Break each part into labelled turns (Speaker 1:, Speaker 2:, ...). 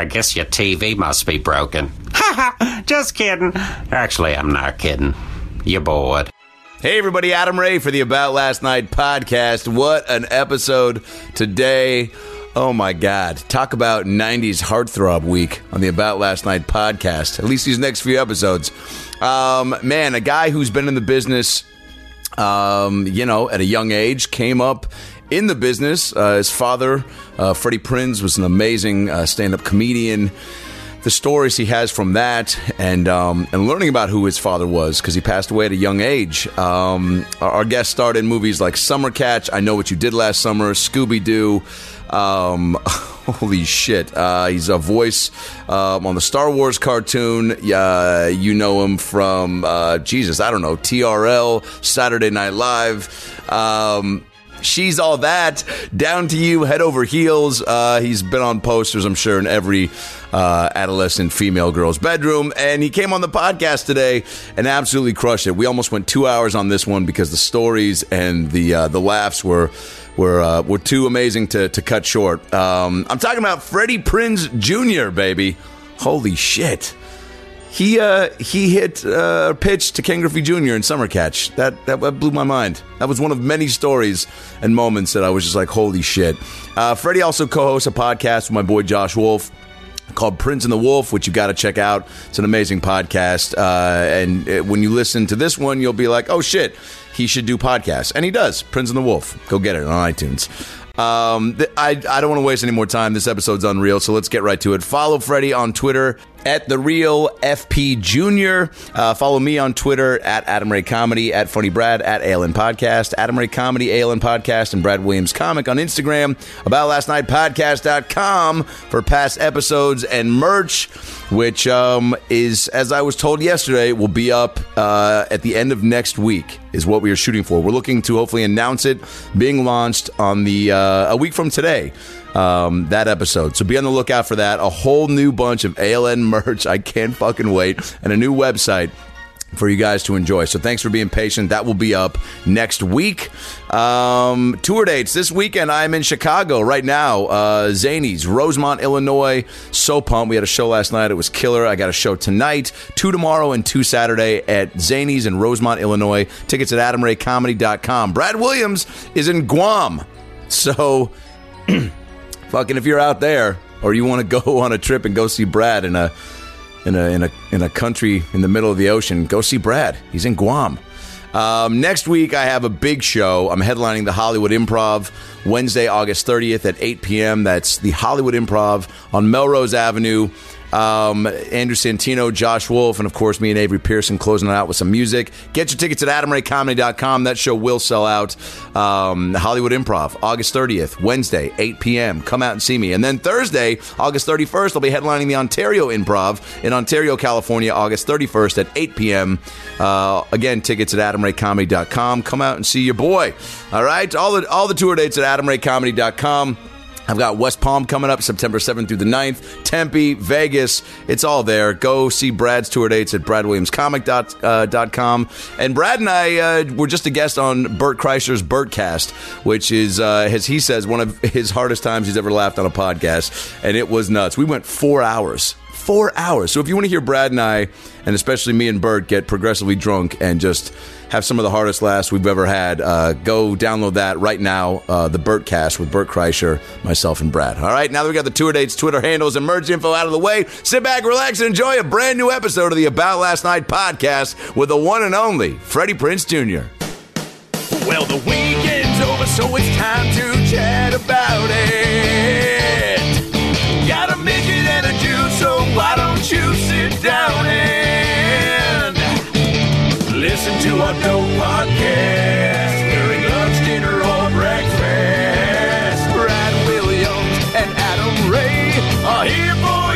Speaker 1: I guess your TV must be broken. Ha ha! Just kidding. Actually, I'm not kidding. You're bored.
Speaker 2: Hey, everybody, Adam Ray for the About Last Night podcast. What an episode today! Oh my God. Talk about 90s heartthrob week on the About Last Night podcast, at least these next few episodes. Um, man, a guy who's been in the business, um, you know, at a young age, came up in the business. Uh, his father, uh, Freddie Prinz, was an amazing uh, stand up comedian the stories he has from that and um, and learning about who his father was because he passed away at a young age. Um, our, our guest starred in movies like Summer Catch, I Know What You Did Last Summer, Scooby Doo. Um, holy shit! Uh, he's a voice um, on the Star Wars cartoon. Uh, you know him from uh, Jesus, I don't know TRL, Saturday Night Live. Um, She's all that down to you, head over heels. Uh, he's been on posters, I'm sure, in every uh, adolescent female girl's bedroom. And he came on the podcast today and absolutely crushed it. We almost went two hours on this one because the stories and the uh, the laughs were were uh, were too amazing to to cut short. Um, I'm talking about Freddie Prinz Jr. Baby, holy shit. He uh, he hit uh, pitch to Ken Griffey Jr. in summer catch. That, that that blew my mind. That was one of many stories and moments that I was just like, holy shit. Uh, Freddie also co-hosts a podcast with my boy Josh Wolf called Prince and the Wolf, which you got to check out. It's an amazing podcast. Uh, and uh, when you listen to this one, you'll be like, oh shit, he should do podcasts, and he does. Prince and the Wolf. Go get it on iTunes. Um, th- I, I don't want to waste any more time. This episode's unreal, so let's get right to it. Follow Freddie on Twitter at the real FP Junior. Uh, follow me on Twitter at Adam Ray Comedy, at Funny Brad, at Alan Podcast, Adam Ray Comedy, Alan Podcast, and Brad Williams Comic on Instagram. About Last Night Podcast.com for past episodes and merch, which um, is, as I was told yesterday, will be up uh, at the end of next week is what we are shooting for. We're looking to hopefully announce it being launched on the uh, a week from today. Um, that episode. So be on the lookout for that. A whole new bunch of ALN merch. I can't fucking wait, and a new website for you guys to enjoy. So thanks for being patient. That will be up next week. Um, tour dates this weekend. I'm in Chicago right now. Uh, Zanies, Rosemont, Illinois. So pumped. We had a show last night. It was killer. I got a show tonight, two tomorrow, and two Saturday at Zanies in Rosemont, Illinois. Tickets at AdamRayComedy.com. Brad Williams is in Guam. So fucking if you're out there or you want to go on a trip and go see Brad in a in a in a in a country in the middle of the ocean, go see Brad. He's in Guam. Um, next week, I have a big show. I'm headlining the Hollywood Improv Wednesday, August 30th at 8 p.m. That's the Hollywood Improv on Melrose Avenue. Um, Andrew Santino, Josh Wolf, and of course, me and Avery Pearson closing it out with some music. Get your tickets at adamraycomedy.com. That show will sell out. Um, the Hollywood Improv, August 30th, Wednesday, 8 p.m. Come out and see me. And then Thursday, August 31st, I'll be headlining the Ontario Improv in Ontario, California, August 31st at 8 p.m. Uh, again, tickets at adamraycomedy.com. Come out and see your boy. All right, all the all the tour dates at adamraycomedy.com. I've got West Palm coming up September 7th through the 9th, Tempe, Vegas. It's all there. Go see Brad's tour dates at bradwilliamscomic.com. uh, And Brad and I uh, were just a guest on Burt Kreischer's Burtcast, which is, uh, as he says, one of his hardest times he's ever laughed on a podcast. And it was nuts. We went four hours. Four hours. So if you want to hear Brad and I, and especially me and Bert, get progressively drunk and just have some of the hardest laughs we've ever had, uh, go download that right now. Uh, the Burtcast with Bert Kreischer, myself, and Brad. All right, now that we got the tour dates, Twitter handles, and merch info out of the way, sit back, relax, and enjoy a brand new episode of the About Last Night podcast with the one and only Freddie Prince Jr. Well, the weekend's over, so it's time to chat about it. Got a midget and a Jew, so why don't you sit down and Listen to our dope podcast during lunch, dinner, or breakfast. Brad Williams and Adam Ray are here for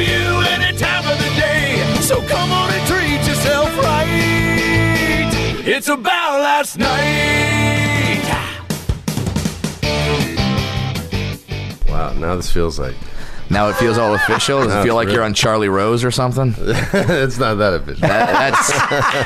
Speaker 3: It's about last night.
Speaker 4: Wow, now this feels like
Speaker 5: Now it feels all official. Does it
Speaker 4: That's
Speaker 5: feel like
Speaker 4: real.
Speaker 5: you're on Charlie Rose or something? That,
Speaker 4: it's not that official.
Speaker 5: that's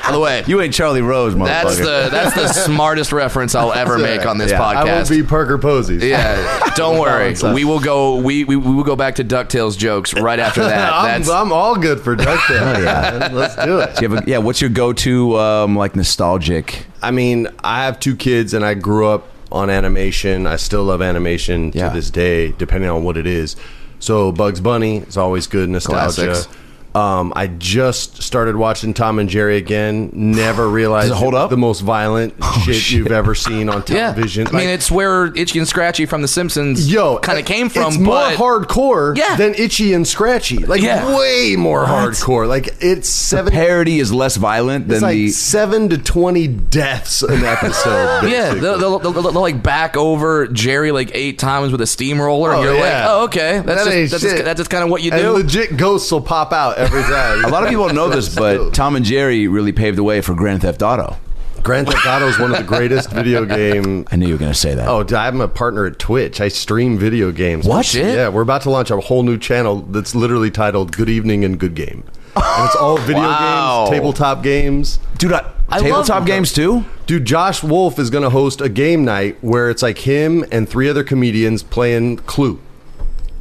Speaker 5: by the way.
Speaker 3: You ain't Charlie Rose, motherfucker.
Speaker 5: That's the that's the smartest reference I'll ever make on this
Speaker 3: Yeah. I
Speaker 5: podcast.
Speaker 4: I won't be Parker Posey's.
Speaker 5: yeah, don't worry.
Speaker 4: Balance out.
Speaker 5: We will go. We, we we will go back to Ducktales jokes right after that.
Speaker 4: I'm,
Speaker 5: That's
Speaker 4: I'm all good for DuckTales. yeah. Let's do it.
Speaker 3: Do you have a- yeah, what's your go-to um, like nostalgic?
Speaker 4: I mean, I have two kids and I grew up on animation. I still love animation
Speaker 3: Yeah.
Speaker 4: to this day, depending on what it is. So Bugs Bunny is always good nostalgia.
Speaker 5: Classics.
Speaker 4: Um, I just started watching Tom and Jerry again. Never realized
Speaker 3: it hold
Speaker 4: was
Speaker 3: up?
Speaker 4: the most violent shit, you've ever seen on
Speaker 5: Oh, yeah.
Speaker 4: television.
Speaker 5: I mean,
Speaker 4: Like,
Speaker 5: it's where Itchy and Scratchy from The Simpsons,
Speaker 4: yo
Speaker 5: kind of came from.
Speaker 4: It's
Speaker 5: but
Speaker 4: more hardcore
Speaker 5: Yeah.
Speaker 4: than Itchy and Scratchy. Like
Speaker 5: Yeah.
Speaker 4: way more hardcore. Like it's seven.
Speaker 3: Parody is less violent than
Speaker 4: it's like
Speaker 3: the
Speaker 4: seven to twenty deaths an episode.
Speaker 5: Yeah,
Speaker 4: basically.
Speaker 5: they'll, they'll, they'll, they'll, like back over Jerry like eight times with a steamroller, and
Speaker 4: Oh,
Speaker 5: you're
Speaker 4: yeah.
Speaker 5: like, oh okay, that's
Speaker 4: That ain't
Speaker 5: just, that's, just,
Speaker 4: shit.
Speaker 5: that's just kind of what you
Speaker 4: And
Speaker 5: do.
Speaker 4: legit ghosts will pop out every time.
Speaker 3: A lot of people don't know this, but Tom and Jerry really paved the way for Grand Theft Auto.
Speaker 4: Grand Theft Auto is one of the greatest video game.
Speaker 3: I knew you were going to say that.
Speaker 4: Oh, I'm a partner at Twitch. I stream video games.
Speaker 5: What? Shit.
Speaker 4: Yeah, we're about to launch a whole new channel that's literally titled "Good Evening and Good Game." And it's all video
Speaker 3: Wow.
Speaker 4: games, tabletop games.
Speaker 3: dude, I,
Speaker 5: I
Speaker 3: tabletop
Speaker 5: love-
Speaker 3: games too.
Speaker 4: Dude, Josh Wolf is going to host a game night where it's like him and three other comedians playing Clue,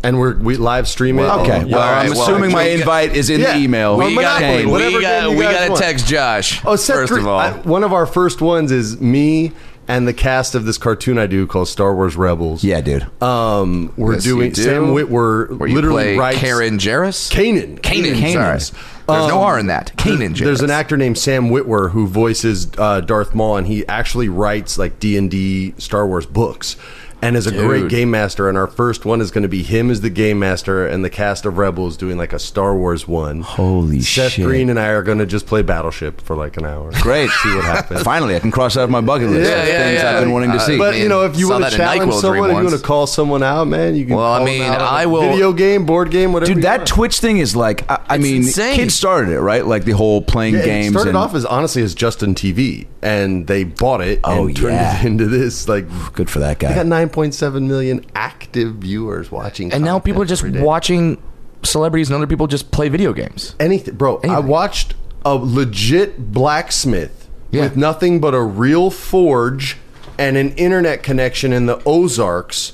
Speaker 4: and we're we live stream it. Um,
Speaker 3: Okay,
Speaker 4: Yeah.
Speaker 3: well,
Speaker 5: All right,
Speaker 3: I'm
Speaker 5: well,
Speaker 3: assuming my
Speaker 5: we got-
Speaker 3: invite is in
Speaker 4: Yeah.
Speaker 3: the email.
Speaker 4: We
Speaker 5: we
Speaker 4: got-
Speaker 5: got
Speaker 4: Monopoly,
Speaker 5: we
Speaker 4: whatever
Speaker 5: got
Speaker 4: game you
Speaker 5: we
Speaker 4: guys
Speaker 5: got to
Speaker 4: want.
Speaker 5: text Josh.
Speaker 4: Oh, Seth
Speaker 5: first
Speaker 4: Green-
Speaker 5: of all,
Speaker 4: I- one of our first ones is me and the cast of this cartoon I do called Star Wars Rebels.
Speaker 3: yeah, dude.
Speaker 4: Um, we're
Speaker 5: Yes,
Speaker 4: doing
Speaker 5: you do.
Speaker 4: Sam Witwer
Speaker 5: where you
Speaker 4: literally
Speaker 5: play
Speaker 4: writes
Speaker 5: Karen Jarrus.
Speaker 4: Kanan.
Speaker 5: Kanan,
Speaker 4: Kanan's-
Speaker 5: sorry. There's no R in that. Kanan Jarrus.
Speaker 4: There's an actor named Sam Witwer who voices uh, Darth Maul, and he actually writes like D and D Star Wars books, and is a great
Speaker 5: Dude.
Speaker 4: game master. And our first one is going to be him as the game master, and the cast of Rebels doing like a Star Wars one.
Speaker 3: Holy
Speaker 4: Seth
Speaker 3: shit.
Speaker 4: Green and I are going to just play Battleship for like an hour.
Speaker 3: Great.
Speaker 4: see what happens.
Speaker 3: Finally, I can cross out my bucket list
Speaker 5: Yeah,
Speaker 3: of
Speaker 5: yeah,
Speaker 3: things
Speaker 5: yeah.
Speaker 3: I've been wanting to
Speaker 5: Uh,
Speaker 3: see.
Speaker 4: But you
Speaker 5: Man,
Speaker 4: know, if you
Speaker 5: saw
Speaker 4: want
Speaker 5: that
Speaker 4: to
Speaker 5: in NyQuil
Speaker 4: challenge
Speaker 5: dream
Speaker 4: someone, if you
Speaker 5: once.
Speaker 4: want to call someone out, man, you can.
Speaker 5: Well, I
Speaker 4: call them
Speaker 5: mean,
Speaker 4: out on a
Speaker 5: I will-
Speaker 4: Video game, board game, whatever.
Speaker 3: Dude,
Speaker 4: you
Speaker 3: that
Speaker 4: want.
Speaker 3: Twitch thing is like, I, I mean,
Speaker 5: insane.
Speaker 3: kids started it, right? Like the whole playing
Speaker 4: Yeah, it
Speaker 3: games.
Speaker 4: started
Speaker 3: and,
Speaker 4: off as honestly as Justin TV, and they bought it
Speaker 3: Oh,
Speaker 4: and turned
Speaker 3: yeah.
Speaker 4: it into this. Like,
Speaker 3: good for that
Speaker 4: I
Speaker 3: guy.
Speaker 4: got 9.7 million active viewers watching,
Speaker 5: and now
Speaker 4: content
Speaker 5: people are just
Speaker 4: every day.
Speaker 5: watching celebrities and other people just play video games.
Speaker 4: anything, bro. I watched a legit blacksmith
Speaker 5: Yeah.
Speaker 4: with nothing but a real forge and an internet connection in the Ozarks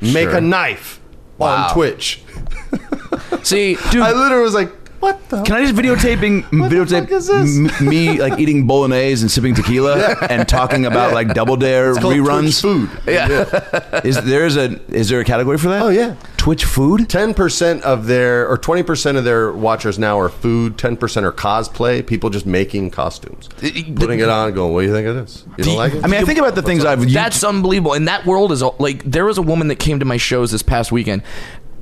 Speaker 4: make a knife on Twitch.
Speaker 5: See, dude,
Speaker 4: I literally was like, "What the?"
Speaker 3: Can I just videotaping videotape
Speaker 4: fuck is this?
Speaker 3: m- me like eating bolognese and sipping tequila and talking about like Double Dare
Speaker 4: called
Speaker 3: reruns?
Speaker 4: Twitch food.
Speaker 3: Yeah. is there is a is there a category for that?
Speaker 4: Oh, yeah.
Speaker 3: Twitch food.
Speaker 4: Ten percent of their or twenty percent of their watchers now are food. Ten percent are cosplay. People just making costumes,
Speaker 5: The-
Speaker 4: putting it on, going, "What do you think of this? You don't like it?"
Speaker 3: I mean, I think about the things I've used.
Speaker 5: That's unbelievable. And that world is all- like there was a woman that came to my shows this past weekend,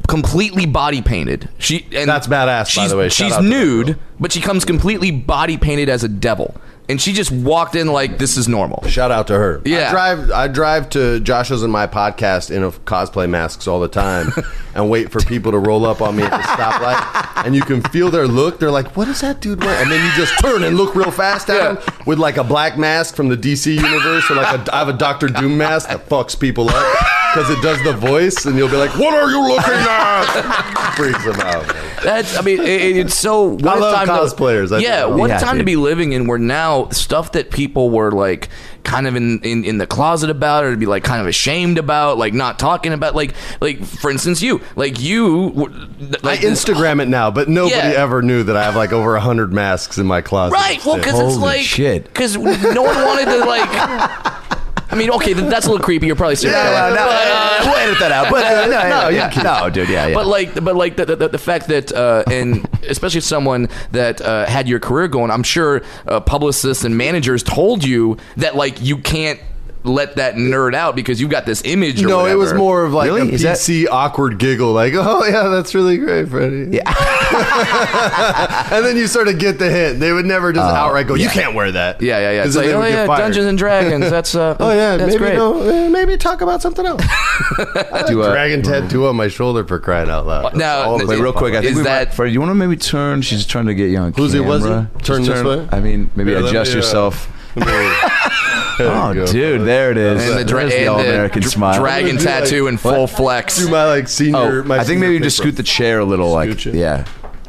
Speaker 5: completely body painted. She and
Speaker 4: That's badass, by
Speaker 5: she's-
Speaker 4: the way. Shout
Speaker 5: She's
Speaker 4: out to that girl.
Speaker 5: nude, but she comes completely body painted as a devil, and she just walked in like this is normal.
Speaker 4: Shout out to her.
Speaker 5: Yeah.
Speaker 4: I drive I drive to Josh's and my podcast in a cosplay masks all the time and wait for people to roll up on me at the stoplight. and you can feel their look. They're like, what is that dude wearing? And then you just turn and look real fast at him with like a black mask from the DC universe or like a, I have a Doctor Doom mask that fucks people up because it does the voice and you'll be like, what are you looking at? Freaks them out. man.
Speaker 5: That's I mean it, it's so. What a
Speaker 4: love
Speaker 5: time to-
Speaker 4: cosplayers. I
Speaker 5: yeah,
Speaker 4: do.
Speaker 5: what a
Speaker 3: Yeah,
Speaker 5: time to
Speaker 3: dude.
Speaker 5: be living in where now stuff that people were like kind of in, in in the closet about or to be like kind of ashamed about, like not talking about, like like for instance you like you were-
Speaker 4: I
Speaker 5: like this
Speaker 4: Instagram it now, but nobody
Speaker 5: Yeah.
Speaker 4: ever knew that I have like over 100 masks in my closet.
Speaker 5: Right. Well, because it's
Speaker 3: Holy
Speaker 5: like
Speaker 3: shit.
Speaker 5: because no one wanted to like. I mean, okay, th- that's a little creepy. You're probably still
Speaker 4: uh,
Speaker 3: Yeah, no, no, we'll edit that out. But uh, no, no, yeah, no, dude, yeah, yeah.
Speaker 5: But like, but like the, the, the fact that, uh, and especially someone that uh, had your career going, I'm sure uh, publicists and managers told you that like you can't let that nerd out because you've got this image. Or
Speaker 4: No, it was
Speaker 5: whatever.
Speaker 4: more of like
Speaker 3: Really?
Speaker 4: a
Speaker 3: Is that-
Speaker 4: PC awkward giggle, like, "Oh yeah, that's really great, Freddie." Yeah. and then you sort of get the hint. They would never just outright go, "You can't wear that."
Speaker 5: Yeah, yeah, yeah.
Speaker 4: 'Cause
Speaker 5: It's
Speaker 4: then
Speaker 5: like,
Speaker 4: they
Speaker 5: oh
Speaker 4: would get
Speaker 5: yeah,
Speaker 4: fired.
Speaker 5: Dungeons and Dragons. That's uh,
Speaker 4: Oh yeah,
Speaker 5: that's
Speaker 4: maybe
Speaker 5: great.
Speaker 4: no, eh, maybe talk about something else. I Do
Speaker 3: uh,
Speaker 4: a dragon tattoo on my shoulder for crying out loud.
Speaker 5: Now-
Speaker 4: All the
Speaker 5: Wait,
Speaker 3: Wait, real quick. I think
Speaker 5: Is
Speaker 3: we
Speaker 5: that-
Speaker 3: might, Freddie, you want to maybe turn? She's trying to get you on
Speaker 4: Who's it,
Speaker 3: camera.
Speaker 4: was it?
Speaker 3: Just
Speaker 4: Turn this way?
Speaker 3: I mean, maybe
Speaker 4: Here, let
Speaker 3: adjust
Speaker 4: me, uh,
Speaker 3: yourself.
Speaker 4: There
Speaker 2: Oh,
Speaker 4: you go.
Speaker 2: dude, there it is.
Speaker 5: and the, dra-
Speaker 2: There's the
Speaker 5: and
Speaker 2: all
Speaker 5: the
Speaker 2: American
Speaker 5: dra-
Speaker 2: smile.
Speaker 5: dragon
Speaker 4: What?
Speaker 5: tattoo in full flex.
Speaker 4: Do my like senior.
Speaker 2: Oh,
Speaker 4: my
Speaker 2: I think
Speaker 4: senior
Speaker 2: maybe you just scoot
Speaker 4: paper.
Speaker 2: the chair a little, like
Speaker 4: Scooch it.
Speaker 2: yeah.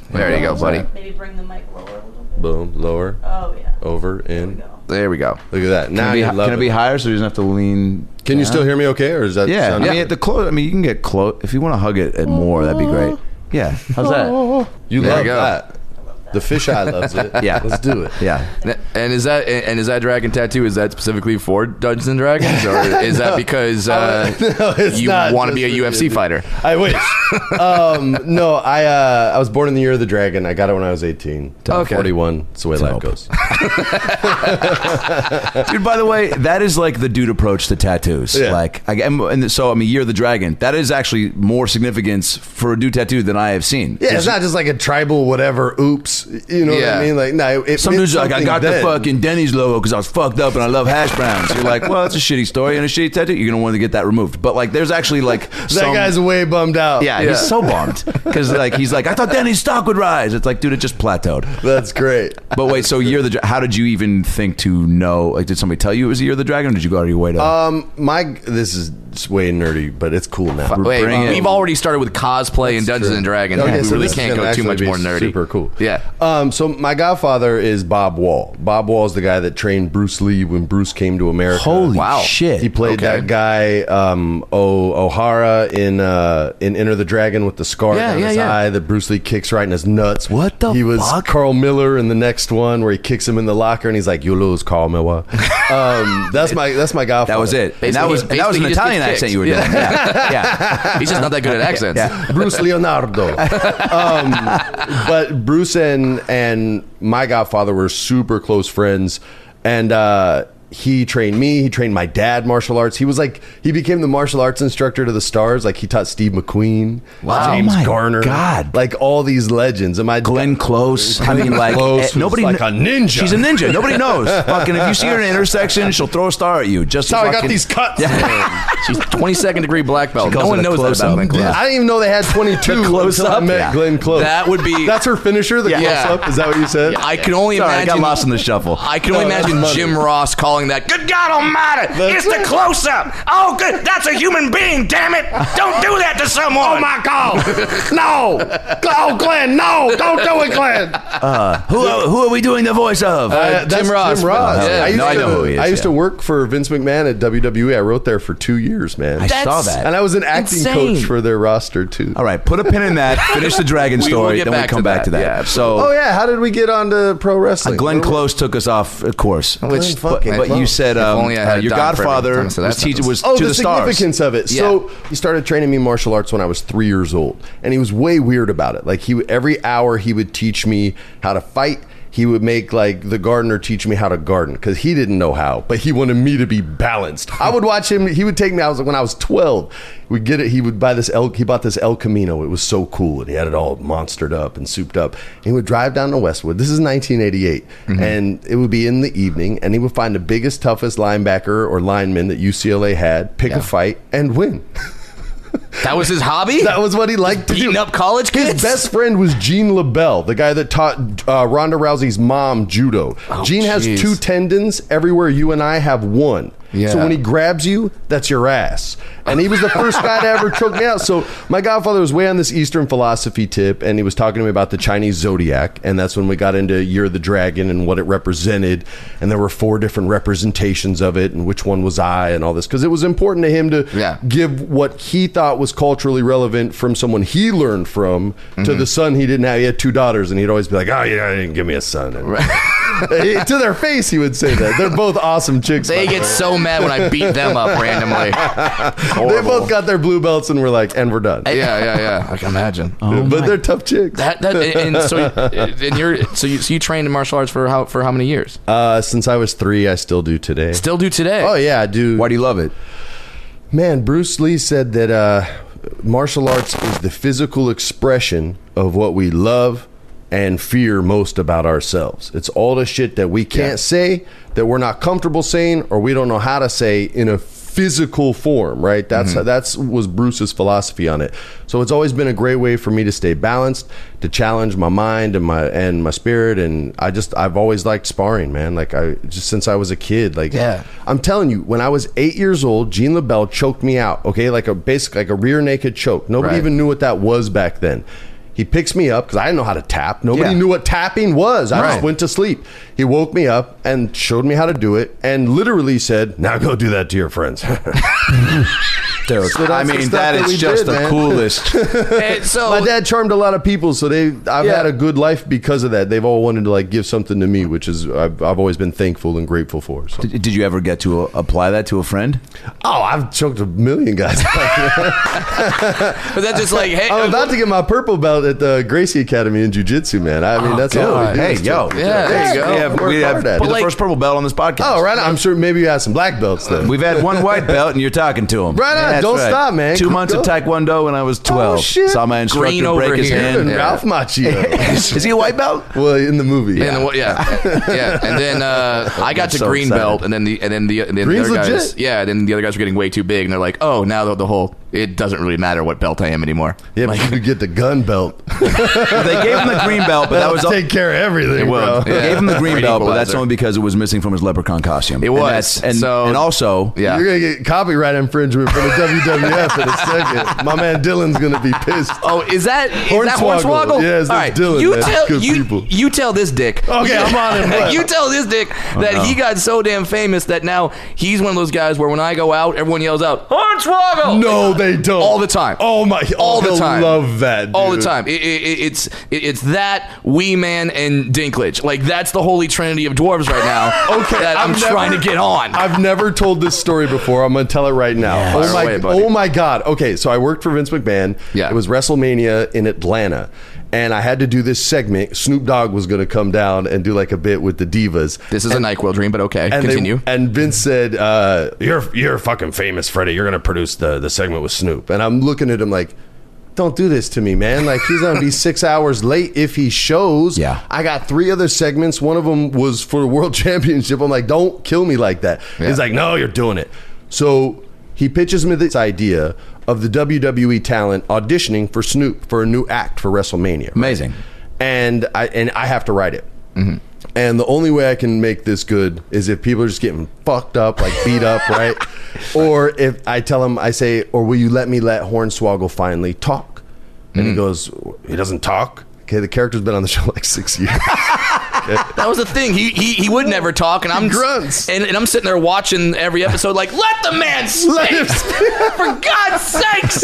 Speaker 5: There you go, buddy.
Speaker 6: Maybe bring the mic lower a little bit.
Speaker 4: Boom, lower,
Speaker 6: Oh, yeah.
Speaker 4: over, in.
Speaker 5: There we go.
Speaker 4: Look at that. Now
Speaker 2: Can it be,
Speaker 4: you love
Speaker 2: can it be
Speaker 4: it.
Speaker 2: higher so he doesn't have to lean?
Speaker 4: Can you still hear me? Okay, or is that?
Speaker 2: Yeah,
Speaker 4: sound
Speaker 2: I mean,
Speaker 4: good?
Speaker 2: at the close. I mean, you can get close if you want to hug it at more. That'd be great. Yeah, how's that?
Speaker 4: you
Speaker 5: There
Speaker 4: love
Speaker 5: you go.
Speaker 4: that. The fisheye loves it.
Speaker 2: Yeah.
Speaker 4: let's do it.
Speaker 2: Yeah,
Speaker 5: And is that and is that dragon tattoo? Is that specifically for Dungeons and Dragons, or is that because uh,
Speaker 4: No, it's
Speaker 5: you
Speaker 4: not
Speaker 5: want to
Speaker 4: just
Speaker 5: be a
Speaker 4: for
Speaker 5: UFC
Speaker 4: kids.
Speaker 5: fighter?
Speaker 4: I wish. um, no, I uh, I was born in the year of the dragon. I got it when I was eighteen. Till I'm
Speaker 5: Okay.
Speaker 4: forty-one. It's the way life
Speaker 2: hope.
Speaker 4: goes.
Speaker 2: dude. By the way, that is like the dude approach to tattoos.
Speaker 4: Yeah.
Speaker 2: Like, I, and, and so I mean, Year of the Dragon. That is actually more significance for a dude tattoo than I have seen.
Speaker 4: Yeah, it's not just like a tribal whatever. Oops, you know
Speaker 5: Yeah.
Speaker 4: what I mean? Like, no, it,
Speaker 2: Some
Speaker 4: meant
Speaker 2: dude's like, I
Speaker 4: something
Speaker 2: got the
Speaker 4: then.
Speaker 2: fucking Denny's logo because I was fucked up and I love hash browns. You're like, well, it's a shitty story and a shitty tattoo. You're gonna want to get that removed. But like, there's actually like
Speaker 4: That guy's way bummed out.
Speaker 2: Yeah,
Speaker 5: Yeah.
Speaker 2: he's so bummed because like he's like, I thought Denny's stock would rise. It's like, dude, it just plateaued.
Speaker 4: that's great.
Speaker 2: But wait, so you're the dra- how did you even think to know? Like, did somebody tell you it was the year of the dragon? Or did you go out of your way to?
Speaker 4: Um, my this is way nerdy, but it's cool now.
Speaker 5: Wait,
Speaker 2: Bring it.
Speaker 5: we've already started with cosplay and Dungeons
Speaker 4: true.
Speaker 5: and Dragons.
Speaker 4: Okay,
Speaker 5: we
Speaker 4: so
Speaker 5: really
Speaker 4: this is
Speaker 5: can't
Speaker 4: gonna
Speaker 5: go too
Speaker 4: actually
Speaker 5: much
Speaker 4: be
Speaker 5: more nerdy.
Speaker 4: super cool.
Speaker 5: Yeah.
Speaker 4: Um, so my godfather is Bob Wall. Bob Wall is the guy that trained Bruce Lee when Bruce came to America.
Speaker 2: Holy
Speaker 5: wow.
Speaker 2: shit!
Speaker 4: He played
Speaker 5: Okay.
Speaker 4: that guy um, o- O'Hara in uh, in Enter the Dragon with the scar
Speaker 5: Yeah,
Speaker 4: down
Speaker 5: yeah,
Speaker 4: his
Speaker 5: yeah.
Speaker 4: eye that Bruce Lee kicks right in his nuts.
Speaker 2: What the
Speaker 4: He was
Speaker 2: fuck?
Speaker 4: Carl Miller in the next one where he kicks him in the locker and he's like, "You lose, Carl Miller." um, that's my that's my godfather.
Speaker 2: that was it. And
Speaker 5: Basically,
Speaker 2: that was
Speaker 5: he-
Speaker 2: and that was an
Speaker 5: basically he just
Speaker 2: Italian
Speaker 5: gets
Speaker 2: accent
Speaker 5: kicked.
Speaker 2: you were doing.
Speaker 5: Yeah.
Speaker 2: Yeah, yeah.
Speaker 5: He's just not that good at accents.
Speaker 4: Bruce Leonardo. um, but Bruce and and my godfather were super close friends, and uh, he trained me. He trained my dad martial arts. He was like he became the martial arts instructor to the stars. Like he taught Steve McQueen,
Speaker 2: Wow.
Speaker 4: James
Speaker 2: Oh my
Speaker 4: Garner,
Speaker 2: God.
Speaker 4: like all these legends. And my
Speaker 2: Glenn Close. I mean, like
Speaker 4: Close
Speaker 2: eh,
Speaker 4: was
Speaker 2: nobody.
Speaker 4: like
Speaker 2: kn-
Speaker 4: a ninja.
Speaker 2: She's a ninja. Nobody knows. Fucking, if you see her in an intersection, she'll throw a star at you. Just
Speaker 4: That's
Speaker 2: to
Speaker 4: how I got
Speaker 2: fucking-
Speaker 4: these cuts.
Speaker 5: She's 22nd degree black belt.
Speaker 2: calls
Speaker 5: No one
Speaker 2: it a
Speaker 5: knows that
Speaker 2: close-up.
Speaker 5: about Glenn Close.
Speaker 2: Yeah.
Speaker 4: I didn't even know they had 22
Speaker 2: close
Speaker 4: until I
Speaker 2: up?
Speaker 4: met
Speaker 2: Yeah.
Speaker 4: Glenn Close.
Speaker 5: That would be-
Speaker 4: That's her finisher, the
Speaker 5: Yeah.
Speaker 4: close up. Is that what you said?
Speaker 5: I can only
Speaker 2: Sorry, I
Speaker 5: imagine.
Speaker 2: got lost in the shuffle.
Speaker 5: I can only
Speaker 4: No, that's
Speaker 5: imagine
Speaker 4: money.
Speaker 5: Jim Ross calling that. Good God Almighty!
Speaker 4: That's-
Speaker 5: it's the close-up. Oh, good. That's a human being. Damn it! Don't do that to someone. Oh my God!
Speaker 4: No! Oh, Glenn, no! Don't do it, Glenn!
Speaker 2: Uh, Who are, who are we doing the voice of?
Speaker 4: Uh,
Speaker 5: Tim
Speaker 4: that's
Speaker 5: Ross.
Speaker 4: Tim Ross.
Speaker 2: Yeah.
Speaker 4: I used
Speaker 2: No, I
Speaker 4: to,
Speaker 2: know who he is,
Speaker 4: I used to
Speaker 2: yeah.
Speaker 4: work for Vince McMahon at WWE. I wrote there for two years, man.
Speaker 2: I saw
Speaker 5: that's-
Speaker 2: that.
Speaker 4: and I was an acting
Speaker 5: insane.
Speaker 4: coach for their roster too.
Speaker 2: All right, put a pin in that. Finish the dragon
Speaker 5: We will
Speaker 2: story,
Speaker 5: get
Speaker 2: then we
Speaker 5: back to
Speaker 2: come back
Speaker 5: that.
Speaker 2: to that.
Speaker 5: Yeah, absolutely.
Speaker 4: Oh
Speaker 2: so
Speaker 4: yeah, how did we get on to pro wrestling?
Speaker 2: Glenn
Speaker 4: Where were-
Speaker 2: Close took us off of course.
Speaker 4: Which-
Speaker 2: but,
Speaker 4: fucking
Speaker 2: but you
Speaker 4: Close.
Speaker 2: said
Speaker 5: If
Speaker 2: um,
Speaker 5: only I had
Speaker 2: uh, your
Speaker 5: done for every
Speaker 2: godfather
Speaker 5: time, so that
Speaker 2: was, teach,
Speaker 5: sentence.
Speaker 2: was
Speaker 4: Oh,
Speaker 2: to
Speaker 4: the,
Speaker 2: the, stars.
Speaker 4: significance of it. So he started training me martial arts when I was three years old, and he was way weird about it. Like he, every hour he would teach me how to fight. He would make like the gardener teach me how to garden because he didn't know how, but he wanted me to be balanced. I would watch him. He would take me. I was like when I was twelve. We get it. He would buy this. El, he bought this El Camino. It was so cool, and he had it all monstered up and souped up. He would drive down to Westwood. This is 1988, and it would be in the evening, and he would find the biggest, toughest linebacker or lineman that UCLA had, pick a fight, and win.
Speaker 5: That was his hobby.
Speaker 4: That was what he liked to
Speaker 5: beating
Speaker 4: do.
Speaker 5: up college kids.
Speaker 4: His best friend was Gene LaBelle, the guy that taught uh, Ronda Rousey's mom judo. Gene has
Speaker 5: Oh, jeez.
Speaker 4: two tendons everywhere you and I have one.
Speaker 5: Yeah.
Speaker 4: So when he grabs you, that's your ass. And he was the first guy to ever choke me out. So my godfather was way on this Eastern philosophy tip, and he was talking to me about the Chinese zodiac, and that's when we got into Year of the Dragon and what it represented, and there were four different representations of it, and which one was I, and all this because it was important to him to
Speaker 5: Yeah.
Speaker 4: give what he thought was culturally relevant from someone he learned from to
Speaker 5: Mm-hmm.
Speaker 4: the son he didn't have. He had two daughters, and he'd always be like, "Oh, yeah, didn't give me a son." And- He- to their face, he would say that. They're both awesome chicks.
Speaker 5: They
Speaker 4: by the
Speaker 5: get
Speaker 4: way.
Speaker 5: so mad when I beat them up randomly.
Speaker 4: They
Speaker 5: Horrible.
Speaker 4: both got their blue belts, and we're like, "And we're done."
Speaker 5: yeah, yeah, yeah. I can imagine.
Speaker 4: but they're tough chicks.
Speaker 5: That, that and and so and you're so you so you trained in martial arts for how for how many years?
Speaker 4: uh, since I was three, I still do today.
Speaker 5: Still do today.
Speaker 4: Oh yeah, I do.
Speaker 2: Why do you love it?
Speaker 4: Man, Bruce Lee said that uh, martial arts is the physical expression of what we love and fear most about ourselves. It's all the shit that we can't say, that we're not comfortable saying, or we don't know how to say in a physical form, right? That's that's was Bruce's philosophy on it. So it's always been a great way for me to stay balanced, to challenge my mind and my and my spirit and I just I've always liked sparring, man. Like I just since I was a kid, like
Speaker 5: Yeah.
Speaker 4: I'm telling you, when I was 8 years old, Gene LaBelle choked me out, okay? Like a basic like a rear naked choke. Nobody
Speaker 5: Right.
Speaker 4: even knew what that was back then. He picks me up because I didn't know how to tap. Nobody
Speaker 5: Yeah.
Speaker 4: knew what tapping was. I
Speaker 5: Right.
Speaker 4: just went to sleep. He woke me up and showed me how to do it, and literally said, "Now go do that to your friends."
Speaker 2: Dude,
Speaker 4: So that's
Speaker 2: I
Speaker 4: the
Speaker 2: mean,
Speaker 4: stuff
Speaker 2: that
Speaker 4: that
Speaker 2: is
Speaker 4: we
Speaker 2: just
Speaker 4: did,
Speaker 2: the
Speaker 4: man.
Speaker 2: coolest.
Speaker 5: And so
Speaker 4: My dad charmed a lot of people, so they I've
Speaker 5: Yeah.
Speaker 4: had a good life because of that. They've all wanted to like give something to me, which is I've, I've always been thankful and grateful for. So.
Speaker 2: Did did you ever get to uh, apply that to a friend?
Speaker 4: Oh, I've choked a million guys.
Speaker 5: but that's just like hey,
Speaker 4: I'm about to get my purple belt at the Gracie Academy in Jiu Jitsu, man. I
Speaker 5: Oh,
Speaker 4: mean, that's all. we do
Speaker 2: Hey,
Speaker 4: is
Speaker 2: yo.
Speaker 5: Yeah, there you go.
Speaker 2: We have,
Speaker 4: Work
Speaker 2: we have
Speaker 4: hard at it.
Speaker 2: you're
Speaker 4: But
Speaker 2: the
Speaker 5: like-
Speaker 2: first purple belt on this podcast.
Speaker 4: Oh, right. on. I'm sure maybe you have some black belts then.
Speaker 2: We've had one white belt, and you're talking to him.
Speaker 4: Right on.
Speaker 2: That's
Speaker 4: Don't stop, man.
Speaker 2: Two
Speaker 4: Keep
Speaker 2: months of
Speaker 4: going.
Speaker 2: Taekwondo when I was 12.
Speaker 4: shit.
Speaker 2: Saw my instructor
Speaker 5: Green over
Speaker 2: break his
Speaker 5: here.
Speaker 2: hand.
Speaker 4: and
Speaker 5: Yeah.
Speaker 4: Ralph Macchio.
Speaker 2: Is he a white belt?
Speaker 4: well, in the movie.
Speaker 5: And then what- yeah, yeah. And then uh, I got
Speaker 2: I'm
Speaker 5: to
Speaker 2: so
Speaker 5: green
Speaker 2: excited.
Speaker 5: belt, and then the and then the, and then the
Speaker 4: Green's
Speaker 5: other guys,
Speaker 4: legit.
Speaker 5: yeah. Then the other guys were getting way too big, and they're like, oh, now the, the whole it doesn't really matter what belt I am anymore.
Speaker 4: Yeah, but you could get the gun belt.
Speaker 2: They gave him the green belt, but that was all-
Speaker 4: take care of everything,
Speaker 5: It
Speaker 4: bro.
Speaker 5: would.
Speaker 2: They
Speaker 5: Yeah.
Speaker 2: gave him the green
Speaker 5: Great
Speaker 2: belt, but that's
Speaker 5: equalizer.
Speaker 2: only because it was missing from his leprechaun costume.
Speaker 5: It
Speaker 2: And
Speaker 5: was.
Speaker 2: that's- and,
Speaker 5: So-
Speaker 2: and also,
Speaker 5: Yeah.
Speaker 4: You're gonna get copyright infringement from the WWF in a second. My man Dylan's gonna be pissed.
Speaker 5: Oh, is that is that
Speaker 4: Hornswoggle.
Speaker 5: Hornswoggle?
Speaker 4: Yes, that's
Speaker 5: All right,
Speaker 4: Dylan,
Speaker 5: you
Speaker 4: man.
Speaker 5: tell
Speaker 4: Good
Speaker 5: you
Speaker 4: people.
Speaker 5: you tell this dick.
Speaker 4: Okay, I'm on him, what?
Speaker 5: you tell this dick that he got so damn famous that now he's one of those guys where when I go out, everyone yells out Hornswoggle.
Speaker 4: No, they don't.
Speaker 5: Oh, All the time.
Speaker 4: Oh my!
Speaker 5: all the
Speaker 4: he'll
Speaker 5: time.
Speaker 4: Love that. Dude.
Speaker 5: all the time. It, it, it- it's it, it's that Wee Man and Dinklage. Like that's the holy trinity of dwarves right now.
Speaker 4: Okay,
Speaker 5: that I'm,
Speaker 4: I've
Speaker 5: trying to
Speaker 4: never-
Speaker 5: get on.
Speaker 4: I've never told this story before. I'm going to tell it right now.
Speaker 5: Fire
Speaker 4: oh my!
Speaker 5: away, buddy.
Speaker 4: oh my God! Okay, so I worked for Vince McMahon.
Speaker 5: Yeah.
Speaker 4: it was WrestleMania in Atlanta, and I had to do this segment. Snoop Dogg was going to come down and do like a bit with the divas.
Speaker 5: this is a Nyquil dream, but okay,
Speaker 4: And they-
Speaker 5: continue.
Speaker 4: and Vince said, uh, "You're you're fucking famous, Freddie. You're gonna produce the the segment with Snoop." And I'm looking at him like, "Don't do this to me, man. Like he's gonna be six hours late if he shows."
Speaker 2: Yeah.
Speaker 4: I got three other segments. One of them was for the world championship. I'm like, "Don't kill me like that." He's like, "No, you're doing it." So he pitches me this idea of the WWE talent auditioning for Snoop for a new act for WrestleMania. right?
Speaker 2: amazing.
Speaker 4: and I and I have to write it. And the only way I can make this good is if people are just getting fucked up, like beat up, right? Or if I tell them, I say, "Or will you let me let Hornswoggle finally talk?" And he goes, "He doesn't talk." Okay, the character's been on the show like six years.
Speaker 5: that was the thing. He he, he would never talk, and I'm
Speaker 4: grunts.
Speaker 5: and, and I'm sitting there watching every episode. Like, let the man speak.
Speaker 4: Let him
Speaker 5: For God's sakes,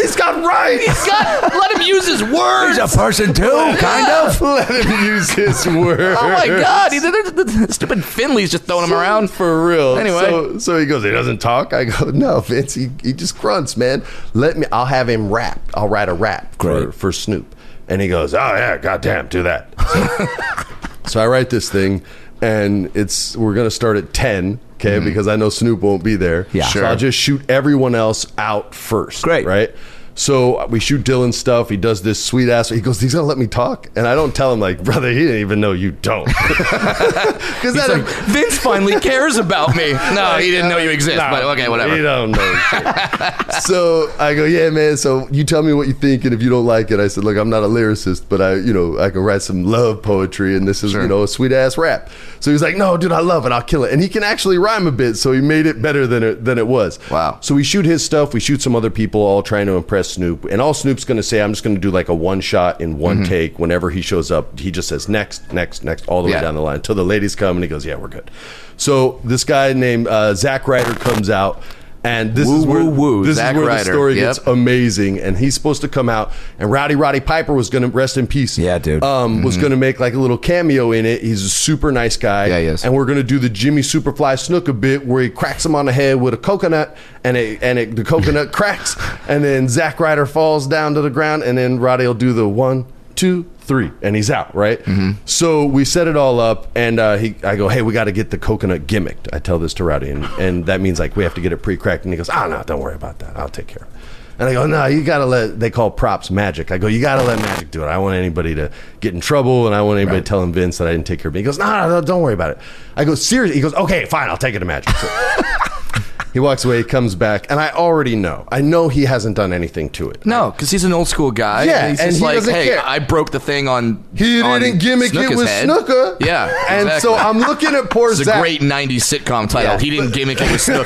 Speaker 4: He's got rights.
Speaker 5: God, let him use his words.
Speaker 2: He's a person too, kind of.
Speaker 4: Let him use his word.
Speaker 5: Oh my God! He's, stupid Finley's just throwing him around.
Speaker 4: for real.
Speaker 5: Anyway.
Speaker 4: so, so he goes, he doesn't talk. I go, no, Vince, he, he just grunts, man. Let me, I'll have him rap. I'll write a rap for,
Speaker 2: Great.
Speaker 4: for Snoop. And he goes, oh yeah, goddamn, do that. So, so I write this thing, and it's we're gonna start at ten. Okay, because I know Snoop won't be there.
Speaker 2: Yeah.
Speaker 4: So I'll just shoot everyone else out first.
Speaker 2: Great.
Speaker 4: Right. So we shoot Dylan stuff. He does this sweet ass. He goes, "He's gonna let me talk," and I don't tell him like, "Brother, he didn't even know you don't." Because
Speaker 5: He's like, Vince finally cares about me. No, he didn't know you exist.
Speaker 4: Nah,
Speaker 5: but okay,
Speaker 4: You
Speaker 5: whatever.
Speaker 4: don't know. so I go, yeah, man. So you tell me what you think, and if you don't like it, I said, look, I'm not a lyricist, but I, you know, I can write some love poetry, and this is, you know, a sweet ass rap. So he's like, no, dude, I love it. I'll kill it, and he can actually rhyme a bit, so he made it better than it than it was.
Speaker 5: Wow.
Speaker 4: So we shoot his stuff. We shoot some other people, all trying to impress Snoop, and all Snoop's going to say, I'm just going to do like a one shot in one
Speaker 5: Mm-hmm.
Speaker 4: take. Whenever he shows up, he just says next, next, next, all the
Speaker 5: Yeah.
Speaker 4: way down the line until the ladies come, and he goes, yeah, we're good. So this guy named uh, Zach Ryder comes out. And this
Speaker 5: Woo,
Speaker 4: is where,
Speaker 5: woo, woo,
Speaker 4: this
Speaker 5: Zack
Speaker 4: is where
Speaker 5: Ryder.
Speaker 4: the story
Speaker 5: Yep.
Speaker 4: gets amazing. And he's supposed to come out, and Rowdy Roddy Piper was going to rest in peace.
Speaker 2: Yeah, dude.
Speaker 4: Um, was going to make like a little cameo in it. He's a super nice guy.
Speaker 5: Mm-hmm. Yeah, he is.
Speaker 4: And we're going to do the Jimmy Superfly Snook a bit where he cracks him on the head with a coconut, and it and it, the coconut cracks, and then Zack Ryder falls down to the ground, and then Roddy will do the one, two, three, and he's out. Right.
Speaker 5: Mm-hmm.
Speaker 4: So we set it all up, and uh, he, I go, hey, we got to get the coconut gimmicked. I tell this to Roddy, and, and that means like we have to get it pre-cracked, and he goes, ah, no, don't worry about that. I'll take care of it. And I go, no, you gotta let. They call props magic. I go, you gotta let magic do it. I don't want anybody to get in trouble, and I don't want anybody telling Vince that I didn't take care of me. He goes, no, no, no, don't worry about it. I go, seriously. He goes, okay, fine, I'll take it to magic. So- He walks away, he comes back, and I already know. I know he hasn't done anything to it.
Speaker 5: No, because he's an old school guy.
Speaker 4: Yeah,
Speaker 5: he's
Speaker 4: and
Speaker 5: just
Speaker 4: he
Speaker 5: like,
Speaker 4: doesn't
Speaker 5: hey,
Speaker 4: care."
Speaker 5: I broke the thing on.
Speaker 4: He
Speaker 5: on
Speaker 4: didn't gimmick it
Speaker 5: Snooker's
Speaker 4: with
Speaker 5: head.
Speaker 4: Snooker.
Speaker 5: Yeah,
Speaker 4: And
Speaker 5: exactly.
Speaker 4: so I'm looking at poor
Speaker 5: It's
Speaker 4: Zach.
Speaker 5: a great '90s sitcom title.
Speaker 4: Yeah.
Speaker 5: He didn't gimmick it with Snooker.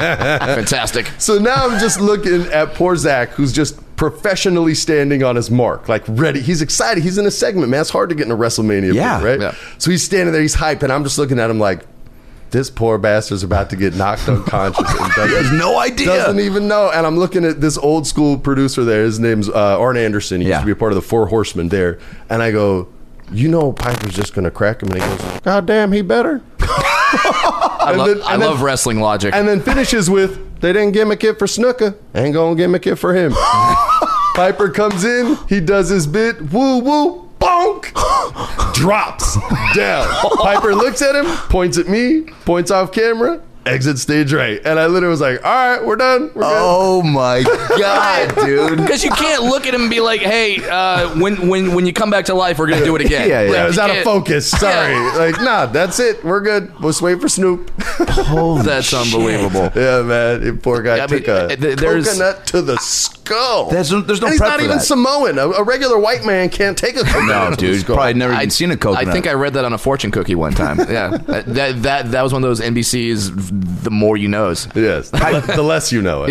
Speaker 5: Fantastic.
Speaker 4: So now I'm just looking at poor Zach, who's just professionally standing on his mark, like ready. He's excited. He's in a segment, man. It's hard to get in a WrestleMania,
Speaker 2: Yeah.
Speaker 4: booth, right?
Speaker 5: Yeah.
Speaker 4: So he's standing there, he's hype, and I'm just looking at him like, this poor bastard's about to get knocked unconscious. And doesn't-
Speaker 2: has no idea.
Speaker 4: Doesn't even know. And I'm looking at this old school producer there. His name's uh, Arn Anderson. He
Speaker 2: Yeah.
Speaker 4: used to be a part of the Four Horsemen there. And I go, you know, Piper's just going to crack him. And he goes, God damn, he better.
Speaker 5: I,
Speaker 4: And
Speaker 5: love,
Speaker 4: then-
Speaker 5: I
Speaker 4: and then-
Speaker 5: love wrestling logic.
Speaker 4: And then finishes with, they didn't gimmick it for Snooker. Ain't going to gimmick it for him. Piper comes in. He does his bit. Woo, woo, bonk. Drops down. Piper looks at him, points at me, points off camera, exit stage right. And I literally was like, all right, we're done. We're good.
Speaker 2: Oh my god, dude.
Speaker 5: because you can't look at him and be like, "Hey, uh, when when when you come back to life, we're gonna do it again."
Speaker 2: Yeah, yeah.
Speaker 5: Like,
Speaker 4: Yeah, it was
Speaker 5: you
Speaker 4: out of
Speaker 5: can't-
Speaker 4: focus. Sorry. Like, nah, that's it. We're good. Let's wait for Snoop.
Speaker 5: That's unbelievable.
Speaker 4: yeah, man. It, poor guy
Speaker 5: I mean, eh,
Speaker 4: took a
Speaker 5: th- there's-
Speaker 4: coconut to the skull.
Speaker 2: There's no- there's no
Speaker 4: And he's
Speaker 2: prep
Speaker 4: not
Speaker 2: for
Speaker 4: even
Speaker 2: that.
Speaker 4: Samoan. A, a regular white man can't take a coconut.
Speaker 2: No,
Speaker 4: to the
Speaker 2: dude. he's
Speaker 4: skull.
Speaker 2: Probably never even
Speaker 5: I-
Speaker 2: seen a coconut.
Speaker 5: I think I read that on a fortune cookie one time. Yeah, that that that, that was one of those NBC's. The more you knows.
Speaker 4: Yes. The, le- the less you know it.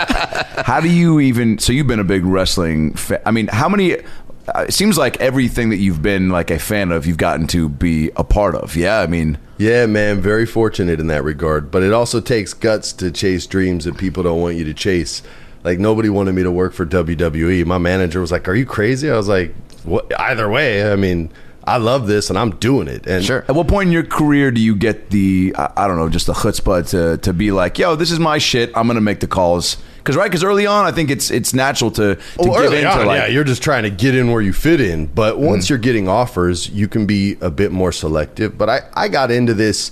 Speaker 2: That- how do you even? So you've been a big wrestling. Fa- I mean, how many? Uh, it seems like everything that you've been like a fan of, you've gotten to be a part of. Yeah, I mean,
Speaker 4: Yeah, man. Very fortunate in that regard. But it also takes guts to chase dreams that people don't want you to chase. Like, nobody wanted me to work for WWE. My manager was like, Are you crazy? I was like, what? Either way, I mean, I love this and I'm doing it. And
Speaker 5: Sure.
Speaker 2: at what point in your career do you get the I, I don't know, just the chutzpah to to be like, yo, this is my shit. I'm gonna make the calls because right, because early on, I think it's it's natural to, to give
Speaker 4: Well, Oh, early
Speaker 2: into like
Speaker 4: on,
Speaker 2: Hmm.
Speaker 4: yeah, you're just trying to get in where you fit in. But once you're getting offers, you can be a bit more selective. But I, I got into this.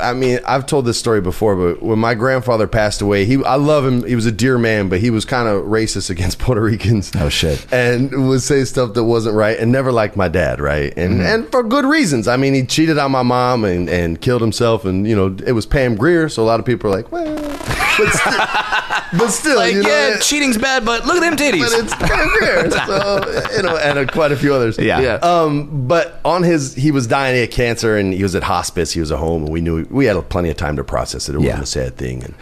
Speaker 4: I- I mean, I've told this story before, but when my grandfather passed away, he I love him. He was a dear man, but he was kind of racist against Puerto Ricans.
Speaker 2: Oh, shit.
Speaker 4: And would say stuff that wasn't right, and never liked my dad, right? And
Speaker 2: Mm-hmm.
Speaker 4: and for good reasons. I mean, he cheated on my mom and and killed himself, and you know it was Pam Greer, so a lot of people are like, well, but still, but still
Speaker 5: Like,
Speaker 4: you know,
Speaker 5: yeah,
Speaker 4: it-
Speaker 5: cheating's bad, but look at them
Speaker 4: but
Speaker 5: titties.
Speaker 4: it's Pam Grier, so you know, and uh, quite a few others.
Speaker 2: Yeah.
Speaker 5: Yeah.
Speaker 4: Um, but on his, he was dying of cancer, and he was at hospice. He was at home, and we knew we had plenty of time to process it. It wasn't
Speaker 2: Yeah.
Speaker 4: a sad thing, and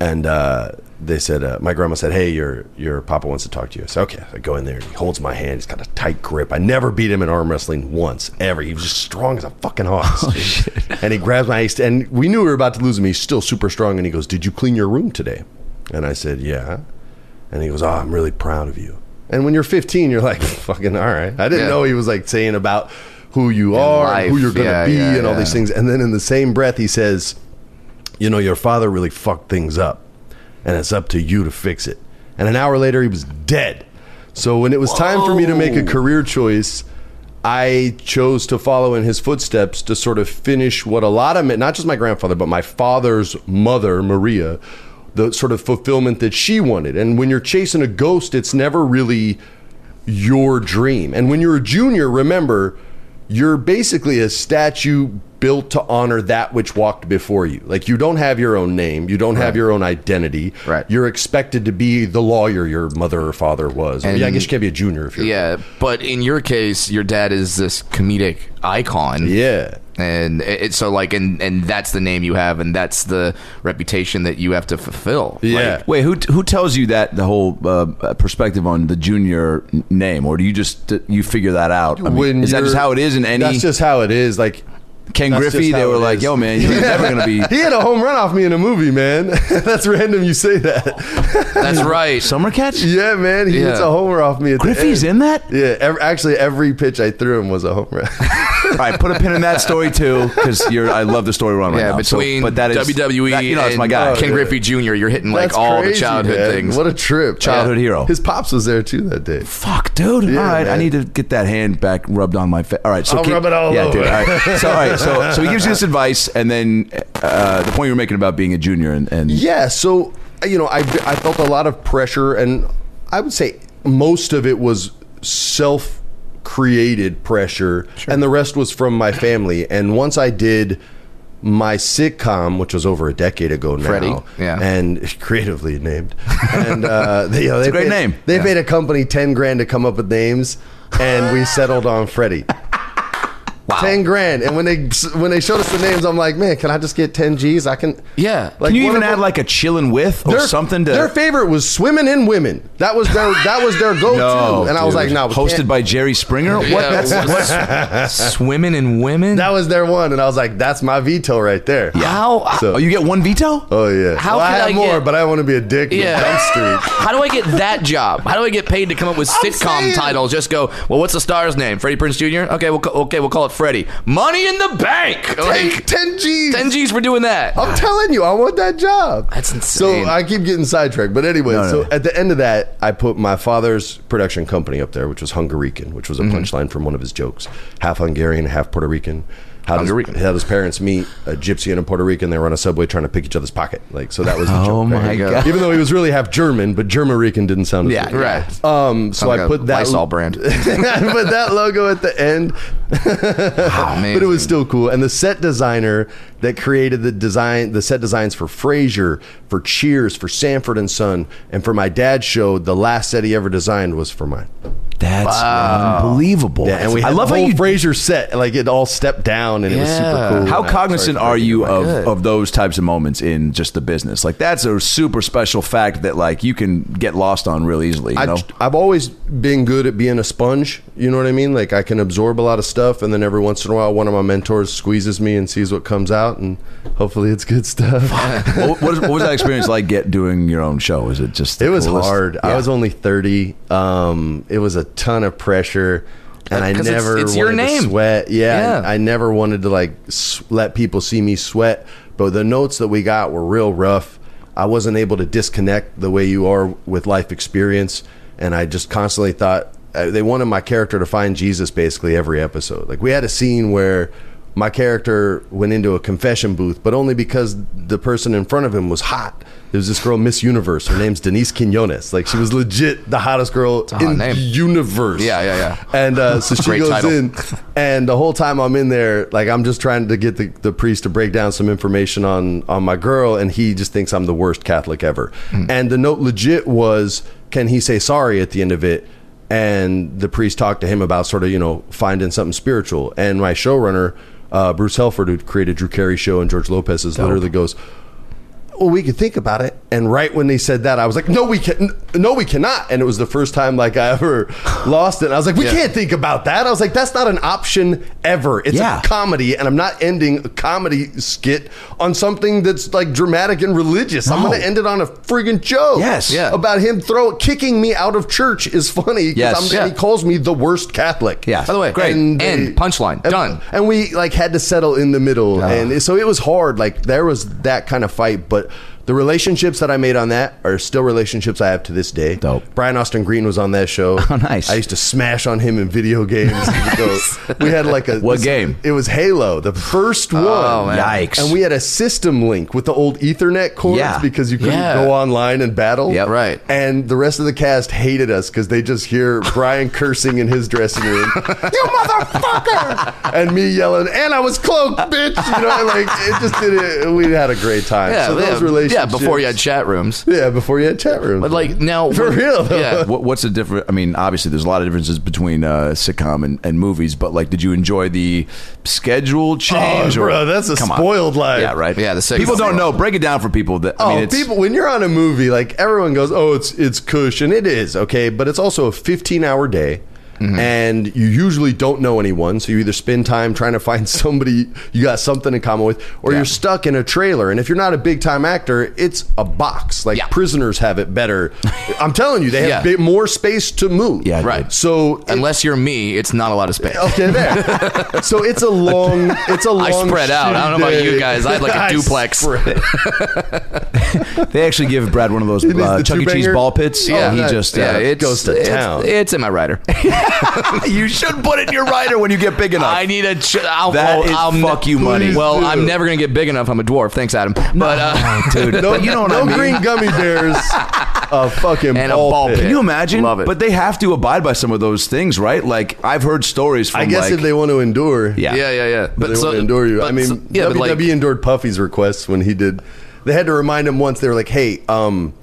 Speaker 4: and uh, they said, uh, my grandma said, "Hey, your your papa wants to talk to you." I said, "Okay." I go in there, and he holds my hand. He's got a tight grip. I never beat him in arm wrestling once, ever. He was just strong as a fucking ox.
Speaker 2: Oh,
Speaker 4: And he grabs my hand, and we knew we were about to lose him. He's still super strong, and he goes, "Did you clean your room today?" And I said, "Yeah." And he goes, Oh, I'm really proud of you. And when you're 15, you're like, fucking, all right. I didn't
Speaker 5: Yeah.
Speaker 4: know he was like saying about who you are and who
Speaker 5: life.
Speaker 4: you're going to
Speaker 5: Yeah,
Speaker 4: be
Speaker 5: yeah,
Speaker 4: and all
Speaker 5: yeah.
Speaker 4: these things. And then in the same breath, he says, You know, your father really fucked things up. And it's up to you to fix it. And an hour later, he was dead. So when it was time for me to make a career choice, I chose to follow in his footsteps to sort of finish what a lot of men, not just my grandfather, but my father's mother, Maria, the sort of fulfillment that she wanted. And when you're chasing a ghost, it's never really your dream. And when you're a junior, remember, you're basically a statue built to honor that which walked before you. Like you don't have your own name, you don't have your own identity.
Speaker 5: Right.
Speaker 4: You're expected to be the lawyer your mother or father was.
Speaker 5: And-
Speaker 4: yeah, I guess you can't be a junior if you're
Speaker 5: Yeah, but in your case, your dad is this comedic icon.
Speaker 4: Yeah.
Speaker 5: and it- it's so like, and and that's the name you have, and that's the reputation that you have to fulfill.
Speaker 4: Yeah.
Speaker 5: Like,
Speaker 2: Wait, who who tells you that the whole uh, perspective on the junior n- name, or do you just you figure that out? I mean,
Speaker 4: When
Speaker 2: is that just
Speaker 4: you're-
Speaker 2: how it is in any?
Speaker 4: That's just how it is. Like
Speaker 2: Ken
Speaker 4: that's
Speaker 2: Griffey,
Speaker 4: just
Speaker 2: they
Speaker 4: how
Speaker 2: were
Speaker 4: it
Speaker 2: like,
Speaker 4: is.
Speaker 2: "Yo, man, you're never gonna be."
Speaker 4: he had a home run off me in a movie, man. that's random you say that.
Speaker 5: that's right.
Speaker 2: Summer catch?
Speaker 4: yeah, man. He hits
Speaker 5: Yeah.
Speaker 4: a homer off me. At
Speaker 2: Griffey's
Speaker 4: the
Speaker 2: in
Speaker 4: end.
Speaker 2: that?
Speaker 4: Yeah, ev- actually, every pitch I threw him was a home run.
Speaker 2: All right, put a pin in that story too, because you're. I love the story we're on right
Speaker 5: yeah,
Speaker 2: now. So-
Speaker 5: between
Speaker 2: but that is
Speaker 4: E
Speaker 5: WWE,
Speaker 2: that- you know, it's my
Speaker 5: and uh,
Speaker 2: guy.
Speaker 5: Ken
Speaker 4: yeah.
Speaker 5: Griffey Jr. You're hitting like
Speaker 4: That's
Speaker 5: all the
Speaker 4: crazy,
Speaker 5: childhood
Speaker 4: man.
Speaker 5: things.
Speaker 4: What a trip!
Speaker 2: Childhood
Speaker 4: Yeah.
Speaker 2: hero.
Speaker 4: His pops was there too that day.
Speaker 2: Fuck, dude. all right, I
Speaker 4: man.
Speaker 2: need to get that hand back rubbed on my face. All right, so
Speaker 4: I'll
Speaker 2: keep-
Speaker 4: rub it all
Speaker 2: yeah, Dude,
Speaker 4: over.
Speaker 2: all right. So, all right, so so he gives you this advice, and then uh, the point you were making about being a junior and, and
Speaker 4: Yeah, so you know, I I felt a lot of pressure, and I would say most of it was self created pressure, and the rest was from my family. And once I did my sitcom, which was over a decade ago now,
Speaker 5: Freddie, yeah.
Speaker 4: and creatively named, and uh, they, you know, they
Speaker 2: a great
Speaker 4: paid,
Speaker 2: name.
Speaker 4: They
Speaker 2: Yeah.
Speaker 4: paid a company ten grand to come up with names, and we settled on Freddie. Ten grand, and when they when they showed us the names, I'm like, man, can I just get ten G's? I can.
Speaker 5: Yeah.
Speaker 4: Like,
Speaker 2: Can you
Speaker 4: one
Speaker 2: even
Speaker 4: of
Speaker 2: add
Speaker 4: them-
Speaker 2: like a chillin' with or something to
Speaker 4: their favorite was swimming in women. That was their that was their go to,
Speaker 2: No,
Speaker 4: and I was
Speaker 2: dude.
Speaker 4: like, no, we
Speaker 2: hosted
Speaker 4: can't-
Speaker 2: by Jerry Springer. What?
Speaker 5: Yeah,
Speaker 2: That's,
Speaker 5: swimming in women.
Speaker 4: That was their one, and I was like, that's my veto right there.
Speaker 5: How?
Speaker 4: So-
Speaker 2: oh, you get one veto?
Speaker 4: Oh yeah.
Speaker 5: How
Speaker 4: Well, I
Speaker 5: could
Speaker 4: have
Speaker 5: I
Speaker 4: more,
Speaker 5: get-
Speaker 4: but I want to be a dick.
Speaker 5: Yeah.
Speaker 4: Yeah. Dump street.
Speaker 5: How do I get that job? How do I get paid to come up with sitcom
Speaker 4: saying.
Speaker 5: titles? Just go. Well, what's the star's name? Freddie Prince Jr. Okay, we'll ca- okay, we'll call it Freddie. Money in the bank.
Speaker 4: Ten,
Speaker 5: Like
Speaker 4: 10 G's.
Speaker 5: ten G's for doing that.
Speaker 4: I'm telling you, I want that job.
Speaker 5: That's insane.
Speaker 4: So I keep getting sidetracked. But anyway,
Speaker 2: No, no,
Speaker 4: so
Speaker 2: no.
Speaker 4: at the end of that, I put my father's production company up there, which was Hungarican, which was a
Speaker 2: Mm-hmm.
Speaker 4: punchline from one of his jokes. Half Hungarian, half Puerto Rican. How does,
Speaker 5: Hungarican.
Speaker 4: how does parents meet? A gypsy and a Puerto Rican. They were on a subway trying to pick each other's pocket. Like so, that was the
Speaker 2: Oh
Speaker 4: joke.
Speaker 2: my God.
Speaker 4: Even though he was really half German, but German Rican didn't sound. As
Speaker 2: Yeah,
Speaker 4: good.
Speaker 5: right.
Speaker 4: Um, so
Speaker 5: Sounds
Speaker 4: I
Speaker 5: like a
Speaker 4: put that
Speaker 5: Lysol brand.
Speaker 4: I put that logo at the end.
Speaker 2: Oh,
Speaker 4: But it was still cool. And the set designer that created the design, the set designs for Frasier, for Cheers, for Sanford and Son, and for my dad's show, the last set he ever designed was for mine.
Speaker 2: That's unbelievable.
Speaker 4: Yeah, and we
Speaker 2: I
Speaker 4: had
Speaker 2: love
Speaker 4: the
Speaker 2: how
Speaker 4: whole
Speaker 2: you.
Speaker 4: Frasier set, like it all stepped down, and it was
Speaker 5: Yeah.
Speaker 4: super cool.
Speaker 2: How
Speaker 4: And I'm
Speaker 2: cognizant
Speaker 4: sorry for
Speaker 2: are you
Speaker 4: breaking my-
Speaker 2: of, of those types of moments in just the business? Like that's a super special fact that like you can get lost on real easily. You
Speaker 4: I,
Speaker 2: know?
Speaker 4: have always been good at being a sponge. You know what I mean? Like I can absorb a lot of stuff, and then every once in a while, one of my mentors squeezes me and sees what comes out, and hopefully, it's good stuff.
Speaker 2: what, what, is- what was that experience like? Get doing your own show? Is it just the
Speaker 4: It was
Speaker 2: coolest?
Speaker 4: hard. I
Speaker 2: Yeah.
Speaker 4: was only thirty. Um, it was a ton of pressure, and I
Speaker 5: Uh, 'Cause it's-
Speaker 4: never
Speaker 5: it's
Speaker 4: wanted
Speaker 5: your
Speaker 4: to
Speaker 5: name.
Speaker 4: sweat. Yeah,
Speaker 5: Yeah.
Speaker 4: I, I never wanted to like s- let people see me sweat. But the notes that we got were real rough. I wasn't able to disconnect the way you are with life experience, and I just constantly thought uh, they wanted my character to find Jesus basically every episode. Like we had a scene where my character went into a confession booth, but only because the person in front of him was hot. There was this girl, Miss Universe. Her name's Denise Quinones. Like she was legit the hottest girl
Speaker 5: a hot
Speaker 4: in
Speaker 5: name.
Speaker 4: the universe.
Speaker 5: Yeah, yeah, yeah.
Speaker 4: And uh, so she
Speaker 5: Great
Speaker 4: goes
Speaker 5: title.
Speaker 4: in, and the whole time I'm in there, like I'm just trying to get the, the priest to break down some information on on my girl, and he just thinks I'm the worst Catholic ever.
Speaker 5: Hmm.
Speaker 4: And the note legit was, can he say sorry at the end of it? And the priest talked to him about sort of you know finding something spiritual. And my showrunner, uh, Bruce Helford, who created Drew Carey Show and George Lopez's, literally goes. Well, we could think about it. And right when they said that, I was like, "No, we can. No, we cannot." And it was the first time like I ever lost it. And I was like, "We can't think about that." I was like, "That's not an option ever. It's
Speaker 2: Yeah.
Speaker 4: a comedy, and I'm not ending a comedy skit on something that's like dramatic and religious. I'm
Speaker 2: No.
Speaker 4: going to end it on a friggin' joke.
Speaker 2: Yes. Yeah.
Speaker 4: about him throw kicking me out of church is funny. 'cause
Speaker 2: Yes.
Speaker 4: I'm-
Speaker 2: Yeah.
Speaker 4: and he calls me the worst Catholic.
Speaker 2: Yeah.
Speaker 5: By the way,
Speaker 2: Great.
Speaker 5: End,
Speaker 4: they-
Speaker 5: punchline.
Speaker 4: and-
Speaker 5: Done.
Speaker 4: And we like had to settle in the middle, and it- so it was hard. Like there was that kind of fight, but the relationships that I made on that are still relationships I have to this day.
Speaker 2: Dope.
Speaker 4: Brian Austin Green was on that show.
Speaker 2: Oh, nice.
Speaker 4: I used to smash on him in video games. we had like a
Speaker 2: What game? Oh,
Speaker 4: It was Halo, the first one.
Speaker 5: man.
Speaker 2: Yikes.
Speaker 4: And we had a system link with the old Ethernet cords
Speaker 2: Yeah.
Speaker 4: because you couldn't
Speaker 5: Yeah.
Speaker 4: go online and battle.
Speaker 2: Yep.
Speaker 5: Right.
Speaker 4: And the rest of the cast hated us because they just hear Brian cursing in his dressing room, "You motherfucker!" and me yelling, "And I was cloaked, bitch!" You know, and, like it just did it. We had a great time.
Speaker 5: Yeah,
Speaker 4: so
Speaker 5: yeah,
Speaker 4: those relationships.
Speaker 5: Yeah, before you had chat rooms.
Speaker 4: yeah, before you had chat rooms.
Speaker 5: But like now,
Speaker 4: For real, though.
Speaker 5: Yeah.
Speaker 2: What, what's the difference? I mean, obviously, there's a lot of differences between uh, sitcom and, and movies, but like, did you enjoy the schedule
Speaker 4: oh,
Speaker 2: change? or-
Speaker 4: bro, that's a
Speaker 2: Come on.
Speaker 4: spoiled life.
Speaker 2: Yeah, right.
Speaker 5: Yeah, the sitcom.
Speaker 2: people don't know. Break it down for people. That I
Speaker 4: Oh,
Speaker 2: mean, it's,
Speaker 4: people! When you're on a movie, like everyone goes, "Oh, it's it's cush," and it is okay, but it's also a 15 hour day,
Speaker 5: Mm-hmm.
Speaker 4: and you usually don't know anyone, so you either spend time trying to find somebody you got something in common with, or you're stuck in a trailer. And if you're not a big time actor, it's a box. Like
Speaker 5: Yeah.
Speaker 4: prisoners have it better. I'm telling you, they have
Speaker 5: Yeah.
Speaker 4: bit more space to move.
Speaker 2: Yeah,
Speaker 5: Right. dude.
Speaker 4: So it-
Speaker 5: Unless you're me, it's not a lot of space.
Speaker 2: Oh,
Speaker 4: Okay, there. so it's a long, it's a long.
Speaker 5: I spread out. I don't know about
Speaker 4: shitty
Speaker 5: you
Speaker 4: day.
Speaker 5: guys. I had like a duplex.
Speaker 4: spread.
Speaker 2: they actually give Brad one of those
Speaker 4: is
Speaker 2: uh,
Speaker 4: the
Speaker 2: Chuck E. Cheese
Speaker 4: two-banger.
Speaker 2: ball pits.
Speaker 4: Yeah.
Speaker 2: and he
Speaker 4: Oh,
Speaker 2: just
Speaker 4: yeah,
Speaker 2: uh,
Speaker 4: it goes to
Speaker 5: it's,
Speaker 4: town.
Speaker 5: It's in my rider.
Speaker 2: you should put it in your rider when you get big enough.
Speaker 5: I need a. Ch- I'll,
Speaker 2: That
Speaker 5: I'll,
Speaker 2: is
Speaker 5: I'll-
Speaker 2: fuck you money. Oh
Speaker 5: Well,
Speaker 2: Please
Speaker 5: I'm never gonna get big enough. I'm a dwarf. Thanks, Adam. But uh,
Speaker 2: dude.
Speaker 4: No,
Speaker 2: but you know what
Speaker 4: no
Speaker 2: I mean.
Speaker 4: green gummy bears. A fucking
Speaker 5: And a
Speaker 4: ball,
Speaker 5: ball
Speaker 4: pit.
Speaker 5: pit.
Speaker 2: Can you imagine?
Speaker 5: Love it.
Speaker 2: But they have to abide by some of those things, right? Like I've heard stories from.
Speaker 4: I guess
Speaker 2: like,
Speaker 4: if they want to endure,
Speaker 2: Yeah.
Speaker 5: yeah, yeah, yeah.
Speaker 4: but they want to endure you. I
Speaker 5: but
Speaker 4: mean,
Speaker 5: so- yeah,
Speaker 4: WWE
Speaker 5: but like,
Speaker 4: endured Puffy's requests when he did. They had to remind him once. They were like, "Hey, um,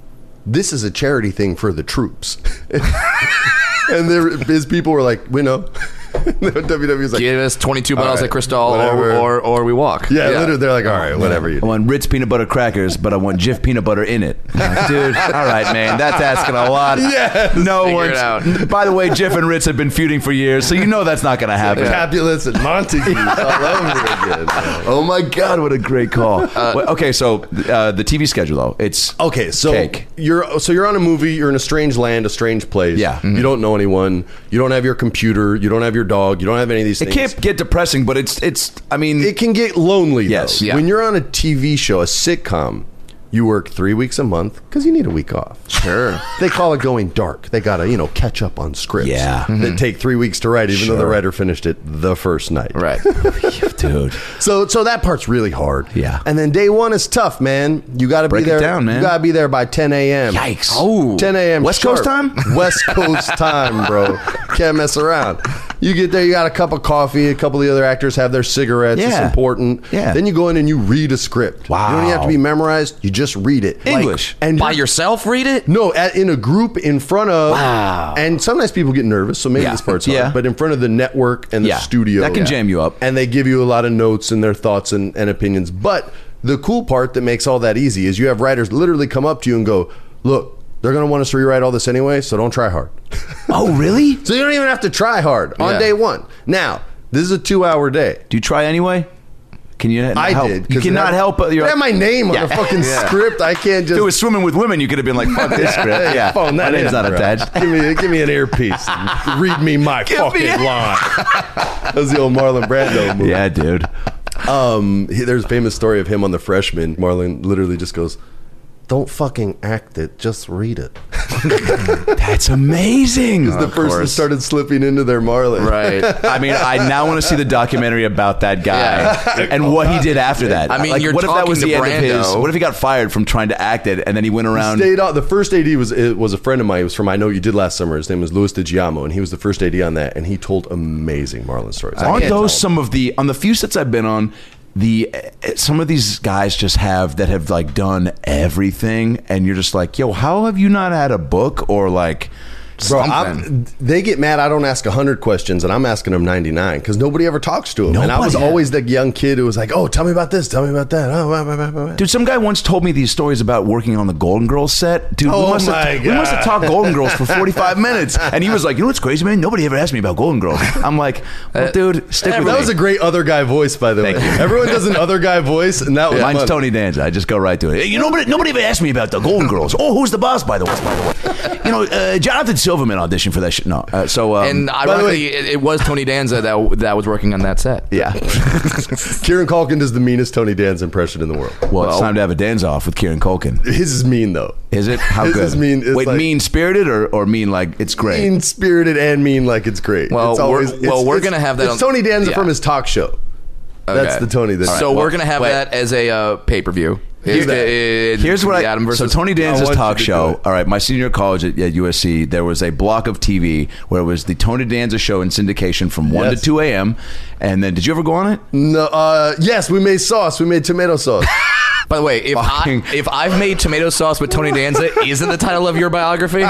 Speaker 4: this is a charity thing for the troops," and there, his people were like, "We know." WWE was like,
Speaker 5: give us 22 bottles
Speaker 4: right,
Speaker 5: of Cristal, or,
Speaker 4: whatever.
Speaker 5: or or we walk.
Speaker 4: "Yeah, literally." They're like, "All right, whatever." You
Speaker 2: I
Speaker 4: do.
Speaker 2: want Ritz peanut butter crackers, but I want Jif peanut butter in it. Like, Dude, all right, man, that's asking a lot. Yeah, no
Speaker 5: Figure
Speaker 2: one.
Speaker 5: it out.
Speaker 2: By the way, Jif and Ritz have been feuding for years, so you know that's not going to happen.
Speaker 4: Capulets and Montagues all over again. man.
Speaker 2: Oh my God, what a great call. Well, okay, so uh, the TV schedule though, it's
Speaker 4: Okay, so
Speaker 2: Cake.
Speaker 4: you're so you're on a movie. You're in a strange land, a strange place.
Speaker 2: Yeah. Mm-hmm.
Speaker 4: you don't know anyone. You don't have your computer. You don't have your dog. You don't have any of these.
Speaker 2: It
Speaker 4: things.
Speaker 2: can't get depressing, but it's it's. I mean,
Speaker 4: it can get lonely.
Speaker 2: Yes,
Speaker 4: though.
Speaker 2: yeah.
Speaker 4: When you're on a TV show, a sitcom, you work three weeks a month because you need a week off. Sure. they call it going dark. They gotta you know catch up on scripts.
Speaker 2: Yeah. Mm-hmm.
Speaker 4: That take three weeks to write, even though the writer finished it the first night.
Speaker 5: Right.
Speaker 2: dude.
Speaker 4: So so that part's really hard.
Speaker 2: Yeah.
Speaker 4: And then day one is tough, man. You got to be
Speaker 2: Break it
Speaker 4: there.
Speaker 2: down, man.
Speaker 4: You got to be there by 10 a.m.
Speaker 2: Yikes. Oh.
Speaker 4: 10 a.m.
Speaker 2: West
Speaker 4: sharp.
Speaker 2: Coast time?
Speaker 4: West Coast time, bro. Can't mess around. You get there, you got a cup of coffee. A couple of the other actors have their cigarettes. It's
Speaker 2: Yeah.
Speaker 4: important.
Speaker 2: Yeah.
Speaker 4: Then you go in and you read a script. You don't even have to be memorized. You just read it.
Speaker 2: English.
Speaker 4: and
Speaker 5: By
Speaker 4: you're-
Speaker 5: yourself, read it.
Speaker 4: no, at, in a group in front of.
Speaker 5: Wow.
Speaker 4: And sometimes people get nervous, so maybe
Speaker 2: Yeah.
Speaker 4: this part's
Speaker 2: Yeah.
Speaker 4: hard. But in front of the network and the
Speaker 2: Yeah.
Speaker 4: studio,
Speaker 2: That can jam you up.
Speaker 4: And they give you a lot of notes and their thoughts and, and opinions. But the cool part that makes all that easy is you have writers literally come up to you and go, "Look, they're going to want us to rewrite all this anyway, so don't try hard."
Speaker 2: Oh, really?
Speaker 4: so you don't even have to try hard on
Speaker 5: Yeah.
Speaker 4: day one. Now, this is a two-hour day.
Speaker 2: Do you try anyway? Can you?
Speaker 4: I
Speaker 2: help?
Speaker 4: did.
Speaker 2: You
Speaker 4: 'cause it
Speaker 2: cannot
Speaker 4: had-
Speaker 2: help. But
Speaker 4: it
Speaker 2: you're
Speaker 4: had my name on the fucking script. I can't just
Speaker 2: If it was swimming with women, you could have been like, "Fuck this script." Yeah,
Speaker 4: phone that
Speaker 2: my name's
Speaker 4: in,
Speaker 2: not
Speaker 4: bro.
Speaker 2: attached.
Speaker 4: Give me, give me an earpiece. and read me my fucking
Speaker 2: me a-
Speaker 4: line. that was the old Marlon Brando movie.
Speaker 2: Yeah, dude.
Speaker 4: Um, he- there's a famous story of him on The Freshman. Marlon literally just goes, "Don't fucking act it. Just read it."
Speaker 2: That's amazing. Oh,
Speaker 4: the person
Speaker 5: course.
Speaker 4: started slipping into their Marlon.
Speaker 5: Right.
Speaker 2: I mean, I now want to see the documentary about that guy and what he did after that.
Speaker 5: I mean,
Speaker 2: like,
Speaker 5: you're
Speaker 2: what if that
Speaker 5: talking
Speaker 2: was
Speaker 5: to
Speaker 2: the end of his?
Speaker 5: Brando.
Speaker 2: What if he got fired from trying to act it, and then he went around?
Speaker 4: Stayed on. The first AD was it was a friend of mine. He was from I know you did last summer. His name was Louis DiGiamo, and he was the first AD on that. And he told amazing Marlon stories. I
Speaker 2: Aren't
Speaker 4: can't
Speaker 2: those
Speaker 4: tell.
Speaker 2: some of the on the few sets I've been on? The eh, some of these guys just have that have like done everything, and you're just like, yo, how have you not had a book or like?
Speaker 4: Bro,
Speaker 2: something?
Speaker 4: I'm, they get mad. I don't ask 100 questions, and I'm asking them 99 because nobody ever talks to them. And I
Speaker 2: Nobody.
Speaker 4: was always the young kid who was like, "Oh, tell me about this. Tell me about that." Oh, blah, blah, blah, blah, blah."
Speaker 2: Dude, some guy once told me these stories about working on the Golden Girls set. Dude, we,
Speaker 4: Oh
Speaker 2: must
Speaker 4: my
Speaker 2: have, we must have
Speaker 4: God.
Speaker 2: talked Golden Girls for 45 minutes. And he was like, you know what's crazy, man? Nobody ever asked me about Golden Girls. I'm like, well, dude, stick with
Speaker 4: Uh, that
Speaker 2: me.
Speaker 4: was a great other guy voice, by the way. Everyone does an other guy voice, and that was
Speaker 2: Mine's
Speaker 4: mine.
Speaker 2: Tony Danza. I just go right to it. Hey, You know, nobody, nobody ever asked me about the Golden Girls. Oh, who's the boss, by the way? By the way, you know, uh, Jonathan Silverman auditioned for that shit. No, uh, so um,
Speaker 5: And
Speaker 4: the way-
Speaker 5: ironically, it, it was Tony Danza that that was working on that set.
Speaker 2: yeah.
Speaker 4: Kieran Culkin does the meanest Tony Dan's impression in the world.
Speaker 2: Well, it's time to have a Danza off with Kieran Culkin.
Speaker 4: His is mean though.
Speaker 2: Is it how
Speaker 4: His
Speaker 2: good?
Speaker 4: is mean- it's
Speaker 2: Wait,
Speaker 4: like-
Speaker 2: mean spirited or, or mean like it's great?
Speaker 4: Mean spirited and mean like it's great.
Speaker 5: Well,
Speaker 4: it's
Speaker 5: we're- well, we're gonna have that
Speaker 4: It's
Speaker 5: on-
Speaker 4: Tony Danza
Speaker 5: yeah.
Speaker 4: from his talk show. That's
Speaker 5: Okay.
Speaker 4: the Tony. That,
Speaker 5: so we're gonna have that as a uh, pay per view.
Speaker 2: Here's that. Here's what I
Speaker 5: uh, Adam versus
Speaker 2: so Tony
Speaker 4: I
Speaker 2: Danza's
Speaker 4: want
Speaker 2: talk
Speaker 4: you to do
Speaker 2: show.
Speaker 4: it.
Speaker 2: All right, my senior year of college at, at USC, there was a block of TV where it was the Tony Danza show in syndication from one
Speaker 4: Yes.
Speaker 2: to two a.m. And then, did you ever go on it?
Speaker 4: No, uh, yes, we made sauce. We made tomato sauce.
Speaker 5: By the way, if I
Speaker 2: Fucking-
Speaker 5: if I've made tomato sauce with Tony Danza isn't the title of your biography, you're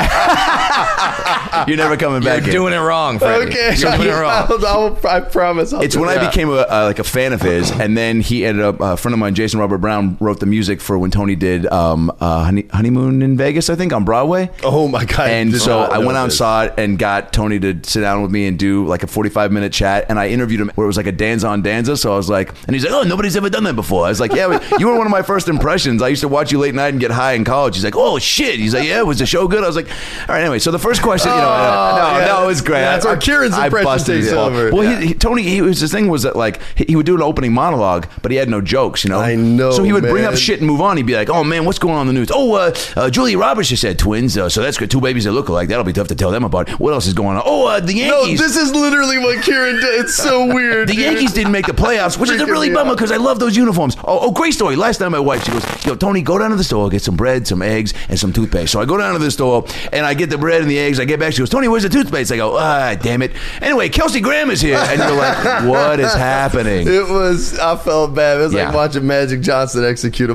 Speaker 2: You're never coming back. in.
Speaker 5: doing it wrong, Freddie.
Speaker 4: okay,
Speaker 5: You're doing it wrong.
Speaker 4: I'll- I'll- I promise. I'll
Speaker 2: It's
Speaker 4: do
Speaker 2: when
Speaker 4: it.
Speaker 2: I
Speaker 5: Yeah.
Speaker 2: became a, uh, like a fan of his, and then he ended up a friend of mine, Jason Robert Brown, wrote the music for when Tony did um, uh, Honey, honeymoon in Vegas, I think, on Broadway.
Speaker 4: Oh my god!
Speaker 2: and
Speaker 4: did
Speaker 2: so
Speaker 4: not
Speaker 2: I
Speaker 4: know
Speaker 2: went out and
Speaker 4: this.
Speaker 2: saw it and got Tony to sit down with me and do like a 45 minute chat. And I interviewed him where it was like a Danza on Danza. So I was like, and he's like, oh, nobody's ever done that before. I was like, yeah, but you were one of my first impressions. I used to watch you late night and get high in college. He's like, "Oh shit!" He's like, "Yeah, was the show good?" I was like, "All right." Anyway, so the first question, you know, no,
Speaker 4: Oh, yeah.
Speaker 2: no, it was great.
Speaker 4: Yeah, that's
Speaker 2: I-
Speaker 4: where
Speaker 2: I-
Speaker 4: Kieran's
Speaker 2: I
Speaker 4: impression
Speaker 2: busted
Speaker 4: takes
Speaker 2: his balls.
Speaker 4: over.
Speaker 2: Well, he-
Speaker 4: Yeah.
Speaker 2: he, Tony, he was his thing was that like he, he would do an opening monologue, but he had no jokes, you know.
Speaker 4: I know,
Speaker 2: So he would bring up
Speaker 4: man.
Speaker 2: shit and move on. He'd be like, "Oh man, what's going on in the news? Oh, uh, uh, Julia Roberts just had twins, uh, so that's good. Two babies that look alike. That'll be tough to tell them apart. What else is going on? Oh, uh, the
Speaker 4: No,
Speaker 2: Yankees.
Speaker 4: this is literally what Kieran did. It's so weird.
Speaker 2: The
Speaker 4: dude.
Speaker 2: Yankees didn't make the playoffs, which is a
Speaker 4: Freaking
Speaker 2: really
Speaker 4: me
Speaker 2: bummer
Speaker 4: out.
Speaker 2: because I love those uniforms. Oh, oh, great story. Last night, my wife she goes, "Yo, Tony, go down to the store, get some bread, some eggs, and some toothpaste." So I go down to the store and I get the bread and the eggs. I get back, she goes, "Tony, where's the toothpaste?" I go, "Ah, damn it." Anyway, Kelsey Graham is here, and you're like, "What is happening?"
Speaker 4: It was. I felt bad. It was
Speaker 2: Yeah.
Speaker 4: like watching Magic Johnson execute a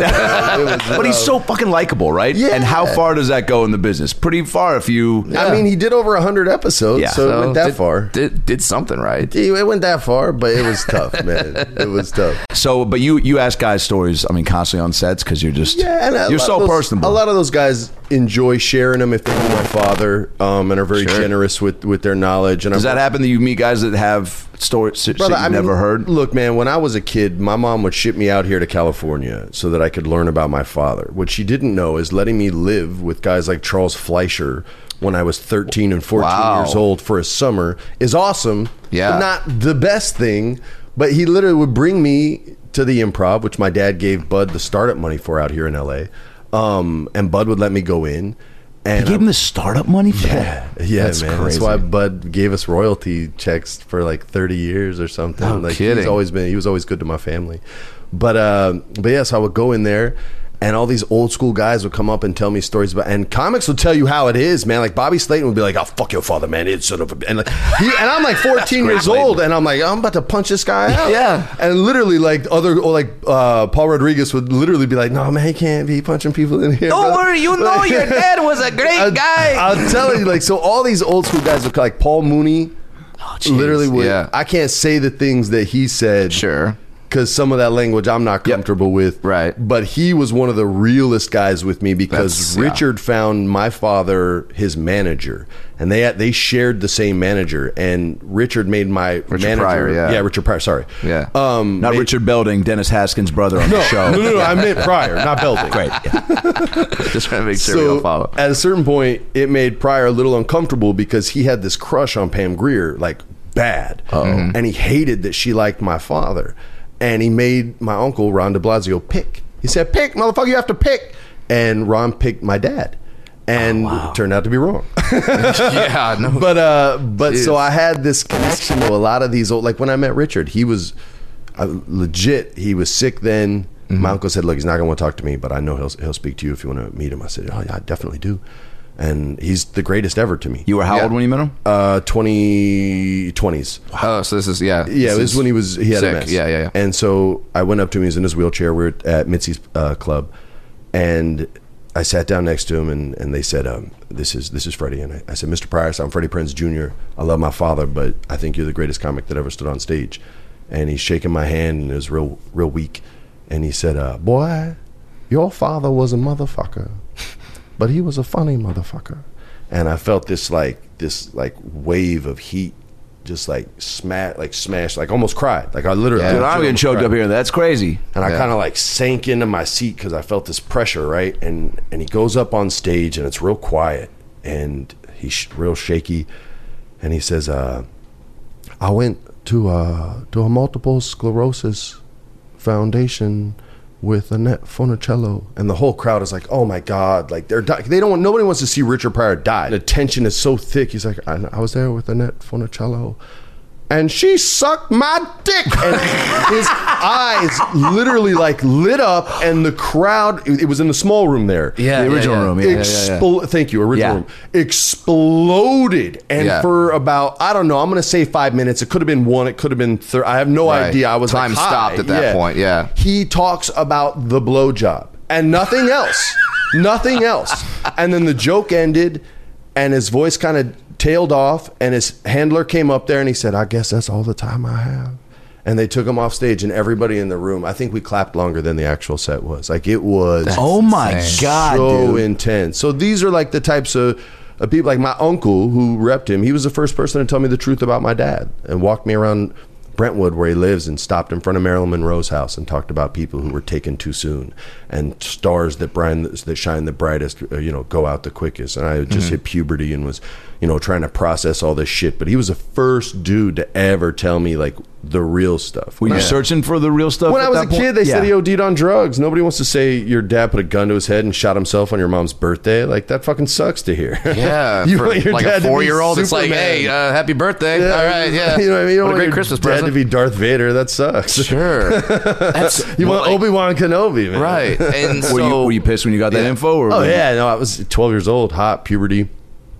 Speaker 4: man. It was uh,
Speaker 2: But he's
Speaker 4: rough.
Speaker 2: so fucking likable, right?
Speaker 4: Yeah.
Speaker 2: And how far does that go in the business? Pretty far if you.
Speaker 4: I mean, he did over hundred episodes,
Speaker 2: Yeah.
Speaker 4: so, it went that
Speaker 5: did,
Speaker 4: far.
Speaker 5: Did, did something right.
Speaker 4: He- it went that far, but it was tough, man. It was tough.
Speaker 2: So, but you you ask guys stories. I mean, constantly on sets because you're just
Speaker 4: Yeah, and a
Speaker 2: you're
Speaker 4: lot
Speaker 2: so
Speaker 4: of those-
Speaker 2: personable.
Speaker 4: A lot of those guys enjoy sharing them if they know my father, um, and are very generous with with their knowledge. And
Speaker 2: does
Speaker 4: I'm,
Speaker 2: that happen that you meet guys that have stories that
Speaker 4: Brother,
Speaker 2: you've
Speaker 4: I mean,
Speaker 2: never heard?
Speaker 4: Look, man, when I was a kid, my mom would ship me out here to California so that I could learn about my father. What she didn't know is letting me live with guys like Charles Fleischer when I was 13 and 14
Speaker 2: Wow.
Speaker 4: years old for a summer is awesome.
Speaker 2: Yeah.
Speaker 4: But not the best thing, but he literally would bring me to the improv, which my dad gave Bud the startup money for out here in LA. Um, and Bud would let me go in.
Speaker 2: He
Speaker 4: And
Speaker 2: gave
Speaker 4: I-
Speaker 2: him the startup money for that?
Speaker 4: yeah,
Speaker 2: That's
Speaker 4: man.
Speaker 2: crazy.
Speaker 4: That's why Bud gave us royalty checks for like thirty years or something.
Speaker 2: No
Speaker 4: like
Speaker 2: kidding.
Speaker 4: he's always been he was always good to my family. But uh, but yeah, so I would go in there and all these old school guys would come up and tell me stories about and comics would tell you how it is, man. Like Bobby Slayton would be like, Oh fuck your father, man, it's son of a and like he, and I'm like fourteen years old and I'm like, I'm about to punch this guy out.
Speaker 5: Yeah.
Speaker 4: And literally like other or like uh, Paul Rodriguez would literally be like, No man, he can't be punching people in here.
Speaker 5: Oh,
Speaker 4: brother." Uh, Like-
Speaker 5: was a great
Speaker 4: I- I'm telling you, like, so all these old school guys look like Paul Mooney. Oh, literally, would,
Speaker 5: yeah.
Speaker 4: I can't say the things that he said.
Speaker 5: Sure.
Speaker 4: Because some of that language I'm not comfortable with.
Speaker 5: Right.
Speaker 4: But he was one of the realest guys with me because
Speaker 5: That's- yeah.
Speaker 4: Richard found my father his manager. And they had, they shared the same manager. And Richard made my manager.
Speaker 5: Pryor, yeah.
Speaker 4: Richard Pryor, sorry.
Speaker 5: Yeah.
Speaker 4: Um,
Speaker 2: Not
Speaker 4: made-
Speaker 2: Richard Belding, Dennis Haskins' brother on the show.
Speaker 4: No, no, no, I meant Pryor, not Belding.
Speaker 2: Great.
Speaker 5: Just trying to make sure we all follow.
Speaker 4: at a certain point, it made Pryor a little uncomfortable because he had this crush on Pam Greer, like bad,
Speaker 5: Oh. Mm-hmm.
Speaker 4: and he hated that she liked my father, and he made my uncle Ron De Blasio pick. He said, "Pick, motherfucker, you have to pick," and Ron picked my dad,
Speaker 5: Oh,
Speaker 4: and it turned out to be wrong.
Speaker 5: yeah, no.
Speaker 4: but uh, but so I had this connection to a lot of these old. Like when I met Richard, he was I, legit. He was sick then. My uncle said, "Look, he's not going to want to talk to me, but I know he'll he'll speak to you if you want to meet him." I said, "Oh yeah, I definitely do." And he's the greatest ever to me.
Speaker 2: You were how
Speaker 5: Yeah.
Speaker 2: old when you met him?
Speaker 4: uh, twenty twenties.
Speaker 5: oh, so this is yeah.
Speaker 4: Yeah,
Speaker 5: this
Speaker 4: it was
Speaker 5: is-
Speaker 4: when he was he had
Speaker 5: sick.
Speaker 4: a mess.
Speaker 5: Yeah, yeah, yeah.
Speaker 4: And so I went up to him. He was in his wheelchair. We were at Mitzi's uh, club, and I sat down next to him, and, and they said, um, "This is this is Freddie." And I, I said, "Mr. Price, I'm Freddie Prince Jr. I love my father, but I think you're the greatest comic that ever stood on stage." And he's shaking my hand, and it was real real weak. And he said, uh, "Boy, your father was a motherfucker, but he was a funny motherfucker." And I felt this like this like wave of heat, just like smash, like smash, like almost cried. Like I literally,
Speaker 2: Dude, I'm getting
Speaker 4: almost
Speaker 2: choked
Speaker 4: cried.
Speaker 2: up here. That's crazy.
Speaker 4: And I
Speaker 5: Yeah.
Speaker 4: kind of like sank into my seat because I felt this pressure, right? And and he goes up on stage and it's real quiet and he's sh- real shaky, and he says, uh, "I went to uh to a multiple sclerosis foundation." With Annette Funicello, and the whole crowd is like, "Oh my God!" Like they're di- they don't want nobody wants to see Richard Pryor die. The tension is so thick. He's like, "I, I was there with Annette Funicello, and she sucked my dick. And his eyes literally like lit up, and the crowd. It it was in the small room there.
Speaker 5: Yeah,
Speaker 2: The
Speaker 5: yeah,
Speaker 2: original
Speaker 5: yeah.
Speaker 2: room, yeah.
Speaker 4: Explo- Thank you, original
Speaker 2: Yeah.
Speaker 4: room. Exploded, and
Speaker 5: Yeah.
Speaker 4: for about I don't know. I'm gonna say five minutes. It could have been one. It could have been three. I have no
Speaker 5: Right.
Speaker 4: idea. I was
Speaker 5: Time
Speaker 4: like, high.
Speaker 5: stopped at that point, yeah.
Speaker 4: he talks about the blowjob and nothing else, nothing else. And then the joke ended, and his voice kind of tailed off, and his handler came up there and he said, "I guess that's all the time I have." And they took him off stage, and everybody in the room. I think we clapped longer than the actual set was. Like it was
Speaker 2: Oh my god,
Speaker 4: so
Speaker 2: dude.
Speaker 4: intense. So these are like the types of, of people like my uncle who repped him. He was the first person to tell me the truth about my dad and walked me around Brentwood, where he lives, and stopped in front of Marilyn Monroe's house and talked about people who were taken too soon and stars that brine, that shine the brightest, uh, you know, go out the quickest. And I had just hit puberty and was, you know, trying to process all this shit. But he was the first dude to ever tell me like the real stuff.
Speaker 2: Were you
Speaker 4: When I-
Speaker 2: searching for the real stuff?
Speaker 4: when
Speaker 2: at
Speaker 4: I was
Speaker 2: that
Speaker 4: a
Speaker 2: point?
Speaker 4: kid, they said
Speaker 2: Yeah.
Speaker 4: he OD'd on drugs. Nobody wants to say your dad put a gun to his head and shot himself on your mom's birthday. Like that fucking sucks to hear.
Speaker 5: Yeah,
Speaker 4: you
Speaker 5: for
Speaker 4: want your
Speaker 5: like
Speaker 4: dad
Speaker 5: a
Speaker 4: to be
Speaker 5: four-year-old, it's like,
Speaker 4: Superman.
Speaker 5: hey, uh, happy birthday!
Speaker 4: Yeah,
Speaker 5: All right, yeah,
Speaker 4: You know what I mean? You don't
Speaker 5: what a
Speaker 4: want
Speaker 5: great
Speaker 4: your
Speaker 5: Christmas
Speaker 4: dad
Speaker 5: present.
Speaker 4: to be Darth Vader. That sucks.
Speaker 5: sure, that's
Speaker 4: You want Obi Wan Kenobi, man?
Speaker 5: right. And so,
Speaker 2: Were you, were you pissed when you got that info? Or
Speaker 4: Oh yeah, no, I was 12 years old, hot puberty.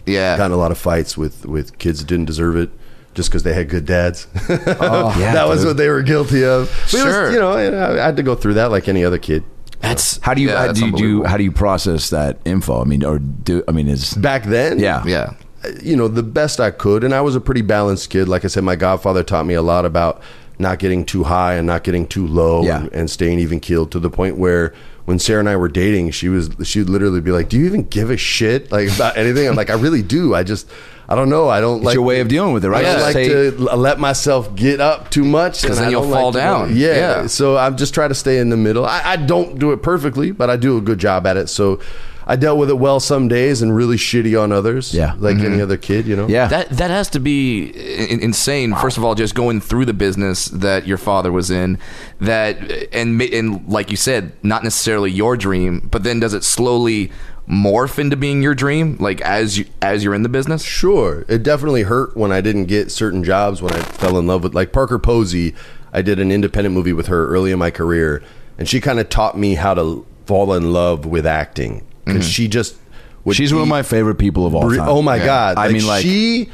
Speaker 5: yeah,
Speaker 4: Got in a lot of fights with with kids that didn't deserve it. Just because they had good dads, that was what they were guilty of. But it was-
Speaker 5: Oh, Sure.
Speaker 4: you know, I I had to go through that like any other kid.
Speaker 5: that's
Speaker 2: How do you
Speaker 5: yeah,
Speaker 2: how
Speaker 5: that's
Speaker 2: do you do
Speaker 5: unbelievable.
Speaker 2: how do you process that info? I mean, or do I mean is
Speaker 4: Back then,
Speaker 2: yeah
Speaker 5: Yeah,
Speaker 4: you know the best I could, and I was a pretty balanced kid. Like I said, my godfather taught me a lot about not getting too high and not getting too low,
Speaker 2: Yeah.
Speaker 4: and, and staying even keeled to the point where when Sarah and I were dating, she was she would literally be like, "Do you even give a shit like about anything?" I'm like, "I really do. I just I don't know. I don't
Speaker 2: It's
Speaker 4: like
Speaker 2: your way of dealing with it,
Speaker 4: I
Speaker 2: right?
Speaker 4: don't
Speaker 2: Just
Speaker 4: like
Speaker 2: say-
Speaker 4: to l- let myself get up too much
Speaker 5: 'Cause
Speaker 4: and
Speaker 5: then
Speaker 4: I
Speaker 5: you'll
Speaker 4: don't like
Speaker 5: fall
Speaker 4: to-
Speaker 5: down.
Speaker 4: yeah.
Speaker 5: Yeah.
Speaker 4: So I'm just trying to stay in the middle. I, I don't do it perfectly, but I do a good job at it. So I dealt with it well some days and really shitty on others.
Speaker 2: Yeah.
Speaker 4: Like any other kid, you know?
Speaker 2: yeah.
Speaker 5: That that has to be in, insane. First of all, just going through the business that your father was in, that and ma- and like you said, not necessarily your dream, but then does it slowly morph into being your dream, like as you as you're in the business?
Speaker 4: Sure. It definitely hurt when I didn't get certain jobs when I fell in love with like Parker Posey. I did an independent movie with her early in my career and she kind of taught me how to fall in love with acting because she just would
Speaker 2: She's one of
Speaker 4: eat-
Speaker 2: my favorite people of all
Speaker 4: Bre-
Speaker 2: time.
Speaker 4: Oh my god!
Speaker 2: I mean, like-
Speaker 4: she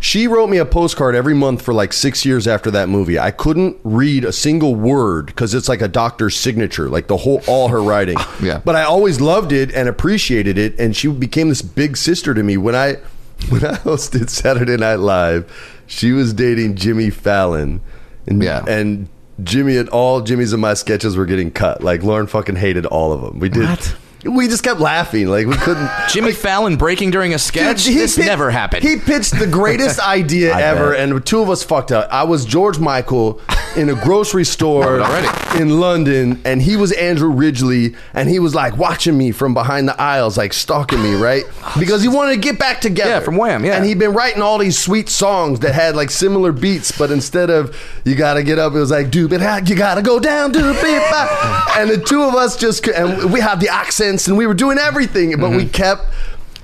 Speaker 4: she wrote me a postcard every month for like six years after that movie. I couldn't read a single word because it's like a doctor's signature, like the whole all her writing.
Speaker 5: Yeah.
Speaker 4: But I always loved it and appreciated it, and she became this big sister to me when I when I hosted Saturday Night Live. She was dating Jimmy Fallon, and
Speaker 5: Yeah.
Speaker 4: and. Jimmy and all Jimmy's and my sketches were getting cut. Like Lauren fucking hated all of them. We did. We just kept laughing. Like we couldn't.
Speaker 5: Jimmy Fallon breaking during a sketch.
Speaker 4: Dude, he
Speaker 5: this
Speaker 4: pit-
Speaker 5: never happened.
Speaker 4: He pitched the greatest idea
Speaker 2: I
Speaker 4: ever,
Speaker 2: bet.
Speaker 4: and the two of us fucked up. I was George Michael in a grocery store
Speaker 5: already.
Speaker 4: in London, and he was Andrew Ridgely, and he was like watching me from behind the aisles, like stalking me, right? Because he wanted to get back together.
Speaker 5: Yeah, from Wham, yeah.
Speaker 4: And he'd been writing all these sweet songs that had like similar beats, but instead of you gotta get up, it was like doop it out, you gotta go down, doop it back. And the two of us just, cou- and we had the accents, and we were doing everything, but we kept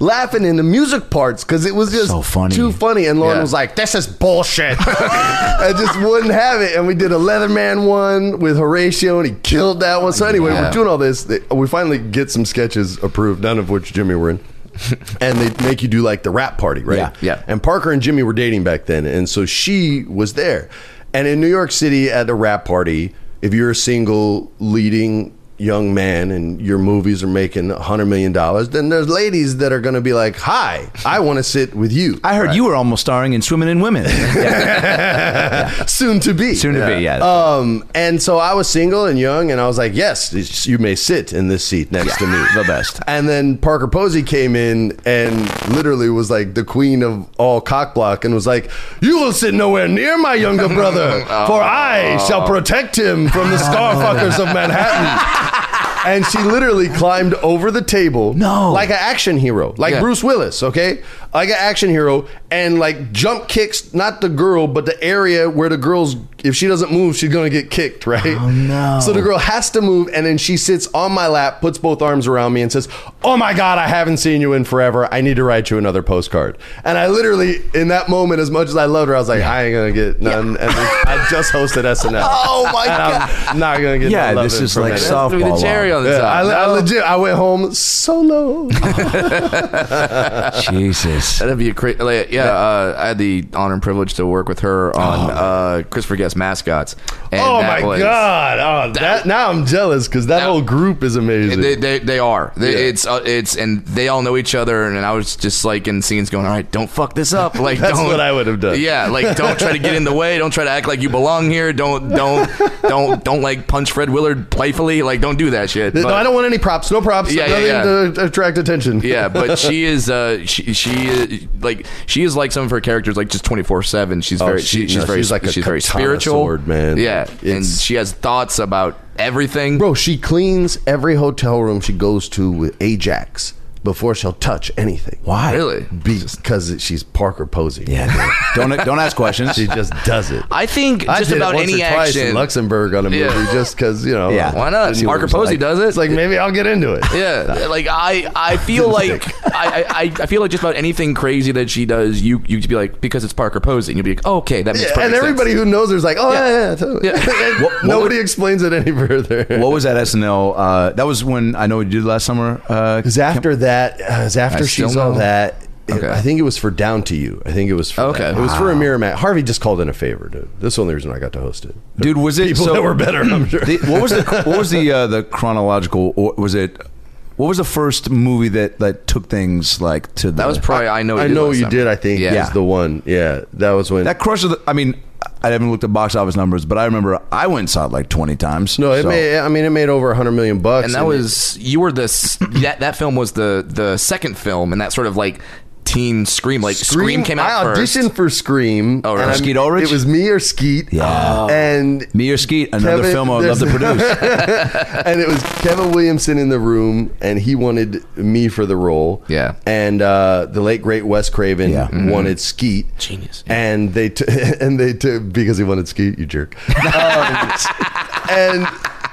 Speaker 4: laughing in the music parts because it was just
Speaker 2: So funny.
Speaker 4: too funny. And Lauren
Speaker 5: Yeah.
Speaker 4: was like, "This is bullshit." I just wouldn't have it. And we did a Leatherman one with Horatio, and he killed that one. So anyway,
Speaker 5: Yeah.
Speaker 4: we're doing all this. They- We finally get some sketches approved, none of which Jimmy were in. and they make you do like the rap party, right?
Speaker 2: Yeah,
Speaker 5: yeah.
Speaker 4: And Parker and Jimmy were dating back then, and so she was there. And in New York City at the rap party, if you're a single leading young man and your movies are making hundred million dollars, then there's ladies that are going to be like, "Hi, I want to sit with you."
Speaker 2: I heard you were almost starring in Swimming in Women.
Speaker 4: soon to be,
Speaker 2: Soon to be, yeah.
Speaker 4: Um, and so I was single and young, and I was like, "Yes, you may sit in this seat next to me."
Speaker 2: the best.
Speaker 4: And then Parker Posey came in and literally was like the queen of all cock block and was like, You will sit nowhere near my younger brother, for I shall protect him from the starfuckers of Manhattan. And she literally climbed over the table.
Speaker 2: No.
Speaker 4: Like an action hero. Like
Speaker 5: Yeah.
Speaker 4: Bruce Willis, okay? Like an action hero. And like jump kicks, not the girl, but the area where the girl's, if she doesn't move, she's going to get kicked, right? Oh,
Speaker 2: no.
Speaker 4: So the girl has to move, and then she sits on my lap, puts both arms around me, and says, "Oh my God, I haven't seen you in forever. I need to write you another postcard." And I literally, in that moment, as much as I loved her, I was like, "I ain't gonna get none." And I just hosted SNL. oh my God, I'm not gonna get.
Speaker 2: Yeah,
Speaker 4: no
Speaker 2: this
Speaker 4: loving
Speaker 2: is
Speaker 4: from
Speaker 2: like
Speaker 4: it.
Speaker 2: so-
Speaker 5: threw the
Speaker 2: Softball
Speaker 5: cherry on the
Speaker 4: Yeah, I,
Speaker 5: top.
Speaker 4: I legit, I went home solo.
Speaker 2: Jesus.
Speaker 5: That'd be a crazy. Like, yeah, uh, I had the honor and privilege to work with her on uh, Christopher Guest mascots. And
Speaker 4: oh
Speaker 5: that
Speaker 4: my
Speaker 5: was-
Speaker 4: God! Oh, that, now I'm jealous because that, whole group is amazing.
Speaker 5: They, they, they are. They,
Speaker 4: Yeah.
Speaker 5: It's uh, it's and they all know each other. And I was just like in scenes going, all right, don't fuck this up. Like
Speaker 4: That's
Speaker 5: don't,
Speaker 4: what I would have done.
Speaker 5: Yeah, like don't try to get in the way. Don't try to act like you belong here. Don't don't don't don't like punch Fred Willard playfully. Like don't do that shit.
Speaker 4: no,
Speaker 5: But-
Speaker 4: I don't want any props. No props.
Speaker 5: Yeah, yeah,
Speaker 4: Nothing
Speaker 5: yeah.
Speaker 4: to attract attention.
Speaker 5: yeah, but she is uh she she is like she is like some of her characters, like just twenty four seven. She's
Speaker 4: Oh,
Speaker 5: very
Speaker 4: she-
Speaker 5: she, she's
Speaker 4: no,
Speaker 5: very
Speaker 4: she's like a
Speaker 5: she's very
Speaker 4: katana
Speaker 5: spiritual,
Speaker 4: sword, man.
Speaker 5: Yeah,
Speaker 4: Like,
Speaker 5: and
Speaker 4: it's-
Speaker 5: she has thoughts about everything.
Speaker 4: Bro, she cleans every hotel room she goes to with Ajax before she'll touch anything.
Speaker 2: Why?
Speaker 5: Really?
Speaker 4: Because she's Parker Posey.
Speaker 2: Yeah. dude. Don't don't ask questions.
Speaker 4: She just does it.
Speaker 5: I think
Speaker 4: I
Speaker 5: just
Speaker 4: did it
Speaker 5: about
Speaker 4: once
Speaker 5: any
Speaker 4: or twice
Speaker 5: action.
Speaker 4: in Luxembourg on a movie
Speaker 5: Yeah.
Speaker 4: just because, you know.
Speaker 2: Yeah.
Speaker 5: Why not?
Speaker 4: see what
Speaker 5: Parker
Speaker 4: was
Speaker 5: Posey
Speaker 4: like.
Speaker 5: does it.
Speaker 4: It's like, maybe I'll get into it.
Speaker 5: Yeah, like I, I feel like I, I, I feel like just about anything crazy that she does, you you'd be like because it's Parker Posey, and you'd be like, oh, okay, that makes
Speaker 4: Yeah,
Speaker 5: perfect
Speaker 4: and
Speaker 5: sense.
Speaker 4: everybody who knows her is like, oh, yeah, yeah. totally.
Speaker 5: Yeah.
Speaker 4: And
Speaker 2: What- what
Speaker 4: Nobody explains it any further.
Speaker 2: What was that SNL? Uh, that was when I know what you did last summer. Uh,
Speaker 4: Because after that, uh, 'cause after
Speaker 5: I
Speaker 4: she's
Speaker 5: still
Speaker 4: all
Speaker 5: know.
Speaker 4: that, it-
Speaker 5: Okay.
Speaker 4: I think it was for Down to You. I think it was for
Speaker 5: Okay.
Speaker 4: that. It was for Amira Matt. Harvey just called in a favor, dude. That's the only reason I got to host it.
Speaker 2: dude, was it
Speaker 4: People
Speaker 2: so?
Speaker 4: that were better, I'm sure.
Speaker 2: the, what was the what was the uh, the chronological? Or was it what was the first movie that that took things like to the,
Speaker 5: That was probably I know. What
Speaker 4: I
Speaker 5: you
Speaker 4: know what
Speaker 5: did
Speaker 4: you
Speaker 5: Last
Speaker 4: did.
Speaker 5: Summer.
Speaker 4: I think
Speaker 5: Yeah.
Speaker 4: yeah. was the one. Yeah, that was when.
Speaker 2: that crush of the? I mean, I haven't looked at box office numbers, but I remember I went and saw it like twenty times.
Speaker 4: no, it
Speaker 2: so-
Speaker 4: made. I mean, it made over hundred million bucks,
Speaker 5: and that was you were this that that film was the the second film, and that sort of like teen scream like scream, came out
Speaker 4: I
Speaker 5: first.
Speaker 4: auditioned for Scream.
Speaker 5: Oh,
Speaker 4: and
Speaker 5: really?
Speaker 4: I'm-
Speaker 2: Skeet Ulrich?
Speaker 4: It was me or Skeet.
Speaker 2: Yeah.
Speaker 4: and
Speaker 2: me or Skeet, another
Speaker 4: Kevin-
Speaker 2: film I would love to
Speaker 4: there's-
Speaker 2: produce.
Speaker 4: and it was Kevin Williamson in the room, and he wanted me for the role.
Speaker 5: Yeah.
Speaker 4: and uh, the late great Wes Craven
Speaker 2: Yeah. Mhm.
Speaker 4: wanted Skeet.
Speaker 5: Genius.
Speaker 4: And they t- and they took because he wanted Skeet. You jerk. Um, and.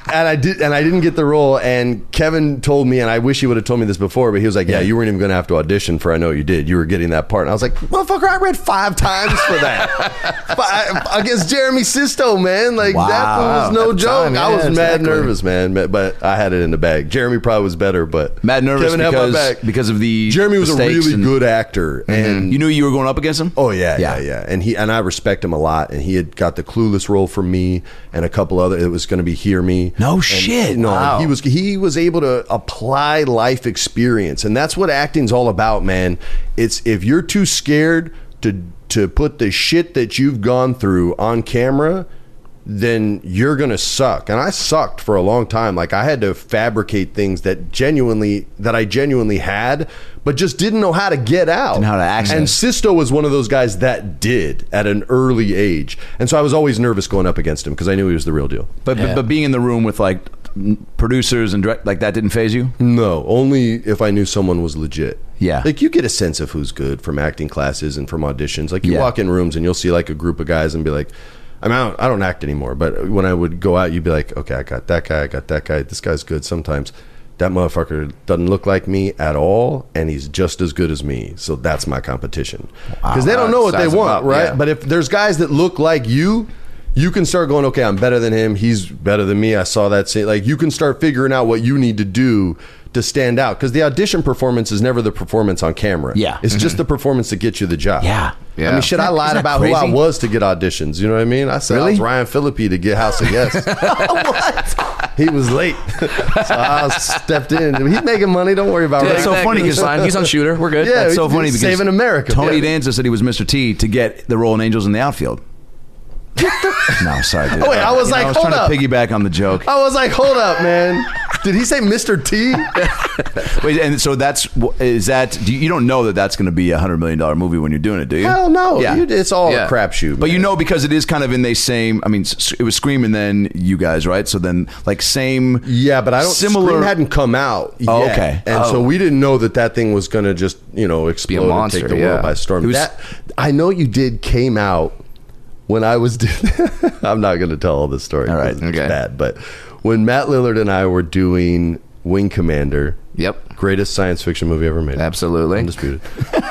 Speaker 4: And I did, and I didn't get the role. And Kevin told me, and I wish he would have told me this before, but he was like, "Yeah, you weren't even going to have to audition for. I know you did. You were getting that part." And I was like, "Motherfucker, I read five times for that Fi- against Jeremy Sisto, man. Like
Speaker 2: Wow.
Speaker 4: that was no
Speaker 5: At the
Speaker 4: joke.
Speaker 5: time,
Speaker 4: I was mad
Speaker 5: yeah, exactly.
Speaker 4: nervous, man. ma- But I had it in the bag. Jeremy probably was better, but
Speaker 2: Mad nervous
Speaker 4: Kevin had my
Speaker 2: because
Speaker 4: back.
Speaker 2: because of the
Speaker 4: Jeremy was a
Speaker 2: mistakes
Speaker 4: really
Speaker 2: and- Mm-hmm.
Speaker 4: good actor, and
Speaker 2: You knew you were going up against him.
Speaker 4: Oh yeah, yeah,
Speaker 2: Yeah.
Speaker 4: yeah, And he and I respect him a lot. And he had got the clueless role from me and a couple other. It was going to be hear me.
Speaker 2: No
Speaker 4: And-
Speaker 2: shit.
Speaker 4: No,
Speaker 2: Wow.
Speaker 4: he was he was able to apply life experience, and that's what acting's all about, man. It's if you're too scared to to put the shit that you've gone through on camera. Then you're gonna suck, and I sucked for a long time. Like I had to fabricate things that genuinely, that I genuinely had, but just didn't know how to get out
Speaker 2: And how to access.
Speaker 4: And Sisto was one of those guys that did at an early age, and so I was always nervous going up against him because I knew he was the real deal.
Speaker 2: But, but but being in the room with like producers and direct like that didn't phase you.
Speaker 4: No, only if I knew someone was legit.
Speaker 2: Yeah.
Speaker 4: like you get a sense of who's good from acting classes and from auditions. Like you
Speaker 2: Yeah.
Speaker 4: walk in rooms and you'll see like a group of guys and be like. I'm out. I don't act anymore. But when I would go out, you'd be like, okay, I got that guy. I got that guy. This guy's good sometimes. That motherfucker doesn't look like me at all, and he's just as good as me. So that's my competition. Because they don't know what they
Speaker 5: Size
Speaker 4: want,
Speaker 5: up,
Speaker 4: right?
Speaker 5: yeah.
Speaker 4: But if there's guys that look like you, you can start going, okay, I'm better than him. He's better than me. I saw that. Scene. Like you can start figuring out what you need to do to stand out. Because the audition performance is never the performance on camera.
Speaker 2: Yeah.
Speaker 4: it's just the performance that gets you the job.
Speaker 2: Yeah.
Speaker 4: I
Speaker 5: Yeah.
Speaker 4: mean, shit, I lied
Speaker 2: that
Speaker 4: about who I
Speaker 2: crazy?
Speaker 4: was to get auditions. You know what I mean? I said I
Speaker 2: Really? Oh,
Speaker 4: was Ryan Philippi to get House of Yes. what? He was late, so I stepped in. He's making money. Don't worry about
Speaker 5: Yeah,
Speaker 4: it.
Speaker 2: That's so
Speaker 5: exactly.
Speaker 2: funny 'cause-
Speaker 5: He's on, he's on shooter. We're good.
Speaker 4: Yeah,
Speaker 2: That's so
Speaker 4: he's
Speaker 2: funny because
Speaker 4: saving America.
Speaker 2: Tony
Speaker 4: Yeah.
Speaker 2: Danza said he was Mr. T to get the role in Angels in the Outfield. no, sorry, dude.
Speaker 4: Oh, wait, I was
Speaker 2: You know,
Speaker 4: like,
Speaker 2: I was
Speaker 4: hold
Speaker 2: trying
Speaker 4: up. Oh.
Speaker 2: to piggyback on the joke.
Speaker 4: I was like, hold up, man. Did he say Mr. T?
Speaker 2: Wait, and so that's is that do you, you don't know that that's going to be a hundred million dollar movie when you're doing it, do you?
Speaker 4: Hell no.
Speaker 2: Yeah.
Speaker 4: You- it's all
Speaker 5: Yeah.
Speaker 4: a crapshoot.
Speaker 2: But you
Speaker 4: man.
Speaker 2: know because it is kind of in the same. I mean, s- it was Scream and then you guys, right? So then like same.
Speaker 4: Yeah, but I don't.
Speaker 2: similar.
Speaker 4: Similar Scream hadn't come out. Yet,
Speaker 2: Oh, okay.
Speaker 4: and so we didn't know that that thing was going to just you know explode
Speaker 5: monster,
Speaker 4: and take the
Speaker 5: yeah.
Speaker 4: world by storm.
Speaker 2: It was-
Speaker 4: that I know you did came out when I was. doing- I'm not going to tell all this story.
Speaker 2: All right,
Speaker 4: 'cause it's
Speaker 5: okay.
Speaker 4: Bad, but when Matt Lillard and I were doing Wing Commander,
Speaker 5: Yep.
Speaker 4: greatest science fiction movie ever made,
Speaker 5: Absolutely.
Speaker 4: undisputed.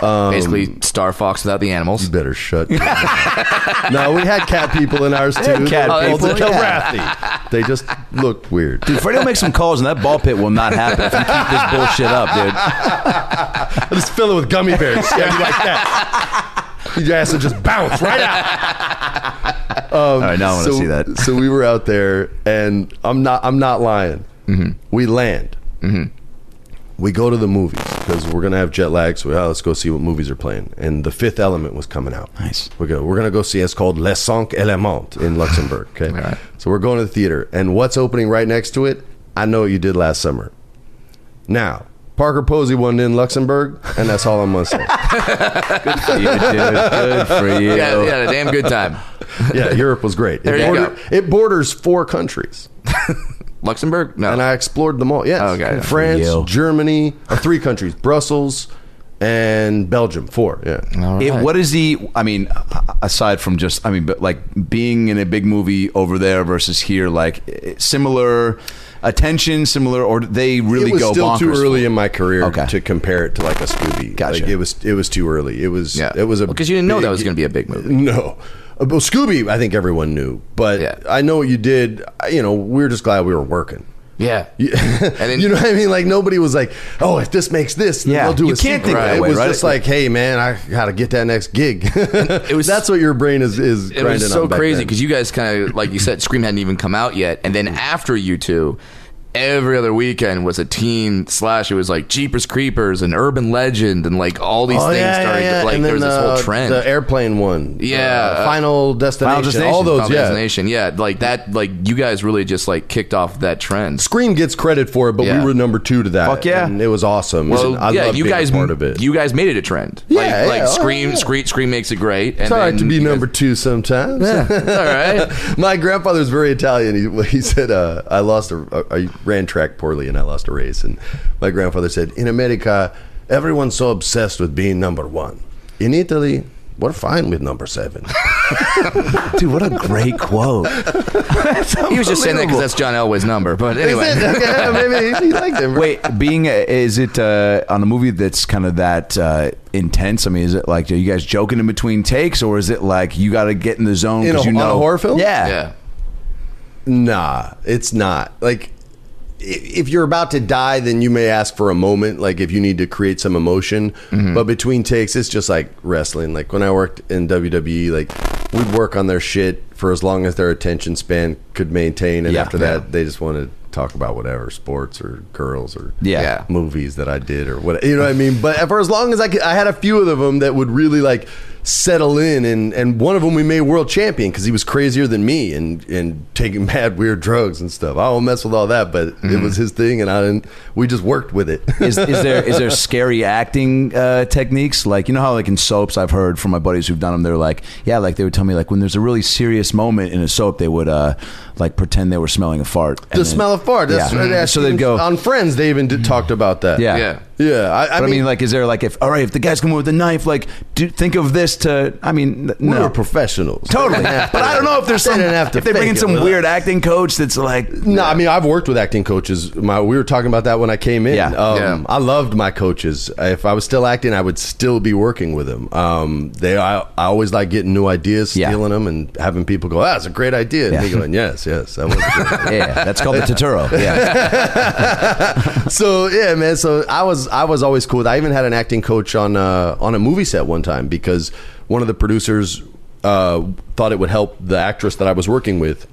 Speaker 4: Um,
Speaker 5: Basically, Star Fox without the animals.
Speaker 4: better shut. your mouth. no, we had cat people in ours too. Oh,
Speaker 2: cat
Speaker 4: They're
Speaker 2: people,
Speaker 4: old and
Speaker 2: yeah.
Speaker 4: wrathy. They just looked weird.
Speaker 2: Dude, Freddie will make some calls, and that ball pit will not happen if you keep this bullshit up, dude.
Speaker 4: I just fill it with gummy bears. Yeah, you like that. Your ass will just bounce right out.
Speaker 2: All right, Oh, now I want to
Speaker 4: so,
Speaker 2: see that.
Speaker 4: So we were out there, and I'm not. I'm not lying.
Speaker 2: Mm-hmm.
Speaker 4: We land. We go to the movies because we're gonna have jet lag. So we, oh, let's go see what movies are playing. And The Fifth Element was coming out.
Speaker 2: Nice.
Speaker 4: We go. We're gonna go see. It's called Les Cinq Elements in Luxembourg. Okay.
Speaker 5: right.
Speaker 4: So we're going to the theater, and what's opening right next to it? I know what you did last summer. Now, Parker Posey won in Luxembourg, and that's all I'm gonna say.
Speaker 3: You did good for you.
Speaker 5: Yeah, yeah, a damn good time.
Speaker 4: yeah, Europe was great.
Speaker 5: There
Speaker 4: it,
Speaker 5: you
Speaker 4: border- it borders four countries,
Speaker 5: Luxembourg? No.
Speaker 4: and I explored them all. Yes,
Speaker 5: Okay.
Speaker 4: France,
Speaker 2: You.
Speaker 4: Germany, uh, three countries: Brussels and Belgium. Four. Yeah,
Speaker 5: All
Speaker 2: It-
Speaker 5: right.
Speaker 2: what is the? I mean, a- aside from just, I mean, but like being in a big movie over there versus here, like eh, similar attention, similar, or do they really
Speaker 4: it was
Speaker 2: go
Speaker 4: still
Speaker 2: bonkers?
Speaker 4: too early in my career
Speaker 2: Okay.
Speaker 4: to compare it to like a Scooby.
Speaker 2: Gotcha.
Speaker 4: Like, it was it was too early. It was
Speaker 2: Yeah.
Speaker 4: it was a
Speaker 5: Because you didn't know that
Speaker 4: big-
Speaker 5: was going to be a big movie.
Speaker 4: No. Uh, Well, Scooby, I think everyone knew, but
Speaker 5: Yeah.
Speaker 4: I know what you did. I- You know, we were just glad we were working.
Speaker 5: Yeah.
Speaker 4: You,
Speaker 5: then-
Speaker 4: you know what I mean? Like nobody was like, "Oh, if this makes this, then
Speaker 2: Yeah.
Speaker 4: we'll do
Speaker 2: You
Speaker 4: a
Speaker 2: can't
Speaker 4: sequel."
Speaker 2: think that
Speaker 4: It
Speaker 2: way,
Speaker 4: was
Speaker 2: right?
Speaker 4: just like, "Hey, man, I got to get that next gig." it
Speaker 5: was-
Speaker 4: was that's what your brain is is.
Speaker 5: It was so crazy because you guys kind of, like you said, Scream hadn't even come out yet. And
Speaker 4: Mm.
Speaker 5: then after you two, every other weekend was a teen slash. It was like Jeepers Creepers and Urban Legend and like all
Speaker 2: Oh,
Speaker 4: Oh,
Speaker 5: these things started. to Like
Speaker 4: And
Speaker 5: there was
Speaker 4: then,
Speaker 5: this whole
Speaker 4: uh,
Speaker 5: trend.
Speaker 4: The airplane one,
Speaker 5: Yeah.
Speaker 4: Uh, Final Destination, all
Speaker 2: Destination,
Speaker 4: those,
Speaker 5: Final
Speaker 4: yeah.
Speaker 5: Destination. yeah, like that. Like you guys really just like kicked off that trend.
Speaker 4: Scream gets credit for it, but
Speaker 5: Yeah.
Speaker 4: we were number two to that.
Speaker 2: Fuck yeah.
Speaker 4: and it was awesome.
Speaker 5: Well,
Speaker 4: And I
Speaker 5: yeah,
Speaker 4: love
Speaker 5: you
Speaker 4: being a
Speaker 5: guys,
Speaker 4: part of it.
Speaker 5: you guys made it a trend. like,
Speaker 4: yeah,
Speaker 5: like
Speaker 4: oh,
Speaker 5: Scream,
Speaker 4: yeah.
Speaker 5: Scream, Scream makes it great. And
Speaker 4: It's all right
Speaker 5: then
Speaker 4: to be
Speaker 5: you guys-
Speaker 4: number two sometimes.
Speaker 5: Yeah, all right.
Speaker 4: My grandfather's very Italian. He, he said, uh, "I lost a, I ran track poorly and I lost a race." And my grandfather said, "In America, everyone's so obsessed with being number one. In Italy, we're fine with number seven.
Speaker 2: Dude, what a great quote.
Speaker 5: He was just saying that because that's John Elway's number. But anyway,
Speaker 4: Is it? Okay, maybe he, he liked it.
Speaker 2: Wait, being a, is it uh, on a movie that's kind of that uh, intense? I mean, is it like are you guys joking in between takes, or is it like you got to get in the zone
Speaker 4: In a-
Speaker 2: because you
Speaker 4: on a
Speaker 2: know
Speaker 4: horror film?
Speaker 2: Yeah,
Speaker 5: yeah,
Speaker 4: Nah, it's not. Like, i- if you're about to die, then you may ask for a moment, like if you need to create some emotion.
Speaker 2: Mm-hmm.
Speaker 4: But between takes, it's just like wrestling. Like when I worked in WWE, like we'd work on their shit for as long as their attention span could maintain, and
Speaker 2: Yeah,
Speaker 4: after that,
Speaker 2: yeah.
Speaker 4: they just want to talk about whatever sports or girls or
Speaker 2: Yeah.
Speaker 4: movies that I did or what you know what I mean. But for as long as I could, I had a few of them that would really like settle in, and and one of them we made world champion because he was crazier than me and and taking mad weird drugs and stuff. I don't mess with all that, but it
Speaker 2: Mm.
Speaker 4: was his thing, and I didn't, we just worked with it.
Speaker 2: is, is there is there scary acting uh, techniques like you know how like in soaps I've heard from my buddies who've done them they're like yeah like they would tell me like when there's a really serious moment in a soap they would uh, like pretend they were smelling a fart and
Speaker 4: the
Speaker 2: then-
Speaker 4: smell of fart. That's,
Speaker 2: yeah.
Speaker 4: that's
Speaker 2: so they'd
Speaker 4: even-
Speaker 2: go
Speaker 4: on Friends. They even did, talked about that.
Speaker 2: yeah
Speaker 5: yeah.
Speaker 4: yeah. I, I
Speaker 2: But I
Speaker 4: mean,
Speaker 2: mean, like, is there like if all right, if the guy's coming with a knife, like, do, think of this to? I mean, n-
Speaker 4: we
Speaker 2: no,
Speaker 4: were professionals.
Speaker 2: totally. but I don't know if there's
Speaker 4: They
Speaker 2: some.
Speaker 4: didn't have to
Speaker 2: if they bring
Speaker 4: fake
Speaker 2: in
Speaker 4: it
Speaker 2: some
Speaker 4: with
Speaker 2: weird acting coach that's like,
Speaker 4: No, I mean I've worked with acting coaches. My we were talking about that when I came in.
Speaker 2: Yeah.
Speaker 4: Um,
Speaker 5: Yeah.
Speaker 4: I loved my coaches. If I was still acting, I would still be working with them. Um, they, I, I always like getting new ideas,
Speaker 2: Yeah.
Speaker 4: stealing them, and having people go, "Ah, that's a great idea," and
Speaker 2: Yeah.
Speaker 4: me going, "Yes, yes, that was." A good idea."
Speaker 2: yeah, that's called the Totoro. Yeah,
Speaker 4: so yeah, man. So I was I was always cool. with- I even had an acting coach on uh, on a movie set one time because one of the producers uh, thought it would help the actress that I was working with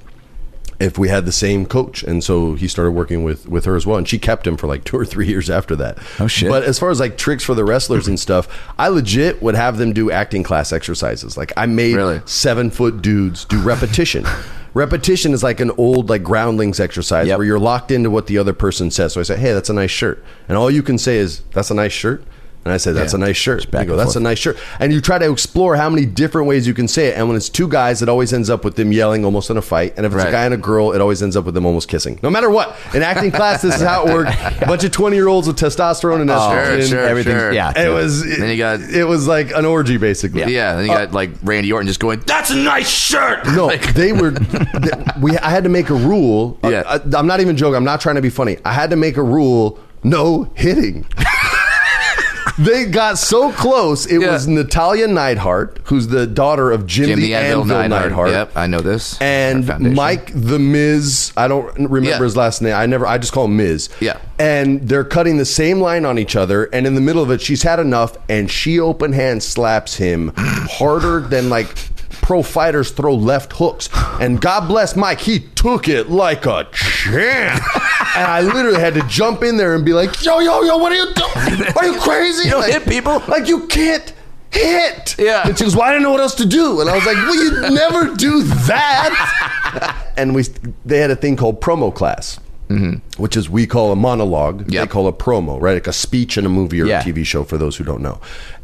Speaker 4: if we had the same coach, and so he started working with with her as well, and she kept him for like two or three years after that.
Speaker 2: Oh, shit.
Speaker 4: But as far as like tricks for the wrestlers and stuff, I legit would have them do acting class exercises. Like I made
Speaker 5: Really?
Speaker 4: seven foot dudes do repetition. repetition is like an old like groundlings exercise
Speaker 2: Yep.
Speaker 4: where you're locked into what the other person says. So I say, hey, that's a nice shirt, and all you can say is, that's a nice shirt. And I say, that's
Speaker 5: Yeah.
Speaker 4: a nice shirt.
Speaker 2: back
Speaker 4: You go,
Speaker 2: and
Speaker 4: that's
Speaker 2: forth.
Speaker 4: a nice shirt. And you try to explore how many different ways you can say it. And when it's two guys, it always ends up with them yelling almost in a fight. And if it's
Speaker 5: Right.
Speaker 4: a guy and a girl, it always ends up with them almost kissing. No matter what. In acting class, this is how it worked. A bunch of 20 year olds with testosterone and estrogen.
Speaker 5: Oh, sure,
Speaker 2: everything.
Speaker 5: sure.
Speaker 2: Yeah,
Speaker 4: It was it,
Speaker 5: Then you got-
Speaker 4: it was like an orgy basically.
Speaker 5: Yeah, then you got like Randy Orton just going, "That's a nice shirt."
Speaker 4: Uh, No,
Speaker 5: Like,
Speaker 4: they were. th- we I had to make a rule.
Speaker 5: Yeah.
Speaker 4: I, am not even joking. I'm not trying to be funny. I had to make a rule. No hitting. they got so close. It
Speaker 5: Yeah.
Speaker 4: was Natalia Neidhart, who's the daughter of Jim,
Speaker 5: Jim
Speaker 4: the Anvil, Neidhart,
Speaker 5: Yep, I know this.
Speaker 4: and
Speaker 5: Foundation.
Speaker 4: Mike the Miz. I don't remember
Speaker 5: Yeah.
Speaker 4: his last name. I never. I just call him Miz.
Speaker 5: Yeah.
Speaker 4: And they're cutting the same line on each other, and in the middle of it, she's had enough, and she open hand slaps him harder than like pro fighters throw left hooks. And God bless Mike, he took it like a champ. and I literally had to jump in there and be like, Yo, yo, yo, what are you doing? Are you crazy?
Speaker 5: You don't
Speaker 4: Like-
Speaker 5: hit people.
Speaker 4: Like you can't. Hit.
Speaker 5: Yeah.
Speaker 4: And she goes, Well, I didn't know what else to do. And I was like, Well, you never do that. and we they had a thing called promo class. which is we call a monologue.
Speaker 5: Yep.
Speaker 4: They call a promo, right? Like a speech in a movie or
Speaker 5: Yeah.
Speaker 4: a TV show. For those who don't know,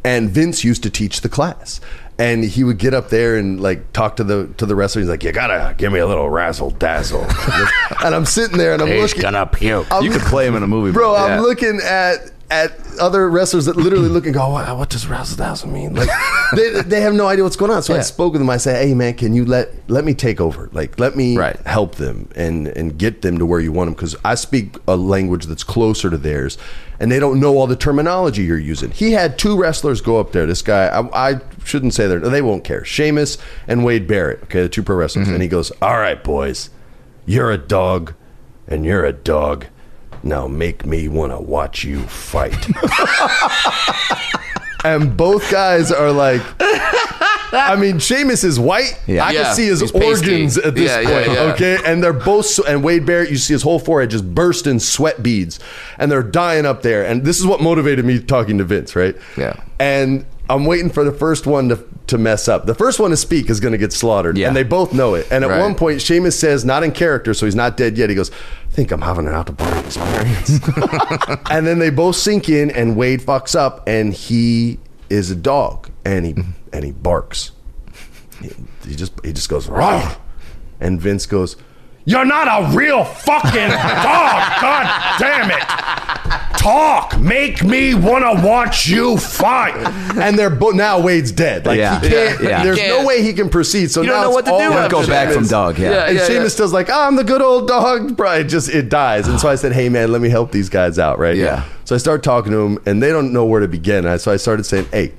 Speaker 4: and Vince used to teach the class. And he would get up there and like talk to the to the wrestler. He's like, "You gotta give me a little razzle dazzle," and I'm sitting there and I'm
Speaker 1: He's
Speaker 4: looking.
Speaker 1: gonna puke.
Speaker 4: I'm-
Speaker 2: You could play him in a movie,
Speaker 4: bro.
Speaker 5: Yeah.
Speaker 4: I'm looking at at other wrestlers that literally look and go, what, what does razzle dazzle mean? Like they, they have no idea what's going on. So I
Speaker 5: Yeah.
Speaker 4: spoke with them. I said, hey man, can you let let me take over? Like let me
Speaker 5: Right.
Speaker 4: help them and and get them to where you want them because I speak a language that's closer to theirs, and they don't know all the terminology you're using. He had two wrestlers go up there. This guy, I, I shouldn't say their they won't care. Sheamus and Wade Barrett, okay, the two pro wrestlers,
Speaker 5: Mm-hmm.
Speaker 4: and he goes, all right, boys, you're a dog, and you're a dog. Now make me want to watch you fight. and both guys are like, I mean, Sheamus is white.
Speaker 2: Yeah.
Speaker 4: I
Speaker 5: Yeah,
Speaker 4: can see his
Speaker 5: he's pasty.
Speaker 4: organs at this
Speaker 5: Yeah, yeah,
Speaker 4: point.
Speaker 5: yeah.
Speaker 4: Okay, and they're both so- and Wade Barrett. You see his whole forehead just burst in sweat beads, and they're dying up there. And this is what motivated me talking to Vince, right?
Speaker 5: Yeah.
Speaker 4: And I'm waiting for the first one to to mess up. The first one to speak is going to get slaughtered,
Speaker 5: Yeah.
Speaker 4: and they both know it. And at
Speaker 5: Right.
Speaker 4: one point, Sheamus says, not in character, so he's not dead yet. He goes. I think I'm having an out of body experience. and then they both sink in, and Wade fucks up, and he is a dog, and he
Speaker 5: Mm-hmm.
Speaker 4: and he barks he just he just goes Rawr! and Vince goes you're not a real fucking dog god damn it talk make me want to watch you fight and they're bo- now Wade's dead like
Speaker 2: Yeah.
Speaker 4: he can't
Speaker 2: Yeah. Yeah.
Speaker 4: there's
Speaker 5: Can't.
Speaker 4: no way he can proceed so
Speaker 5: You don't
Speaker 4: now
Speaker 5: know
Speaker 4: it's
Speaker 5: what to
Speaker 4: all
Speaker 5: do
Speaker 4: up
Speaker 5: after
Speaker 2: Go
Speaker 4: to
Speaker 2: back from
Speaker 4: Vince.
Speaker 2: dog. Yeah.
Speaker 5: Yeah.
Speaker 4: and Sheamus does like, I'm the good old dog, bro. It just it dies. And so I said, Hey man, let me help these guys out, right?
Speaker 2: Yeah.
Speaker 4: So I start talking to them, and they don't know where to begin. I- So I started saying, Hey,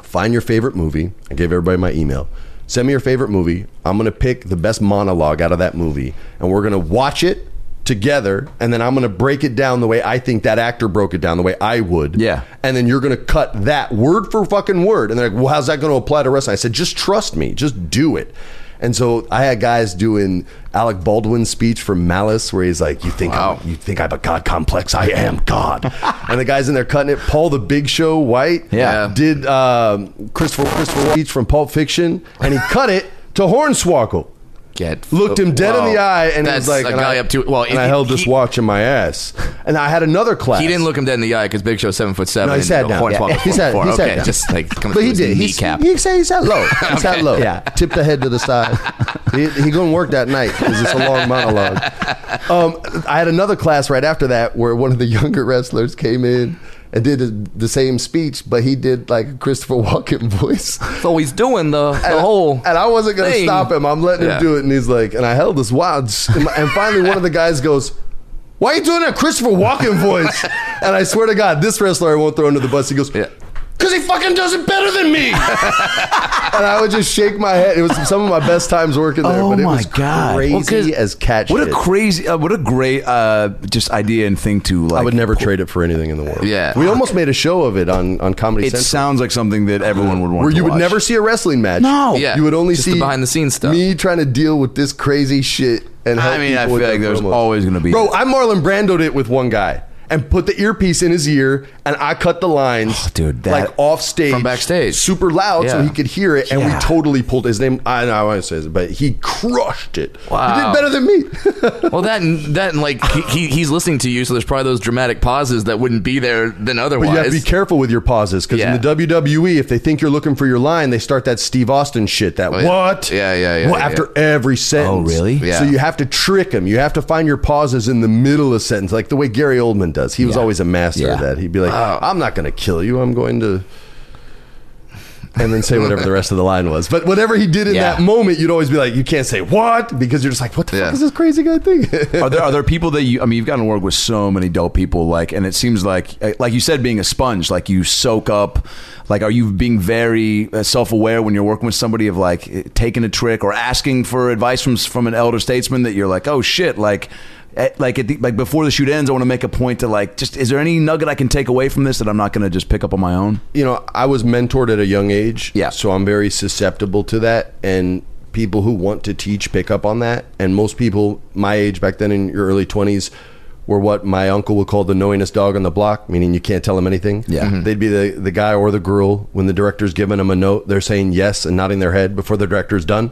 Speaker 4: find your favorite movie. I gave everybody my email. Send me your favorite movie. I'm gonna pick the best monologue out of that movie, and we're gonna watch it together, and then I'm gonna break it down the way I think that actor broke it down, the way I would.
Speaker 2: Yeah.
Speaker 4: And then you're gonna cut that word for fucking word. And they're like, Well, how's that gonna apply to wrestling? I said, just trust me, just do it. And so I had guys doing Alec Baldwin's speech from Malice, where he's like, "You think I'm, you think I have a god complex? I am God." and the guys in there cutting it. Paul the Big Show White,
Speaker 2: Yeah.
Speaker 4: did um, Christopher Christopher White from Pulp Fiction, and he cut it to Hornswoggle.
Speaker 5: Get
Speaker 4: Looked him dead in the
Speaker 5: Wow.
Speaker 4: eye, and
Speaker 5: That's
Speaker 4: was like,
Speaker 5: a
Speaker 4: and
Speaker 5: guy
Speaker 4: I,
Speaker 5: up to- well,
Speaker 4: and
Speaker 5: he-
Speaker 4: I held this
Speaker 5: he-
Speaker 4: watch in my ass, and I had another class.
Speaker 5: He didn't look him dead in the eye because Big Show's seven foot seven.
Speaker 4: No, he
Speaker 5: and
Speaker 4: sat down.
Speaker 5: Hornswoggle
Speaker 4: Yeah. He sat.
Speaker 5: four.
Speaker 4: He sat
Speaker 5: Okay,
Speaker 4: down.
Speaker 5: just like coming
Speaker 4: but
Speaker 5: through
Speaker 4: he
Speaker 5: his
Speaker 4: did. He,
Speaker 5: kneecap.
Speaker 4: he sat. He sat low. He sat low. Yeah. Tipped the head to the side. he he couldn't work that night because it's a long monologue. Um, I had another class right after that where one of the younger wrestlers came in and did the- the same speech, but he did like a Christopher Walken voice.
Speaker 5: so he's doing the, the whole.
Speaker 4: And I wasn't going to
Speaker 5: thing.
Speaker 4: stop him. I'm letting
Speaker 5: Yeah.
Speaker 4: him do it. And he's like, and I held this watch. And my- and finally, one of the guys goes, Why are you doing that Christopher Walken voice? and I swear to God, this wrestler I won't throw under the bus. He goes,
Speaker 5: Yeah.
Speaker 4: Cause he fucking does it better than me, and I would just shake my head. It was some of my best times working there,
Speaker 2: Oh
Speaker 4: but it
Speaker 2: my
Speaker 4: was
Speaker 2: God.
Speaker 4: crazy
Speaker 2: Well, 'cause-
Speaker 4: as cat
Speaker 2: What a
Speaker 4: shit.
Speaker 2: crazy, uh, what a great, uh, just idea and thing to like.
Speaker 4: I would never trade it for anything in the world.
Speaker 5: Yeah.
Speaker 4: we almost made a show of it on on Comedy
Speaker 2: It
Speaker 4: Central,
Speaker 2: sounds like something that everyone would want.
Speaker 4: where
Speaker 2: to
Speaker 4: you would
Speaker 2: watch.
Speaker 4: never see a wrestling match.
Speaker 2: No.
Speaker 5: Yeah,
Speaker 4: you would only
Speaker 5: just
Speaker 4: see
Speaker 5: the behind-the-scenes stuff.
Speaker 4: Me trying to deal with this crazy shit, and help
Speaker 2: I mean, I
Speaker 4: people with
Speaker 2: feel
Speaker 4: their
Speaker 2: like there's
Speaker 4: promos.
Speaker 2: always going to be.
Speaker 4: Bro, I Marlon Brandoed it with one guy and put the earpiece in his ear, and I cut the lines,
Speaker 2: dude, that-
Speaker 4: like off stage,
Speaker 5: Oh, From backstage.
Speaker 4: super loud, so
Speaker 5: Yeah.
Speaker 4: he could hear it. And
Speaker 2: Yeah.
Speaker 4: we totally pulled his name. I know I want to say this, but he crushed it. He
Speaker 5: Wow.
Speaker 4: did better than me.
Speaker 5: Well, that and that and like he, he he's listening to you, so there's probably those dramatic pauses that wouldn't be there than
Speaker 4: but
Speaker 5: otherwise.
Speaker 4: you have to be careful with your pauses because
Speaker 5: Yeah.
Speaker 4: in the WWE, if they think you're looking for your line, they start that Steve Austin shit. That
Speaker 5: Oh, yeah.
Speaker 4: what?
Speaker 5: Yeah, yeah, yeah,
Speaker 4: Well,
Speaker 5: yeah.
Speaker 4: after every sentence.
Speaker 2: Oh, really?
Speaker 5: Yeah.
Speaker 4: So you have to trick them. You have to find your pauses in the middle of sentence, like the way Gary Oldman does. He was always a master of
Speaker 2: Yeah.
Speaker 4: that. He'd be like,
Speaker 5: Oh.
Speaker 4: "I'm not going to kill you. I'm going to." And then say whatever the rest of the line was. But whatever he did in
Speaker 2: Yeah.
Speaker 4: that moment, you'd always be like, you can't say what? Because you're just like, what the
Speaker 5: Yeah.
Speaker 4: fuck is this crazy guy thinking?
Speaker 2: are there are there people that you? I mean, you've gotten to work with so many dope people. Like, and it seems like, eh, like you said, being a sponge, like you soak up. Like, are you being very self aware when you're working with somebody of like eh, taking a trick or asking for advice from from an elder statesman that you're like, oh shit, like. At, like at the, like before the shoot ends, I want to make a point to like just is there any nugget I can take away from this that I'm not going to just pick up on my own?
Speaker 4: you know, I was mentored at a young age.
Speaker 2: Yeah.
Speaker 4: So I'm very susceptible to that. And people who want to teach pick up on that. And most people my age back then in your early 20s were what my uncle would call the knowingest dog on the block, meaning you can't tell them anything.
Speaker 2: Yeah. Mhm.
Speaker 4: They'd be the, the guy or the girl when the director's giving them a note, they're saying yes and nodding their head before the director's done.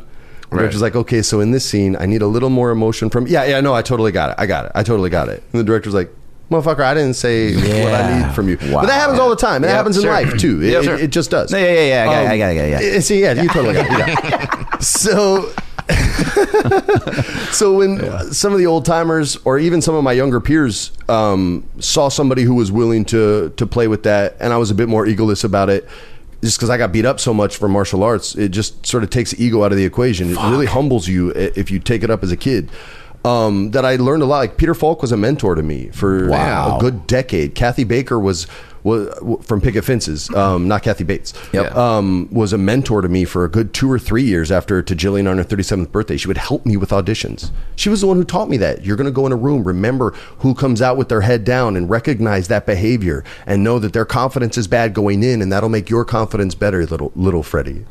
Speaker 4: Which is like, okay, so in this scene, I need a little more emotion from. Yeah, yeah, no, I totally got it. I got it. I totally got it. And the director's like, motherfucker, I didn't say what I
Speaker 7: Yeah.
Speaker 4: need from you.
Speaker 7: Wow.
Speaker 4: But that happens all the time. It happens in
Speaker 5: sure.
Speaker 4: life too. It,
Speaker 5: Yeah,
Speaker 4: it-
Speaker 5: sure.
Speaker 4: it just does.
Speaker 7: No, yeah, yeah, yeah, I got it,
Speaker 4: Um,
Speaker 7: I got it, I got it, yeah.
Speaker 4: eh, See, yeah, you totally got it. Yeah. so. so when some of the old timers or even some of my younger peers um, saw somebody who was willing to to play with that and i was a bit more egoless about it just because i got beat up so much for martial arts it just sort of takes ego out of the equation it really humbles you i- if you take it up as a kid um, that i learned a lot like peter falk was a mentor to me for
Speaker 7: Wow.
Speaker 4: a good decade kathy baker was was from Picket Fences, um, not Kathy Bates.
Speaker 5: Yep.
Speaker 4: Um, was a mentor to me for a good two or three years after to Jillian on her 37th birthday. She would help me with auditions. She was the one who taught me that. You're going to go in a room, remember who comes out with their head down and recognize that behavior and know that their confidence is bad going in and that'll make your confidence better, little little Freddie.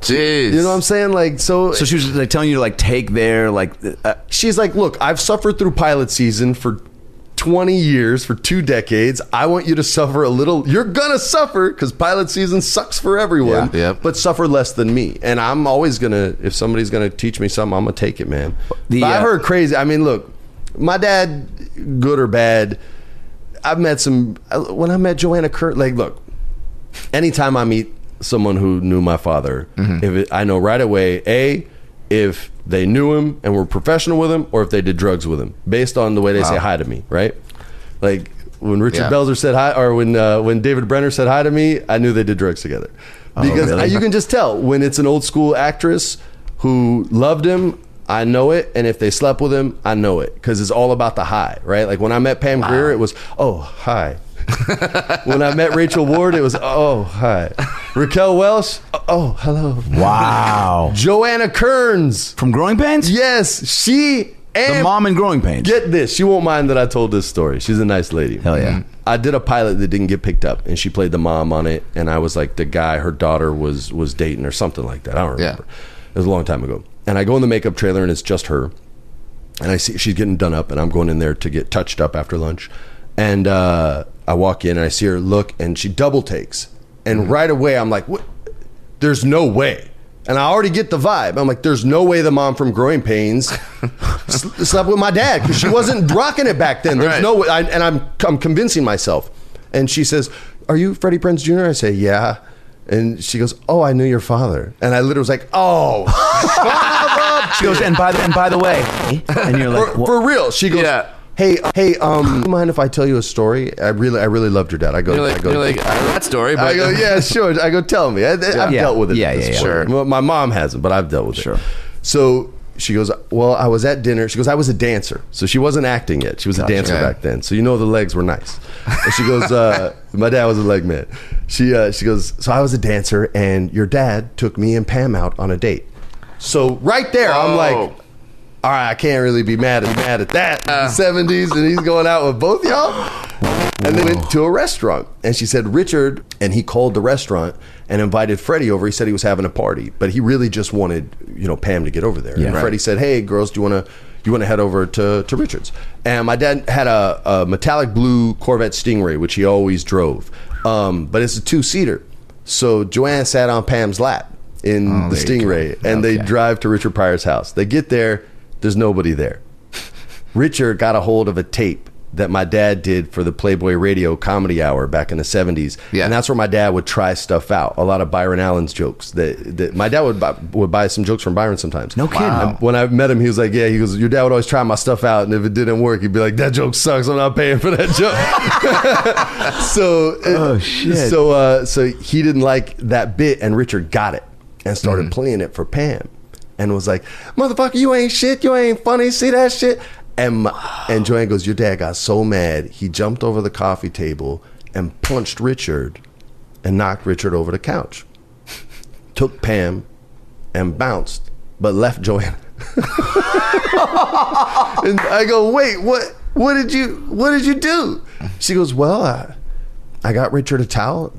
Speaker 5: Jeez.
Speaker 4: You know what I'm saying? Like so,
Speaker 7: So she was like telling you to like take their like
Speaker 2: eh,
Speaker 7: th- uh,
Speaker 4: she's like, "Look, I've suffered through pilot season for 20 years, for two decades. I want you to suffer a little. You're gonna suffer because pilot season sucks for everyone.
Speaker 5: Yeah. Yep.
Speaker 4: But suffer less than me. And I'm always gonna. If somebody's gonna teach me something, I'm gonna take it, man.
Speaker 7: The,
Speaker 4: But I've
Speaker 7: uh,
Speaker 4: heard crazy. I mean, look, my dad, good or bad, I've met some. When I met Joanna Kurt, like, look, anytime I meet someone who knew my father, if it, I know right away, a if they knew him and were professional with him, or if they did drugs with him, based on the way they say hi to me, right? Like when Richard
Speaker 5: Yeah.
Speaker 4: Belzer said hi, or when uh, when David Brenner said hi to me, I knew they did drugs together because
Speaker 7: Oh, really?
Speaker 4: you can just tell when it's an old school actress who loved him. I know it, and if they slept with him, I know it because it's all about the high, right? Like when I met Pam Grier, it was oh hi. when I met Rachel Ward, it was oh hi. Raquel Welsh, oh hello.
Speaker 7: wow
Speaker 4: Joanna Kearns,
Speaker 7: from growing pains.
Speaker 4: yes, she and
Speaker 7: the mom in growing pains.
Speaker 4: get this. She won't mind that I told this story. She's a nice lady. Mm-hmm.
Speaker 7: Hell yeah.
Speaker 4: I did a pilot that didn't get picked up, and she played the mom on it. And I was like the guy her daughter was was dating or something like that. I don't
Speaker 5: Yeah.
Speaker 4: remember. It was a long time ago. And I go in the makeup trailer, and it's just her. And I see she's getting done up, and I'm going in there to get touched up after lunch. And uh, I walk in, and I see her look, and she double takes. And right away, I'm like, what? There's no way. And I already get the vibe. I'm like, there's no way the mom from Growing Pains sl- slept with my dad because she wasn't rocking it back then. There's
Speaker 5: Right.
Speaker 4: no way. I, and I'm, I'm convincing myself. And she says, Are you Freddie Prinze Jr.? I say, Yeah. And she goes, Oh, I knew your father. And I literally was like, Oh,
Speaker 7: She goes and by the and by the way, and you're like,
Speaker 4: for, for real. She goes,
Speaker 5: Yeah.
Speaker 4: Hey, hey, um, do you mind if I tell you a story? I really, I really loved your dad. I go,
Speaker 5: You're
Speaker 4: I
Speaker 5: like,
Speaker 4: go,
Speaker 5: you're like I know that story, but
Speaker 4: I go, yeah, sure. I go, tell me. I, I've
Speaker 7: Yeah.
Speaker 4: dealt with it.
Speaker 7: Yeah,
Speaker 4: at this
Speaker 7: yeah, yeah.
Speaker 4: point.
Speaker 5: Sure.
Speaker 4: Well, My mom hasn't, but I've dealt with
Speaker 7: Sure.
Speaker 4: it. So she goes, well, I was at dinner. She goes, I was a dancer. So she wasn't acting yet. She was a dancer
Speaker 5: Okay.
Speaker 4: back then. So you know the legs were nice. And she goes, uh, my dad was a leg man. She uh, she goes, so I was a dancer, and your dad took me and Pam out on a date. So right there, I'm
Speaker 5: Oh.
Speaker 4: like. All right, I can't really be mad at mad at that. Seventies, and he's going out with both y'all and they went to a restaurant. And she said, Richard, and he called the restaurant and invited Freddie over. He said he was having a party, but he really just wanted, you know, Pam to get over there. and Freddie said, Hey, girls, do you want to? You want to head over to, to Richard's? And my dad had a, a metallic blue Corvette Stingray, which he always drove. Um, but it's a two seater. So Joanne sat on Pam's lap in the Stingray, and they drive to Richard Pryor's house. They get there, there's nobody there. Richard got a hold of a tape that my dad did for the Playboy Radio comedy hour back in the 70s.
Speaker 5: Yeah.
Speaker 4: And that's where my dad would try stuff out. A lot of Byron Allen's jokes that, that my dad would buy, would buy some jokes from Byron sometimes.
Speaker 7: No kidding.
Speaker 4: And When I met him, he was like, yeah, he goes, your dad would always try my stuff out. And if it didn't work, he'd be like, that joke sucks. I'm not paying for that joke. so, oh,
Speaker 7: shit.
Speaker 4: so, uh, so he didn't like that bit and Richard got it and started playing it for Pam and was like, motherfucker, you ain't shit. You ain't funny. See that shit? And, my, and Joanne goes, your dad got so mad. He jumped over the coffee table and punched Richard and knocked Richard over the couch. Took Pam and bounced, but left Joanna. and I go, wait, what? What did you? What did you do? She goes, well, I, I got Richard a towel.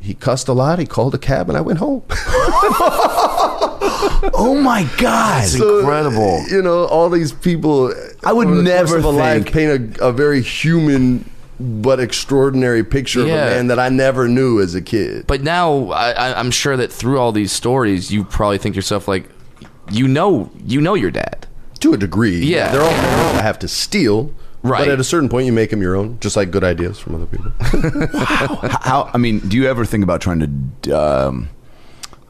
Speaker 4: He cussed a lot. He called a cab, and I went home.
Speaker 7: oh my god,
Speaker 4: So, You know, all these people.
Speaker 7: I would
Speaker 4: over the course
Speaker 7: never
Speaker 4: of a life
Speaker 7: think-
Speaker 4: paint a, a very human but extraordinary picture
Speaker 5: Yeah.
Speaker 4: of a man that I never knew as a kid.
Speaker 5: but now I, I, I'm sure that through all these stories, you probably think to yourself like, you know you know your dad.
Speaker 4: to a degree.
Speaker 5: Yeah.
Speaker 4: they're all I have to steal.
Speaker 5: Right.
Speaker 4: But at a certain point, you make them your own, just like good ideas from other people.
Speaker 2: How? I mean, do you ever think about trying to, um,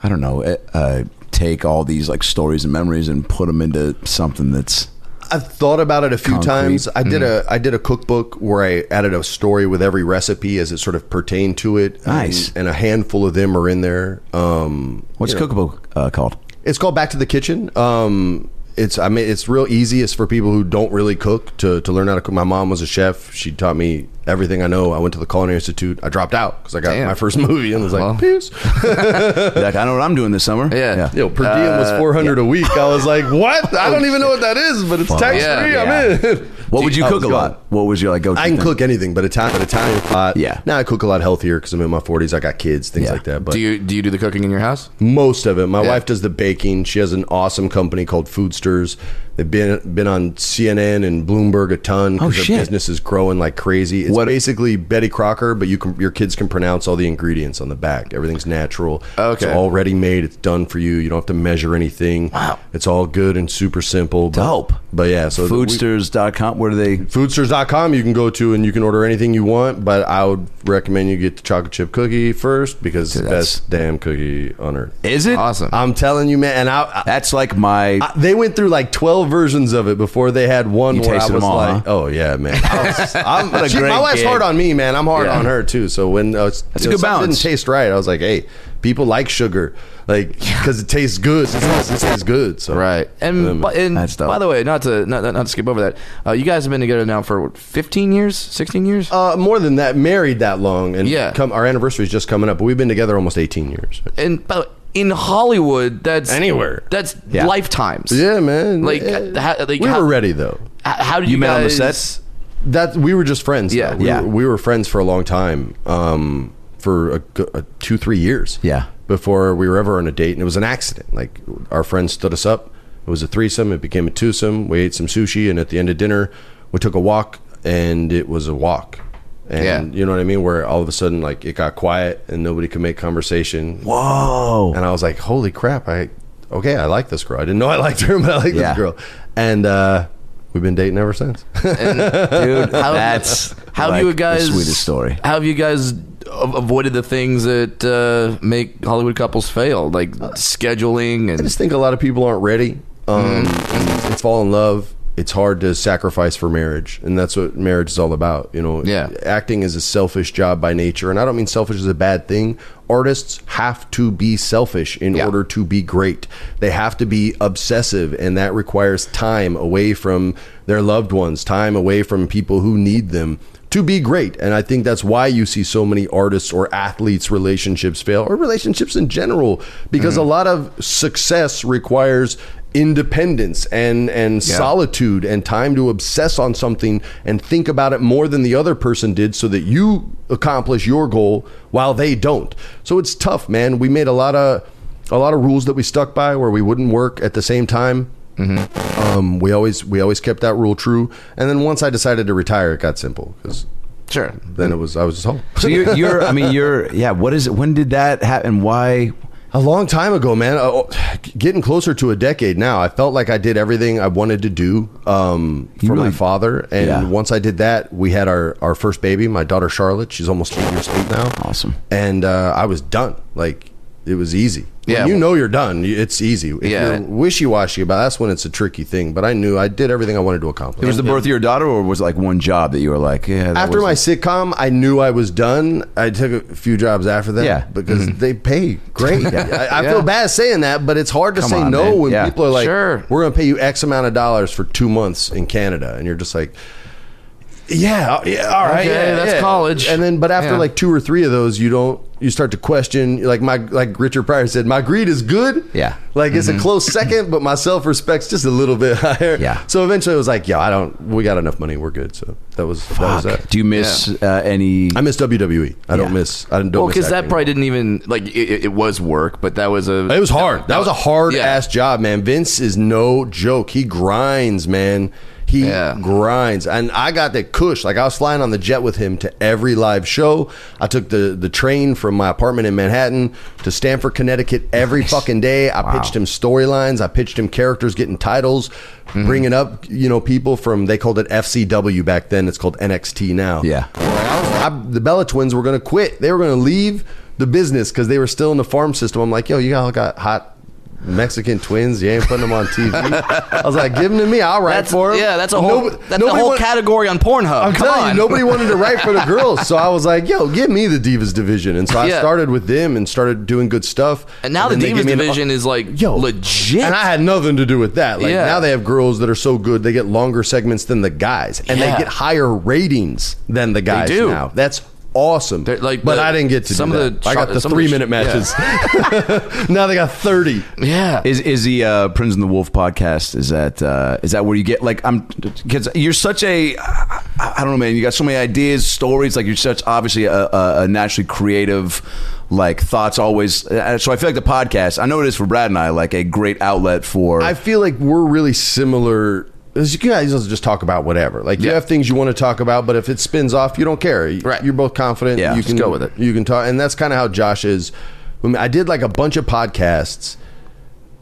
Speaker 2: I don't know, uh, uh, take all these like stories and memories and put them into something that's
Speaker 4: I've thought about it a few
Speaker 2: Concrete.
Speaker 4: times. I did
Speaker 5: Mm.
Speaker 4: a I did a cookbook where I added a story with every recipe as it sort of pertained to it.
Speaker 2: Nice.
Speaker 4: and, and a handful of them are in there. Um,
Speaker 2: what's cookbook uh, called?
Speaker 4: It's called Back to the Kitchen. Um, it's I mean it's real easy. It's for people who don't really cook to, to learn how to cook. My mom was a chef. She taught me everything I know. I went to the culinary institute. I dropped out because I got
Speaker 5: Damn.
Speaker 4: my first movie and was like,
Speaker 5: Well.
Speaker 4: peace.
Speaker 2: like, I know what I'm doing this summer.
Speaker 5: Yeah.
Speaker 4: Yo, per diem was
Speaker 5: Uh,
Speaker 4: four hundred a week. I was like, what? I don't even know what that is, but it's tax free.
Speaker 5: Yeah,
Speaker 4: I'm in.
Speaker 2: What would you
Speaker 4: I
Speaker 2: cook
Speaker 4: was
Speaker 2: a
Speaker 4: gone.
Speaker 2: lot? What was your like go?
Speaker 4: I can cook anything, but Italian, but Italian pot.
Speaker 2: Yeah.
Speaker 4: Now I cook a lot healthier because I'm in my 40s. I got kids, things
Speaker 2: Yeah.
Speaker 4: like that. But
Speaker 5: Do you do you do the cooking in your house?
Speaker 4: most of it, my
Speaker 5: Yeah.
Speaker 4: wife does the baking. She has an awesome company called Foodsters. They've been been on CNN and Bloomberg a ton
Speaker 2: Oh,
Speaker 4: their
Speaker 2: shit.
Speaker 4: business is growing like crazy. It's
Speaker 2: What-
Speaker 4: basically Betty Crocker, but you can your kids can pronounce all the ingredients on the back. Everything's natural.
Speaker 5: Okay.
Speaker 4: It's all ready made. It's done for you. You don't have to measure anything. Wow. It's all good and super simple. But,
Speaker 2: Dope.
Speaker 4: But yeah, so we-
Speaker 2: Foodsters.com. Where do they?
Speaker 4: foodsters.com you can go to and you can order anything you want but i would recommend you get the chocolate chip cookie first because
Speaker 2: Dude, that's-
Speaker 4: that's damn cookie on earth
Speaker 2: Is it
Speaker 5: Awesome.
Speaker 4: i'm telling you man and I, I,
Speaker 2: That's like my.
Speaker 4: I- they went through like 12 versions of it before they had one
Speaker 2: You
Speaker 4: where i
Speaker 2: tasted
Speaker 4: was
Speaker 2: them all,
Speaker 4: like
Speaker 2: huh?
Speaker 4: oh yeah man I was- I'm,
Speaker 2: a
Speaker 4: she- my
Speaker 2: great
Speaker 4: wife's
Speaker 2: gig.
Speaker 4: hard on me man i'm hard
Speaker 5: Yeah.
Speaker 4: on her too so when uh, that's
Speaker 2: a good
Speaker 4: didn't
Speaker 2: balance.
Speaker 4: taste right i was like hey people like sugar like because it tastes good it's not- it tastes good so
Speaker 5: Right.
Speaker 4: Um,
Speaker 5: And, bu- and
Speaker 2: That's dope.
Speaker 5: by the way, not to not, not to skip over that, uh, you guys have been together now for what, 15 years, 16 years.
Speaker 2: Oh.
Speaker 4: uh, more than that, married that long, and
Speaker 5: Yeah.
Speaker 4: come, our anniversary is just coming up. But we've been together almost eighteen years.
Speaker 5: and by the way, in Hollywood, that's
Speaker 4: Anywhere.
Speaker 5: That's
Speaker 2: Yeah.
Speaker 5: lifetimes.
Speaker 4: Yeah, man.
Speaker 5: Like,
Speaker 4: Yeah.
Speaker 5: how- like,
Speaker 4: we
Speaker 5: how-
Speaker 4: were ready though.
Speaker 5: H- How do you,
Speaker 2: you met on the
Speaker 5: guys-
Speaker 2: set.
Speaker 4: That we were just friends.
Speaker 5: Yeah.
Speaker 4: though. we
Speaker 2: Yeah.
Speaker 4: Were, we were friends for a long time, um, for a, go- a two three years.
Speaker 2: Yeah.
Speaker 4: before we were ever on a date, and it was an accident. Like our friend stood us up. It was a threesome. It became a twosome. We ate some sushi, and at the end of dinner, we took a walk, and it was a walk. And
Speaker 5: Yeah.
Speaker 4: you know what I mean? Where all of a sudden, like it got quiet, and nobody could make conversation.
Speaker 2: Whoa.
Speaker 4: And I was like, holy crap, I okay, I like this girl. I didn't know I liked her, but I like
Speaker 2: Yeah.
Speaker 4: this girl. And uh, we've been dating ever since.
Speaker 2: Dude, that's
Speaker 5: How
Speaker 2: like
Speaker 5: have you guys?
Speaker 2: the sweetest story.
Speaker 5: How have you guys a- avoided the things that uh, make Hollywood couples fail, like
Speaker 2: Uh,
Speaker 5: scheduling
Speaker 4: I
Speaker 5: and
Speaker 4: just think a lot of people aren't ready. Um,
Speaker 5: Mm-hmm.
Speaker 4: and It's fall in love. It's hard to sacrifice for marriage, and that's what marriage is all about. You know,
Speaker 5: Yeah.
Speaker 4: acting is a selfish job by nature, and I don't mean selfish is a bad thing. Artists have to be selfish in
Speaker 5: Yeah.
Speaker 4: order to be great. They have to be obsessive, and that requires time away from their loved ones, time away from people who need them to be great. And I think that's why you see so many artists or athletes' relationships fail, or relationships in general, because a lot of success requires independence and and solitude and time to obsess on something and think about it more than the other person did so that you accomplish your goal while they don't. So it's tough, man. We made a lot of a lot of rules that we stuck by where we wouldn't work at the same time.
Speaker 2: Mm-hmm.
Speaker 4: Um, we always we always kept that rule true. And then once I decided to retire, it got simple because
Speaker 5: sure.
Speaker 4: then it was I was just home.
Speaker 2: So you're, you're. I mean, you're. Yeah. What is it? When did that happen? Why?
Speaker 4: A long time ago, man. Uh, getting closer to a decade now. I felt like I did everything I wanted to do um, for my
Speaker 2: really-
Speaker 4: father, and
Speaker 2: Yeah.
Speaker 4: once I did that, we had our our first baby, my daughter Charlotte. She's almost eight years old now.
Speaker 2: Awesome.
Speaker 4: And uh, I was done. Like it was easy. When
Speaker 5: Yeah.
Speaker 4: you know you're done. you- It's easy. If
Speaker 5: Yeah.
Speaker 4: you're wishy washy about. it, That's when it's a tricky thing. But I knew I did everything I wanted to accomplish.
Speaker 2: It was the birth of your daughter, or was it like one job that you were like, yeah. that
Speaker 4: after my
Speaker 2: wasn't-
Speaker 4: sitcom, I knew I was done. I took a few jobs after that,
Speaker 2: Yeah. Mm-hmm.
Speaker 4: because they pay great. I, I feel bad saying that, but it's hard to
Speaker 2: Come
Speaker 4: say
Speaker 2: on,
Speaker 4: no
Speaker 2: man.
Speaker 4: when
Speaker 2: Yeah.
Speaker 4: people are like,
Speaker 5: Sure.
Speaker 4: "We're going to pay you X amount of dollars for two months in Canada," and you're just like. Yeah, uh, yeah, all right.
Speaker 5: Okay,
Speaker 4: yeah,
Speaker 5: that's
Speaker 4: yeah."
Speaker 5: college.
Speaker 4: And then, but after
Speaker 5: Yeah.
Speaker 4: like two or three of those, you don't. You start to question, like my like Richard Pryor said, my greed is good.
Speaker 2: Yeah. Mm-hmm.
Speaker 4: like it's a close second, but my self respect's just a little bit higher.
Speaker 2: Yeah.
Speaker 4: So eventually, I was like, yeah, I don't. We got enough money. We're good. So that was that was
Speaker 2: Fuck.
Speaker 4: that.
Speaker 2: Do you miss uh, any?
Speaker 4: I miss WWE. I
Speaker 2: Yeah.
Speaker 4: don't miss. I don't.
Speaker 5: Well,
Speaker 4: miss
Speaker 5: because that
Speaker 4: acting.
Speaker 5: probably didn't even like it, it- it was work, but that was a
Speaker 4: It was hard. That was a hard
Speaker 5: Yeah.
Speaker 4: ass job, man. Vince is no joke. He grinds, man. He
Speaker 5: Yeah.
Speaker 4: grinds, and I got that cush. Like I was flying on the jet with him to every live show. I took the the train from my apartment in Manhattan to Stamford, Connecticut, every fucking day. I pitched him storylines. I pitched him characters getting titles,
Speaker 5: Mm-hmm.
Speaker 4: bringing up you know people from they called it FCW back then. It's called NXT now.
Speaker 2: Yeah.
Speaker 4: I, the Bella twins were going to quit. They were going to leave the business because they were still in the farm system. I'm like, yo, you all got hot Mexican twins. You ain't putting them on TV. I was like, give them to me. I'll write
Speaker 5: That's
Speaker 4: for them.
Speaker 5: yeah. That's a whole. that's a whole category on Pornhub.
Speaker 4: I'm
Speaker 5: Come
Speaker 4: telling
Speaker 5: on.
Speaker 4: you, nobody wanted to write for the girls, so I was like, "Yo, give me the divas division." And so I
Speaker 5: Yeah.
Speaker 4: started with them and started doing good stuff.
Speaker 5: And now
Speaker 4: then
Speaker 5: the
Speaker 4: they gave
Speaker 5: Divas
Speaker 4: me an-
Speaker 5: division is like
Speaker 4: Yo,
Speaker 5: legit.
Speaker 4: and I had nothing to do with that. Like
Speaker 5: Yeah.
Speaker 4: now they have girls that are so good, they get longer segments than the guys, and
Speaker 5: Yeah.
Speaker 4: they get higher ratings than the guys
Speaker 5: do.
Speaker 4: now. That's awesome.
Speaker 5: They're like
Speaker 4: but
Speaker 5: the-
Speaker 4: I didn't get to
Speaker 5: some
Speaker 4: do
Speaker 5: of
Speaker 4: that.
Speaker 5: the
Speaker 4: I got
Speaker 5: char-
Speaker 4: the
Speaker 5: some of the
Speaker 4: three minute matches.
Speaker 5: sh-
Speaker 4: now they got thirty.
Speaker 5: yeah.
Speaker 2: Is is the uh, Prince and the Wolf podcast? Is that uh, is that where you get like I'm? Because you're such a I I don't know, man. You got so many ideas, stories. Like you're such obviously a, a, a naturally creative. Like thoughts always. uh, So I feel like the podcast. I know it is for Brad and I. Like a great outlet for.
Speaker 4: I feel like we're really similar. 'cause You guys just talk about whatever. Like you
Speaker 5: Yeah.
Speaker 4: have things you want to talk about, but if it spins off, you don't care. You-
Speaker 5: Right.
Speaker 4: You're both confident.
Speaker 2: Yeah,
Speaker 4: you
Speaker 2: just
Speaker 4: can
Speaker 2: go with it.
Speaker 4: You can talk, and that's kind of how Josh is. I, mean, I did like a bunch of podcasts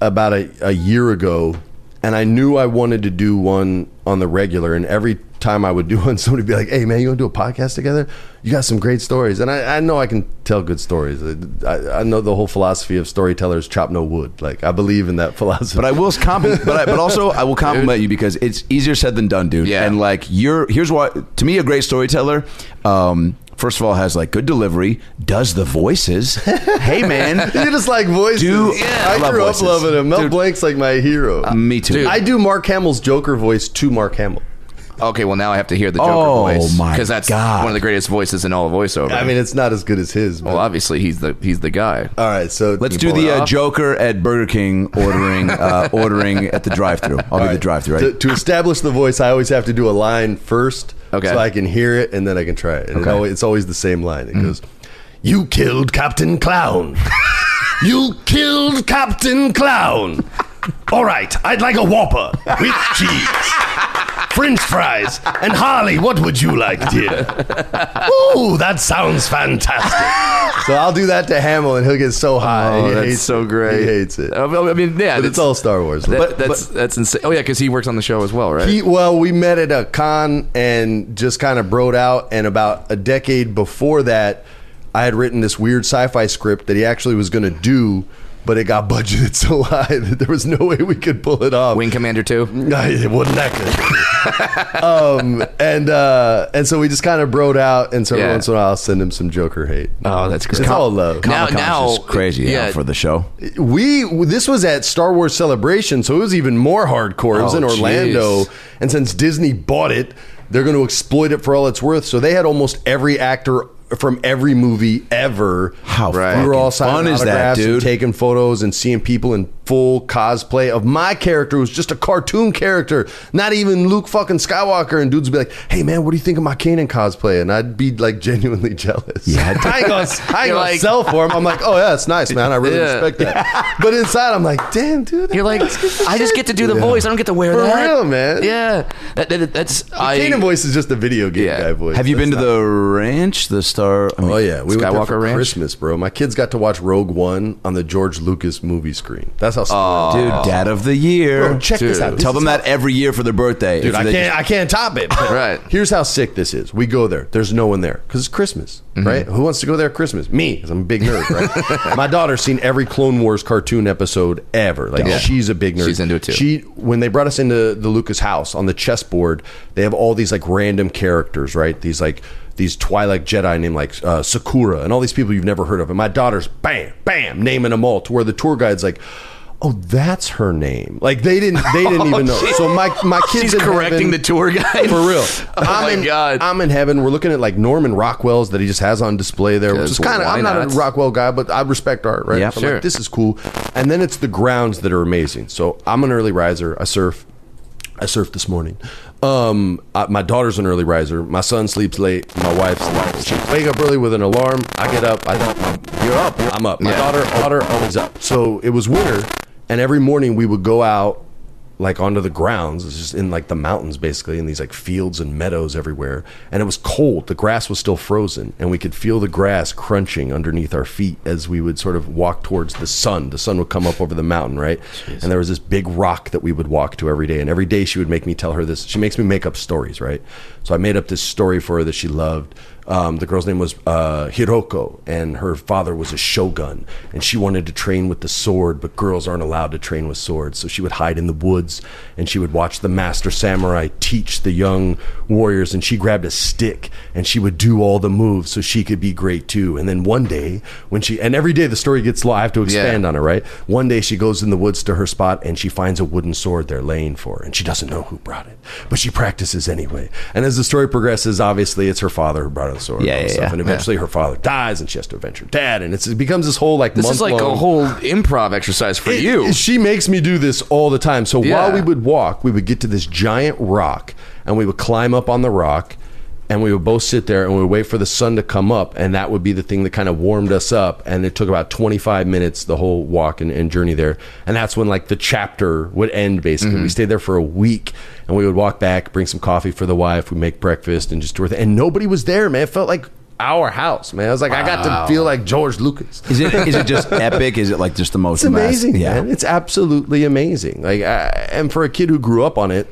Speaker 4: about a, a year ago, and I knew I wanted to do one on the regular. And every time I would do one, somebody would be like, "Hey, man, you want to do a podcast together? You got some great stories." And I, I know I can tell good stories. I, I know the whole philosophy of storytellers chop no wood. Like I believe in that philosophy.
Speaker 2: But I will compliment. but, I, but also, I will compliment you because it's easier said than done, dude.
Speaker 5: Yeah.
Speaker 2: And like, you're here's what to me a great storyteller. Um, first of all, has like good delivery, does the voices. hey man,
Speaker 4: You just like voices.
Speaker 2: Do- Yeah. I
Speaker 4: I,
Speaker 2: love
Speaker 4: grew
Speaker 2: voices.
Speaker 4: up loving him. Mel
Speaker 2: Dude. Uh,
Speaker 4: Blanc's like my hero.
Speaker 2: me too.
Speaker 4: I do Mark Hamill's Joker voice to Mark Hamill.
Speaker 5: Okay, well now I have to hear the Joker
Speaker 2: Oh,
Speaker 5: voice
Speaker 2: my
Speaker 5: because that's
Speaker 2: God.
Speaker 5: one of the greatest voices in all of voiceover.
Speaker 4: I mean, Oh, it's not as good as his. But.
Speaker 5: well, obviously he's the he's the guy.
Speaker 4: all right, so
Speaker 2: Oh, Let's
Speaker 4: You
Speaker 2: do
Speaker 4: pull
Speaker 2: the
Speaker 4: it
Speaker 2: uh,
Speaker 4: off.
Speaker 2: Joker at Burger King ordering uh, ordering at the drive-through. I'll be
Speaker 4: All
Speaker 2: the
Speaker 4: right.
Speaker 2: drive-through, right?
Speaker 4: To, to establish the voice, I always have to do a line first,
Speaker 5: Okay.
Speaker 4: so I can hear it and then I can try it. And it always, it's always the same line.
Speaker 5: Mm-hmm.
Speaker 4: It goes, "You killed Captain Clown. you killed Captain Clown. All right, I'd like a Whopper with cheese." French fries. And Harley, what would you like, dear? Ooh, that sounds fantastic. So I'll do that to Hamill, and he'll get so high.
Speaker 5: Oh,
Speaker 4: He
Speaker 5: that's
Speaker 4: hates
Speaker 5: so
Speaker 4: it.
Speaker 5: great.
Speaker 4: He hates it.
Speaker 5: I mean, I mean, yeah,
Speaker 4: But it's all Star Wars.
Speaker 5: That,
Speaker 4: But-
Speaker 5: that's that's insane. Oh yeah, because he works on the show as well, right?
Speaker 4: He, well, we met at a con and just kind of broed out. And about a decade before that, I had written this weird sci-fi script that he actually was going to do, but it got budgeted so high that there was no way we could pull it off.
Speaker 5: Wing Commander Two.
Speaker 4: No, it wasn't that good. um, and uh, and so we just kind of broed out, and so
Speaker 5: Yeah.
Speaker 4: every once in a while I'll send him some Joker hate.
Speaker 5: Oh, that's great.
Speaker 4: It's all love.
Speaker 5: Now-
Speaker 2: Comic-Con's
Speaker 5: now-
Speaker 2: just crazy yeah,
Speaker 5: yeah.
Speaker 2: for the show.
Speaker 4: we this was at Star Wars Celebration, so it was even more hardcore. It was
Speaker 5: Oh,
Speaker 4: in Orlando,
Speaker 5: jeez.
Speaker 4: and since Disney bought it, they're going to exploit it for all it's worth. So they had almost every actor from every movie ever.
Speaker 2: How
Speaker 4: we were all
Speaker 2: fucking
Speaker 4: signing
Speaker 2: fun is that,
Speaker 4: autographs and
Speaker 2: dude?
Speaker 4: taking photos and seeing people in full cosplay of my character, who's just a cartoon character, not even Luke fucking Skywalker. And dudes would be like, "Hey man, what do you think of my Kanan cosplay?" And I'd be like genuinely jealous. Yeah, I ain't gonna, I ain't
Speaker 5: You're
Speaker 4: gonna
Speaker 5: like-
Speaker 4: sell for him. I'm like, "Oh yeah, it's nice, man. I really
Speaker 5: Yeah.
Speaker 4: respect that. but inside, I'm like, damn, dude.
Speaker 5: You're like, I just get to do the voice. I don't get to wear
Speaker 4: For
Speaker 5: that.
Speaker 4: real, man.
Speaker 5: Yeah, that, that- that's I.
Speaker 4: Kanan voice is just a video game
Speaker 5: Yeah.
Speaker 4: guy voice.
Speaker 2: Have you
Speaker 4: That's
Speaker 2: been to
Speaker 4: not-
Speaker 2: the ranch? The Star? I mean,
Speaker 4: Oh yeah, we went there
Speaker 5: Skywalker
Speaker 4: for
Speaker 5: Ranch?
Speaker 4: Christmas, bro. My kids got to watch Rogue One on the George Lucas movie screen. That's how. spoiled
Speaker 2: dude, Dad of the Year.
Speaker 4: Oh. Bro, check this out. This
Speaker 2: Tell
Speaker 4: is
Speaker 2: them that every year for their birthday.
Speaker 4: Dude,
Speaker 2: So
Speaker 4: I
Speaker 2: they
Speaker 4: can't, I can't top it. but
Speaker 5: Right.
Speaker 4: Here's how sick this is. We go there. There's no one there because it's Christmas,
Speaker 5: Mm-hmm.
Speaker 4: right? Who wants to go there at Christmas? Me, 'cause I'm a big nerd, right? My daughter's seen every Clone Wars cartoon episode ever. Like, she's a big nerd.
Speaker 5: She's into it, too.
Speaker 4: She, when they brought us into the Lucas house on the chessboard, they have all these like random characters, right? These like, these Twilight Jedi named like uh, Sakura and all these people you've never heard of. And my daughter's bam, bam, naming them all to where the tour guide's like, Oh, that's her name. Like they didn't, they
Speaker 5: Oh,
Speaker 4: didn't even know. So my my kids
Speaker 5: She's
Speaker 4: in
Speaker 5: correcting
Speaker 4: heaven-
Speaker 5: the tour guide
Speaker 4: for real.
Speaker 5: Oh my
Speaker 4: in,
Speaker 5: God.
Speaker 4: I'm in heaven. We're looking at like Norman Rockwell's that he just has on display there, which
Speaker 5: Yes,
Speaker 4: is kind of.
Speaker 5: why
Speaker 4: I'm not,
Speaker 5: not?
Speaker 4: a Rockwell guy, but I respect art, right?
Speaker 2: Yeah,
Speaker 4: So I'm like,
Speaker 5: sure.
Speaker 4: this is cool. And then it's the grounds that are amazing. So I'm an early riser. I surf. I surfed this morning. Um, I, my daughter's an early riser. My son sleeps late. My wife's late. She wake up early with an alarm. I get up. I don't. You're up. I'm up. My daughter, daughter always up. So it was winter, and every morning we would go out like onto the grounds. It's just in like the mountains basically, in these like fields and meadows everywhere. And it was cold. The grass was still frozen, and we could feel the grass crunching underneath our feet as we would sort of walk towards the sun. The sun would come up over the mountain, right? And there was this big rock that we would walk to every day. And every day she would make me tell her this. She makes me make up stories, right? So I made up this story for her that she loved. Um, the girl's name was uh, Hiroko, and her father was a shogun, and she wanted to train with the sword, but girls aren't allowed to train with swords. So she would hide in the woods, and she would watch the master samurai teach the young warriors, and she grabbed a stick, and she would do all the moves so she could be great too. And then one day, when she and every day the story gets long, I have to expand on it, right? One day she goes in the woods to her spot, and she finds a wooden sword they're laying for, her, and she doesn't know who brought it, but she practices anyway. And as the story progresses, obviously it's her father who brought her the sword,
Speaker 8: Yeah,
Speaker 4: and all this
Speaker 8: yeah,
Speaker 4: stuff.
Speaker 8: yeah.
Speaker 4: and eventually her father dies, and she has to avenge her dad, and it's, it becomes this whole like
Speaker 5: This is like a
Speaker 4: month-long-
Speaker 5: whole improv exercise for
Speaker 4: it-
Speaker 5: you.
Speaker 4: it- She makes me do this all the time. So while
Speaker 5: Yeah.
Speaker 4: we would walk, we would get to this giant rock and we would climb up on the rock and we would both sit there and we would wait for the sun to come up and that would be the thing that kind of warmed us up and it took about 25 minutes the whole walk and, and journey there and that's when like the chapter would end basically
Speaker 5: Mm-hmm.
Speaker 4: we stayed there for a week and we would walk back bring some coffee for the wife we make breakfast and just do our thing and nobody was there man it felt like our house man i was like i got to feel like george lucas
Speaker 2: Is it is it just epic? Is it like just the most
Speaker 4: it's amazing,
Speaker 2: mass-
Speaker 4: man. It's absolutely amazing. Like, I, and for a kid who grew up on it,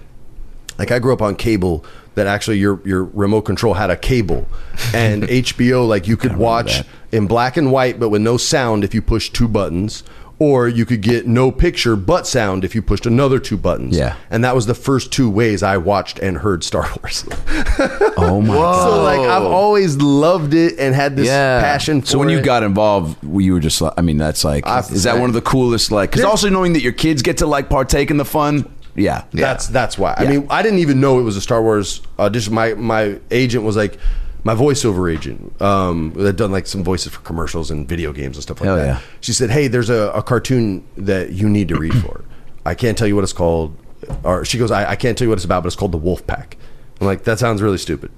Speaker 4: like I grew up on cable. That actually, your your remote control had a cable, and HBO like you could watch in black and white, but with no sound if you pushed two buttons, or you could get no picture but sound if you pushed another two buttons.
Speaker 2: Yeah.
Speaker 4: and that was the first two ways I watched and heard Star Wars.
Speaker 2: Oh my god.
Speaker 4: so like I've always loved it and had this
Speaker 5: Yeah.
Speaker 4: passion. for
Speaker 2: Oh. So when you
Speaker 4: it.
Speaker 2: got involved, you were just like, I mean, that's like, is that one of the coolest? Like, because also knowing that your kids get to like partake in the fun. Yeah,
Speaker 4: That's that's why. I
Speaker 2: Yeah.
Speaker 4: mean, I didn't even know it was a Star Wars audition. My my agent was like my voiceover agent um, that done like some voices for commercials and video games and stuff like
Speaker 2: Hell
Speaker 4: that.
Speaker 2: yeah.
Speaker 4: She said, "Hey, there's a, a cartoon that you need to read for. I can't tell you what it's called." Or she goes, I, "I can't tell you what it's about, but it's called The Wolf Pack." I'm like, "That sounds really stupid."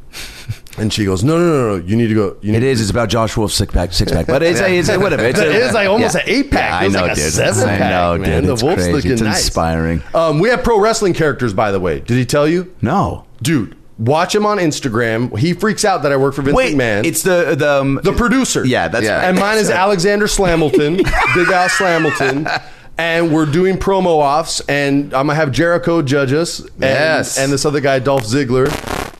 Speaker 4: And she goes, "No, no, no, no. You need to go. You need
Speaker 2: It is. It's about Josh Wolf's six pack, six pack. But it's a, it's a, whatever. It's a,
Speaker 4: It is like almost
Speaker 2: yeah.
Speaker 4: an eight pack.
Speaker 2: Yeah,
Speaker 4: It was like a seven
Speaker 2: I
Speaker 4: pack,
Speaker 2: know,
Speaker 4: man.
Speaker 2: dude.
Speaker 4: The
Speaker 2: it's
Speaker 4: Wolf's
Speaker 2: crazy.
Speaker 4: looking
Speaker 2: it's
Speaker 4: nice.
Speaker 2: inspiring.
Speaker 4: Um, we have pro wrestling characters, by the way. Did he tell you?
Speaker 2: No,
Speaker 4: dude. Watch him on Instagram. He freaks out that I work for Vince
Speaker 2: wait,
Speaker 4: McMahon.
Speaker 2: It's the the um,
Speaker 4: the producer.
Speaker 2: Yeah, that's
Speaker 5: Yeah.
Speaker 2: right.
Speaker 4: and mine is Alexander Slamilton, Big Al Slamilton. And we're doing promo offs, and I'm gonna have Jericho judge us, and,
Speaker 5: Yes.
Speaker 4: and this other guy Dolph Ziggler,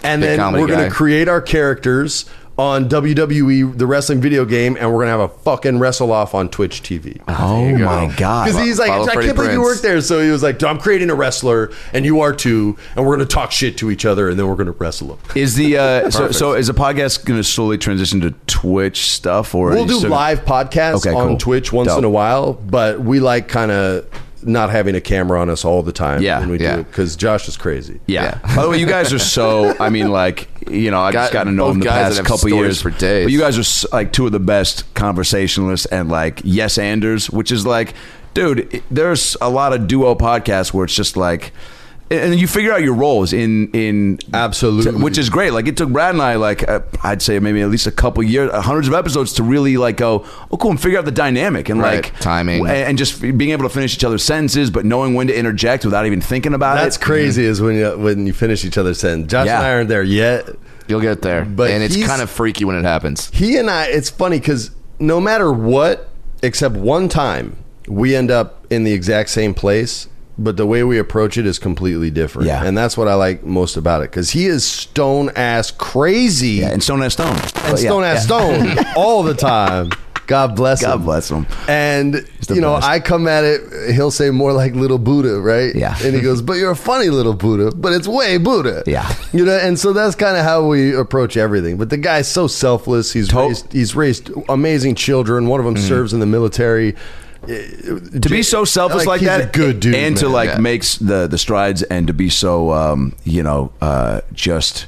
Speaker 4: and then
Speaker 5: comedy
Speaker 4: we're gonna
Speaker 5: guy.
Speaker 4: create our characters on WWE the wrestling video game, and we're gonna have a fucking wrestle off on Twitch TV.
Speaker 2: Oh my god!
Speaker 4: Because he's like,
Speaker 5: Follow
Speaker 4: I can't
Speaker 5: Freddie
Speaker 4: believe you
Speaker 5: Prince.
Speaker 4: work there. So he was like, I'm creating a wrestler, and you are too, and we're gonna talk shit to each other, and then we're gonna wrestle him.
Speaker 2: Is the uh, so so is the podcast going to slowly transition to Twitch stuff or are
Speaker 4: We'll
Speaker 2: you
Speaker 4: do
Speaker 2: still-
Speaker 4: live podcasts
Speaker 2: Okay,
Speaker 4: on
Speaker 2: cool.
Speaker 4: Twitch once
Speaker 2: Dope.
Speaker 4: in a while, but we like kind of not having a camera on us all the time
Speaker 2: Yeah,
Speaker 4: when we
Speaker 5: yeah.
Speaker 4: do it because Josh is crazy.
Speaker 2: Yeah. By the way, you guys are so. I mean, like, you know, I've just
Speaker 5: Got-
Speaker 2: gotten to know
Speaker 5: both
Speaker 2: them the
Speaker 5: guys that
Speaker 2: past
Speaker 5: have
Speaker 2: couple
Speaker 5: stories
Speaker 2: years
Speaker 5: for days.
Speaker 2: But you guys are s- like two of the best conversationalists and like yes anders, which is like, dude, it- there's a lot of duo podcasts where it's just like. And you figure out your roles in in
Speaker 4: Absolutely.
Speaker 2: which is great. Like it took Brad and I, like uh, I'd say maybe at least a couple years, uh, hundreds of episodes to really like go, oh cool, and figure out the dynamic and
Speaker 5: Right.
Speaker 2: like
Speaker 5: Timing.
Speaker 2: w- and just being able to finish each other's sentences, but knowing when to interject without even thinking about it.
Speaker 4: That's crazy is when you when you finish each other's sentence. Josh
Speaker 2: Yeah.
Speaker 4: and I aren't there yet.
Speaker 5: You'll get there,
Speaker 4: But
Speaker 5: and it's
Speaker 4: he's-
Speaker 5: kind of freaky when it happens.
Speaker 4: He and I, it's funny because no matter what, except one time, we end up in the exact same place, but the way we approach it is completely different.
Speaker 2: Yeah.
Speaker 4: And that's what I like most about it because he is stone ass crazy.
Speaker 2: Yeah, and Stone has Stone.
Speaker 4: and Stone ass Stone all the time. God bless him.
Speaker 2: God bless him.
Speaker 4: And
Speaker 2: the
Speaker 4: you know,
Speaker 2: best.
Speaker 4: I come at it. He'll say more like little Buddha, right?
Speaker 2: Yeah.
Speaker 4: And he goes, "But you're a funny little Buddha, but it's way Buddha."
Speaker 2: Yeah.
Speaker 4: You know, and so that's kind of how we approach everything. But the guy's so selfless. He's raised, he's raised amazing children. One of
Speaker 2: Mm.
Speaker 4: them serves in the military.
Speaker 2: To be so selfless like,
Speaker 4: Like, he's
Speaker 2: that,
Speaker 4: a good dude,
Speaker 2: and to
Speaker 4: man.
Speaker 2: like
Speaker 5: Yeah.
Speaker 2: makes the the strides, and to be so um, you know uh, just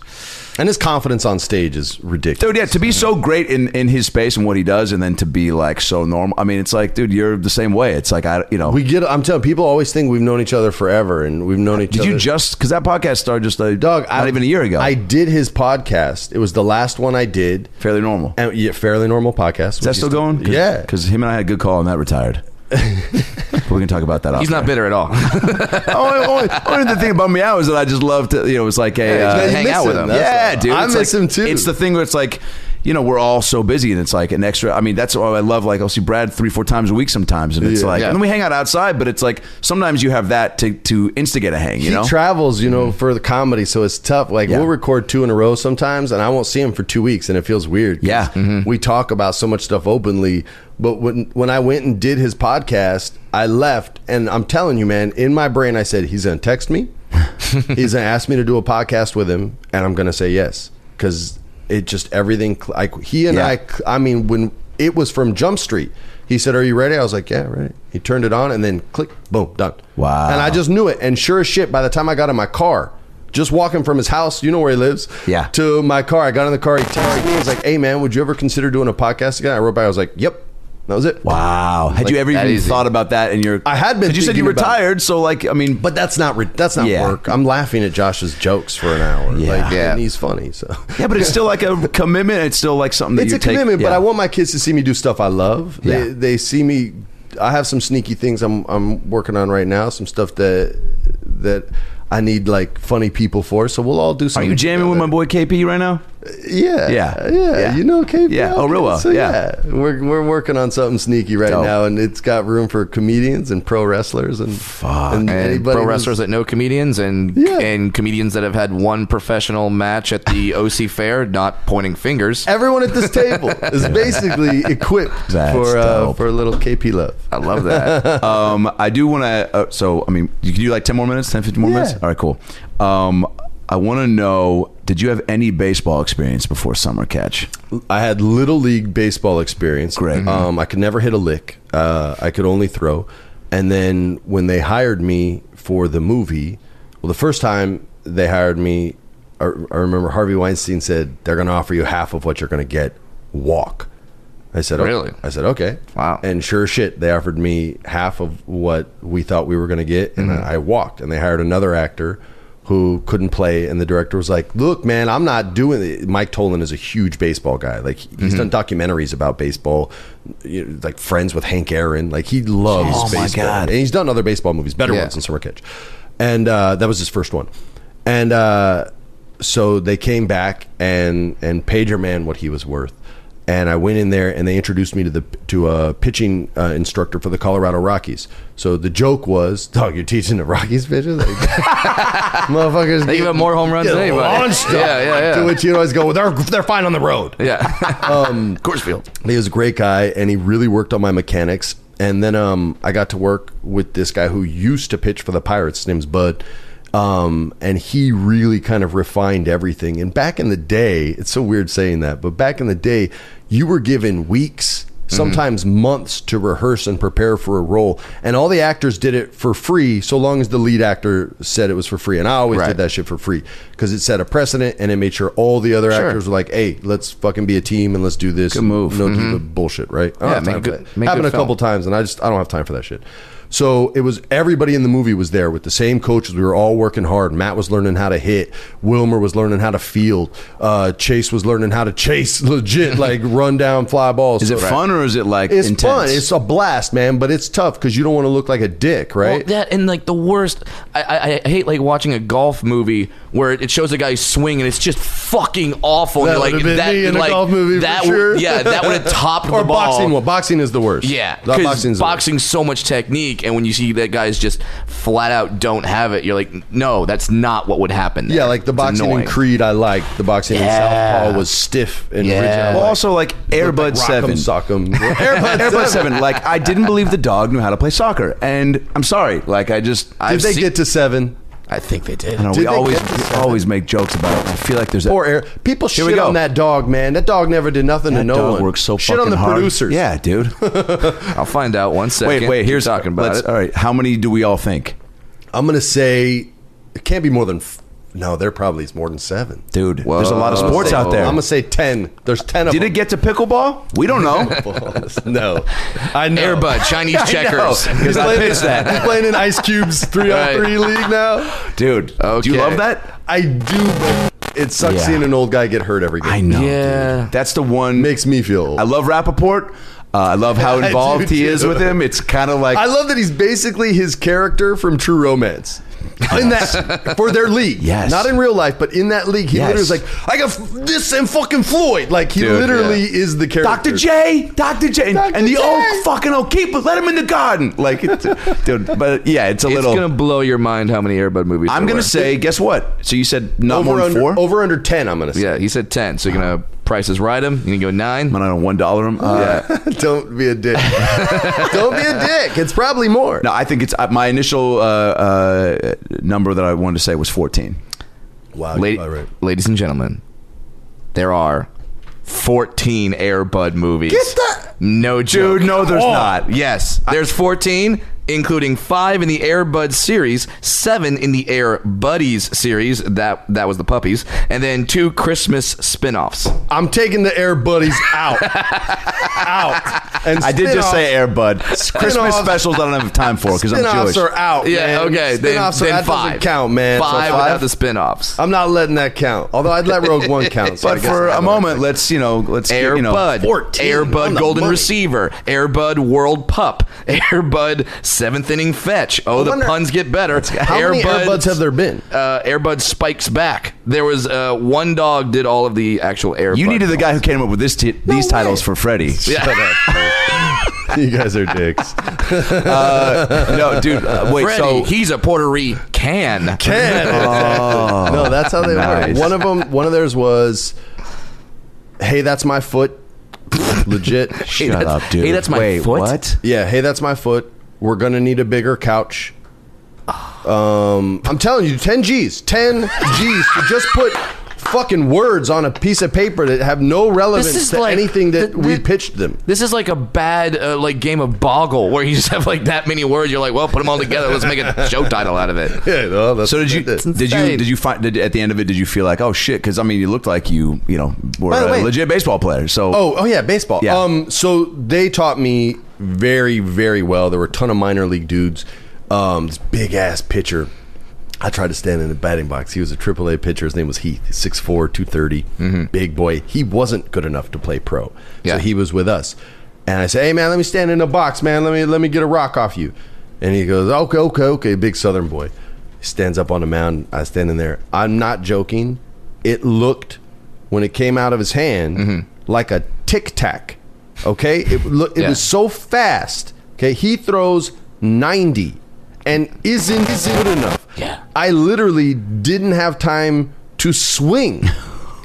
Speaker 4: And his confidence on stage is ridiculous.
Speaker 2: dude, yeah, to be so great in in his space and what he does, and then to be like so normal. I mean, it's like, dude, you're the same way. It's like I, you know,
Speaker 4: We get. I'm telling people always think we've known each other forever, and we've known each
Speaker 2: Uh, did
Speaker 4: other.
Speaker 2: you just because that podcast started just a
Speaker 4: Doug?
Speaker 2: not even a year ago.
Speaker 4: I did his podcast. It was the last one I did.
Speaker 2: fairly normal.
Speaker 4: And yeah, fairly normal
Speaker 2: Is
Speaker 4: podcast.
Speaker 2: that still going?
Speaker 4: Yeah.
Speaker 2: because him and I had a good call, and that retired. But we can talk about that.
Speaker 5: He's
Speaker 2: off
Speaker 5: not
Speaker 2: air.
Speaker 5: bitter at all.
Speaker 2: Oh, only, only, only the thing that bummed me out was that I just loved to, you know, it's like a
Speaker 4: Yeah,
Speaker 2: uh,
Speaker 4: you
Speaker 2: hang
Speaker 4: miss
Speaker 2: out with
Speaker 4: him,
Speaker 2: him.
Speaker 4: that's
Speaker 2: Yeah,
Speaker 4: all.
Speaker 2: dude.
Speaker 4: I
Speaker 2: it's
Speaker 4: miss
Speaker 2: like-
Speaker 4: him, too.
Speaker 2: It's the thing where it's like, you know, we're all so busy and it's like an extra. I mean, that's why I love, like, I'll see Brad three, four times a week sometimes. And it's
Speaker 4: Yeah.
Speaker 2: like,
Speaker 4: Yeah.
Speaker 2: and then we hang out outside, but it's like sometimes you have that to, to instigate a hang, you
Speaker 4: he
Speaker 2: know? Mm-hmm.
Speaker 4: travels, you know, for the comedy, so it's tough. Like
Speaker 2: Yeah.
Speaker 4: we'll record two in a row sometimes, and I won't see him for two weeks, and it feels weird. 'cause
Speaker 2: Yeah. Mhm.
Speaker 4: we talk about so much stuff openly. But when when I went and did his podcast, I left, and I'm telling you, man, in my brain, I said he's gonna text me, he's gonna ask me to do a podcast with him, and I'm gonna say yes because it just everything cl- like he and
Speaker 2: Yeah.
Speaker 4: I. cl- I mean, when it was from Jump Street. He said, "Are you ready?" I was like, "Yeah, ready." He turned it on and then click, boom, done.
Speaker 2: Wow.
Speaker 4: And I just knew it. And sure as shit, by the time I got in my car, just walking from his house, you know where he lives,
Speaker 2: Yeah.
Speaker 4: to my car, I got in the car. He texted me. He's like, "Hey man, would you ever consider doing a podcast again?" I wrote back. I was like, "Yep." That was it.
Speaker 2: Wow. Had
Speaker 4: Like,
Speaker 2: you ever
Speaker 4: that
Speaker 2: even
Speaker 4: easy.
Speaker 2: thought about that in your.
Speaker 4: I had been
Speaker 2: 'Cause You said you
Speaker 4: thinking about it.
Speaker 2: retired, so, like, I mean,
Speaker 4: But that's not re- that's not
Speaker 2: Yeah.
Speaker 4: work. I'm laughing at Josh's jokes for an hour.
Speaker 2: Yeah.
Speaker 4: Like,
Speaker 5: Yeah.
Speaker 4: and he's funny. So
Speaker 2: yeah, but it's still like a commitment. It's still like something that
Speaker 4: it's
Speaker 2: you
Speaker 4: a
Speaker 2: take-
Speaker 4: commitment, but
Speaker 2: yeah.
Speaker 4: I want my kids to see me do stuff I love. They,
Speaker 2: Yeah.
Speaker 4: they see me. I have some sneaky things I'm I'm working on right now. Some stuff that that I need like funny people for. So we'll all do
Speaker 2: Are
Speaker 4: something.
Speaker 2: you jamming with my boy KP right now?
Speaker 4: Yeah,
Speaker 2: Yeah.
Speaker 4: yeah.
Speaker 2: Yeah.
Speaker 4: You know, KP.
Speaker 2: Yeah. Oh, real well.
Speaker 4: So,
Speaker 2: Yeah.
Speaker 4: we're we're working on something sneaky right
Speaker 2: Dope.
Speaker 4: now, and it's got room for comedians and pro wrestlers and and,
Speaker 5: and
Speaker 4: anybody
Speaker 5: pro
Speaker 4: who's-
Speaker 5: wrestlers that know comedians and
Speaker 4: Yeah.
Speaker 5: and comedians that have had one professional match at the OC fair, not pointing fingers.
Speaker 4: Everyone at this table is basically equipped
Speaker 2: That's
Speaker 4: for uh,
Speaker 2: dope.
Speaker 4: for a little KP love.
Speaker 5: I love that.
Speaker 2: um, I do want to. Uh, so, I mean, you can do like 10 more minutes, 10, 15 more
Speaker 4: Yeah.
Speaker 2: minutes? All right, cool. Um, I want to know did you have any baseball experience before summer catch?
Speaker 4: I had little league baseball experience.
Speaker 2: Great.
Speaker 4: Um, I could never hit a lick. Uh, I could only throw. And then when they hired me for the movie, well, the first time they hired me, I, I remember Harvey Weinstein said they're going to offer you half of what you're going to get. Walk. I said, "Oh."
Speaker 5: Really?
Speaker 4: I said, okay.
Speaker 5: Wow.
Speaker 4: And sure as shit, they offered me half of what we thought we were going to get, and
Speaker 2: Mm-hmm.
Speaker 4: I walked. And they hired another actor who couldn't play, and the director was like, "Look, man, I'm not doing it." Mike Tolan is a huge baseball guy. Like he's
Speaker 2: Mm-hmm.
Speaker 4: done documentaries about baseball, you know, like Friends with Hank Aaron. Like he loves
Speaker 2: Oh, my
Speaker 4: baseball,
Speaker 2: God.
Speaker 4: and he's done other baseball movies, better
Speaker 5: Yeah.
Speaker 4: ones than Summer Catch. And uh, that was his first one, and. uh so they came back and and paid your man what he was worth and i went in there and they introduced me to the to a pitching uh, instructor for the colorado rockies so the joke was dog you're teaching the rockies pitchers like, motherfuckers
Speaker 5: They give up more home runs
Speaker 4: get
Speaker 5: than anybody.
Speaker 4: launched up.
Speaker 5: Yeah, yeah, yeah.
Speaker 4: to which you always go well, they're they're fine on the road
Speaker 5: yeah.
Speaker 4: um
Speaker 5: Coors Field.
Speaker 4: he was a great guy and he really worked on my mechanics and then um, i got to work with this guy who used to pitch for the pirates his name's bud um, and he really kind of refined everything and back in the day it's so weird saying that but back in the day you were given weeks
Speaker 5: Mhm.
Speaker 4: sometimes months to rehearse and prepare for a role and all the actors did it for free so long as the lead actor said it was for free and i always did
Speaker 5: Right.
Speaker 4: that shit for free because it set a precedent and it made sure all the other actors were like hey let's fucking be a team and let's do this
Speaker 2: Good move.
Speaker 4: no diva bullshit, right? I don't
Speaker 5: Mm-hmm.
Speaker 4: have
Speaker 5: Yeah, make
Speaker 4: time
Speaker 5: good-
Speaker 4: for that.
Speaker 5: make
Speaker 4: Happened
Speaker 5: good
Speaker 4: a couple
Speaker 5: film.
Speaker 4: times, and I just I don't have time for that shit. So it was everybody in the movie was there with the same coaches. We were all working hard. Matt was learning how to hit. Wilmer was learning how to field. Uh, Chase was learning how to chase legit, like run down fly balls.
Speaker 2: Is it
Speaker 4: So-
Speaker 2: fun or is it like
Speaker 4: It's
Speaker 2: intense?
Speaker 4: fun. It's a blast, man. But it's tough because you don't want to look like a dick, right?
Speaker 5: Well, that and like the worst. I, I, I hate like watching a golf movie where it shows a guy swing and it's just fucking awful.
Speaker 4: That
Speaker 5: and you're
Speaker 4: would've
Speaker 5: like
Speaker 4: been me in a
Speaker 5: like,
Speaker 4: golf movie for
Speaker 5: that
Speaker 4: sure.
Speaker 5: Would, yeah, that would have topped
Speaker 4: or
Speaker 5: the ball.
Speaker 4: boxing. Well, boxing is the worst.
Speaker 5: Yeah,
Speaker 4: That
Speaker 5: because
Speaker 4: boxing's the worst.
Speaker 5: boxing's so much technique, and when you see that guys just flat out don't have it, you're like, no, that's not what would happen. there.
Speaker 4: Yeah, like the
Speaker 5: It's
Speaker 4: boxing in
Speaker 5: annoying.
Speaker 4: Creed, I liked. The boxing
Speaker 5: Yeah.
Speaker 4: in Southpaw was stiff and
Speaker 5: Yeah.
Speaker 4: rigid. I
Speaker 2: Well,
Speaker 4: liked.
Speaker 2: also like Airbud Seven.
Speaker 4: Sock'em.
Speaker 2: Airbud, Airbud Seven. Like I didn't believe the dog knew how to play soccer, and I'm sorry. Like I just I
Speaker 4: Did they
Speaker 5: seen-
Speaker 4: get to seven?
Speaker 5: I think they did.
Speaker 2: don't know.
Speaker 4: did
Speaker 2: we
Speaker 4: they
Speaker 2: always
Speaker 4: get this?
Speaker 2: always make jokes about it. I feel like there's a
Speaker 4: Poor air. People
Speaker 2: Here we
Speaker 4: shit
Speaker 2: go.
Speaker 4: on that dog, man. That dog never did nothing to
Speaker 2: that
Speaker 4: no
Speaker 2: dog
Speaker 4: one.
Speaker 2: works so
Speaker 4: shit
Speaker 2: fucking
Speaker 4: on the
Speaker 2: hard.
Speaker 4: producers.
Speaker 2: Yeah, dude.
Speaker 5: I'll find out one second.
Speaker 2: wait, wait.
Speaker 5: Keep
Speaker 2: Here's
Speaker 5: talking about
Speaker 2: let's-
Speaker 5: it.
Speaker 2: All right, how many do we all think,
Speaker 4: I'm gonna say it can't be more than. F- no, there probably is more than seven.
Speaker 2: dude? There's a lot of sports
Speaker 4: Uh, Say-
Speaker 2: out there.
Speaker 4: I'm gonna say ten. There's ten of
Speaker 2: Did it
Speaker 4: them.
Speaker 2: get to pickleball? We don't know.
Speaker 4: no, I know.
Speaker 5: Airbud, Chinese
Speaker 2: Oh,
Speaker 5: checkers.
Speaker 2: Because I pitched
Speaker 4: He's
Speaker 2: that,
Speaker 4: playing in Ice Cube's three on three league now.
Speaker 2: dude. Do
Speaker 5: Okay.
Speaker 2: you love that?
Speaker 4: I do. But it sucks
Speaker 2: Yeah.
Speaker 4: seeing an old guy get hurt every game.
Speaker 2: I know.
Speaker 5: Yeah.
Speaker 2: dude. that's the one.
Speaker 4: Makes me feel. Old.
Speaker 2: I love Rappaport.
Speaker 7: Uh, I love how
Speaker 4: I do
Speaker 7: involved he is
Speaker 4: too.
Speaker 7: with him. It's kind of like
Speaker 4: I love that he's basically his character from True Romance. In that for their league,
Speaker 7: Yes.
Speaker 4: not in real life, but in that league, he
Speaker 7: Yes.
Speaker 4: literally is like, I got f- this and fucking Floyd. Like he
Speaker 7: Dude,
Speaker 4: literally is the character.
Speaker 7: Dr. J, Dr. J, and-
Speaker 4: Dr.
Speaker 7: and the
Speaker 4: J.
Speaker 7: old fucking O'Keefe, let him in the garden. Like, it's, dude, but yeah, it's a
Speaker 5: It's
Speaker 7: little.
Speaker 5: gonna blow your mind how many Airbud movies.
Speaker 7: I'm
Speaker 5: there
Speaker 7: going
Speaker 5: were.
Speaker 7: to say, guess what? So you said not more
Speaker 4: Over
Speaker 7: than
Speaker 4: under,
Speaker 7: four?
Speaker 4: over under ten. I'm gonna say.
Speaker 5: Yeah, he said ten. So you're gonna prices right him. You're gonna go nine.
Speaker 7: I'm on a one dollar. Uh,
Speaker 5: yeah.
Speaker 4: Don't be a dick. Don't be a dick. It's probably more.
Speaker 7: No, I think it's uh, my initial uh, uh, number that I wanted to say was 14.
Speaker 4: Wow.
Speaker 5: Lady,
Speaker 4: all right.
Speaker 5: Ladies and gentlemen, there are 14 Airbud movies.
Speaker 4: Get that-
Speaker 5: No joke.
Speaker 7: Dude, no, there's
Speaker 5: Oh.
Speaker 7: not.
Speaker 5: Yes, there's 14, including five in the Airbud series, seven in the Air Buddies series. That that was the puppies, and then two Christmas spin-offs.
Speaker 4: I'm taking the Air Buddies out. out. And
Speaker 7: I did just
Speaker 4: spin-offs-
Speaker 7: say Air Bud. Christmas
Speaker 4: Spin-offs.
Speaker 7: specials I don't have time for because I'm
Speaker 4: spin-offs
Speaker 7: Jewish.
Speaker 4: are out.
Speaker 5: Yeah,
Speaker 4: man.
Speaker 5: okay. Then,
Speaker 4: Spin-offs
Speaker 5: then
Speaker 4: are, that
Speaker 5: five.
Speaker 4: doesn't count, man. So
Speaker 5: Five, without the spin-offs.
Speaker 4: I'm not letting that count. Although I'd let Rogue One count. so I
Speaker 7: but
Speaker 4: guess
Speaker 7: for
Speaker 4: I
Speaker 7: a
Speaker 4: don't
Speaker 7: moment, let's you know, let's get,
Speaker 5: Air
Speaker 7: you know,
Speaker 5: Bud, Air Bud Golden Receiver, Air Bud World Pup, Air Bud Seventh Inning Fetch. Oh, the
Speaker 4: wonder-
Speaker 5: puns get better.
Speaker 4: How
Speaker 5: Air
Speaker 4: many Air
Speaker 5: Buds-
Speaker 4: Buds have there been?
Speaker 5: Uh, Air Bud Spikes Back. There was uh, one dog did all of the actual Air.
Speaker 7: You
Speaker 5: Bud
Speaker 7: needed the guy who
Speaker 5: films.
Speaker 7: came up with this t- these titles for Freddy.
Speaker 4: you guys are dicks.
Speaker 7: Uh, no, dude. uh, wait,
Speaker 5: Freddy,
Speaker 7: so
Speaker 5: he's a Puerto Rican.
Speaker 7: oh,
Speaker 4: no, that's how they
Speaker 7: Nice.
Speaker 4: work. One of them, one of theirs was, "Hey, that's my foot." Legit.
Speaker 5: Hey,
Speaker 7: shut
Speaker 5: that's-
Speaker 7: up, dude.
Speaker 5: hey, that's my
Speaker 7: wait,
Speaker 5: foot.
Speaker 7: What?
Speaker 4: Yeah. Hey, that's my foot. We're gonna need a bigger couch. Um, I'm telling you, ten G's, ten G's to just put fucking words on a piece of paper that have no relevance
Speaker 5: is
Speaker 4: to
Speaker 5: like
Speaker 4: anything that
Speaker 5: the-
Speaker 4: we
Speaker 5: the-
Speaker 4: pitched them.
Speaker 5: This is like a bad uh, like game of Boggle where you just have like that many words. You're like, well, put them all together. Let's make a show title out of it.
Speaker 4: Yeah. No, that's
Speaker 7: So did you did you
Speaker 5: insane.
Speaker 7: did you find did, at the end of it did you feel like oh shit because I mean you looked like you you know were
Speaker 4: By the
Speaker 7: a
Speaker 4: way-
Speaker 7: legit baseball player so
Speaker 4: Oh, oh yeah, baseball.
Speaker 7: Yeah.
Speaker 4: Um, so they taught me very, very well. There were a ton of minor league dudes. Um, this big ass pitcher. I tried to stand in the batting box. He was a triple A pitcher. His name was Heath, 6'4", 230, big boy. He wasn't good enough to play pro.
Speaker 5: Yeah.
Speaker 4: So he was with us. And I said, Hey man, let me stand in the box, man. Let me let me get a rock off you. And he goes, Okay, okay, okay, big southern boy. He stands up on the mound. I stand in there. I'm not joking. It looked when it came out of his hand like a tic tac. Okay, it look, it
Speaker 5: Mm-hmm. Yeah.
Speaker 4: was so fast. Okay, he throws ninety and isn't good enough.
Speaker 5: Yeah.
Speaker 4: I literally didn't have time to swing.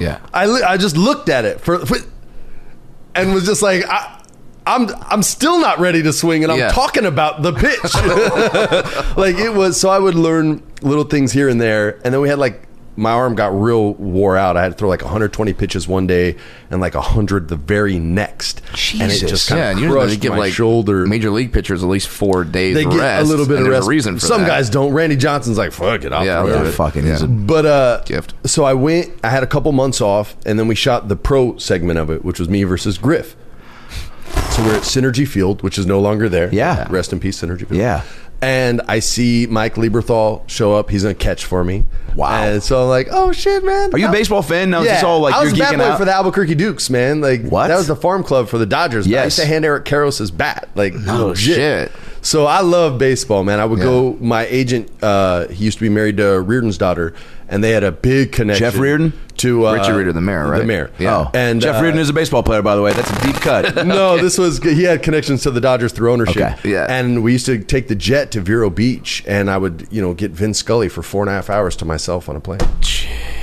Speaker 5: Yeah.
Speaker 4: I li- I just looked at it for, for- and was just like I. I'm I'm still not ready to swing, and I'm
Speaker 5: Yeah.
Speaker 4: talking about the pitch. like it was, so I would learn little things here and there, and then we had like my arm got real wore out. I had to throw like 120 pitches one day, and like 100 the very next, and it just kind
Speaker 5: yeah,
Speaker 4: of
Speaker 5: and usually they
Speaker 4: crushed
Speaker 5: give
Speaker 4: my
Speaker 5: like
Speaker 4: shoulder.
Speaker 5: major league pitchers at least four days.
Speaker 4: they get
Speaker 5: rest,
Speaker 4: a little bit
Speaker 5: and
Speaker 4: of
Speaker 5: there's
Speaker 4: rest.
Speaker 5: A reason for
Speaker 4: Some
Speaker 5: that.
Speaker 4: guys don't. Randy Johnson's like, fuck it, I'll
Speaker 5: Yeah,
Speaker 4: throw
Speaker 5: I'll do
Speaker 4: it.
Speaker 5: it.
Speaker 7: fucking is it
Speaker 4: But uh,
Speaker 5: Gift.
Speaker 4: So I went. I had a couple months off, and then we shot the pro segment of it, which was me versus Griff. So we're at Synergy Field, which is no longer there.
Speaker 7: Yeah.
Speaker 4: Rest in peace, Synergy Field.
Speaker 7: Yeah.
Speaker 4: And I see Mike Lieberthal show up. He's gonna catch for me.
Speaker 7: Wow.
Speaker 4: And so I'm like, oh shit, man.
Speaker 7: are you a baseball fan now is this all like
Speaker 4: I was
Speaker 7: you're
Speaker 4: a bat
Speaker 7: geeking
Speaker 4: boy
Speaker 7: out
Speaker 4: for the Albuquerque Dukes, man. Like
Speaker 7: What?
Speaker 4: That was the farm club for the Dodgers. but I
Speaker 7: Yes.
Speaker 4: used to hand Eric Karos's bat. Like
Speaker 5: No
Speaker 4: legit.
Speaker 5: shit.
Speaker 4: So I love baseball, man. I would go. My agent, uh, he used to be married to Reardon's daughter, and they had a big connection.
Speaker 7: Jeff Reardon?
Speaker 4: to uh,
Speaker 5: Richard Reardon, the mayor,
Speaker 4: The
Speaker 5: right?
Speaker 4: mayor.
Speaker 5: Yeah.
Speaker 7: oh
Speaker 4: And uh,
Speaker 7: Jeff Reardon is a baseball player by the way that's a deep cut
Speaker 4: no, this was he had connections to the Dodgers through ownership.
Speaker 7: Okay.
Speaker 5: Yeah.
Speaker 4: And we used to take the jet to Vero Beach, and I would you know get Vin Scully for four and a half hours to myself on a plane.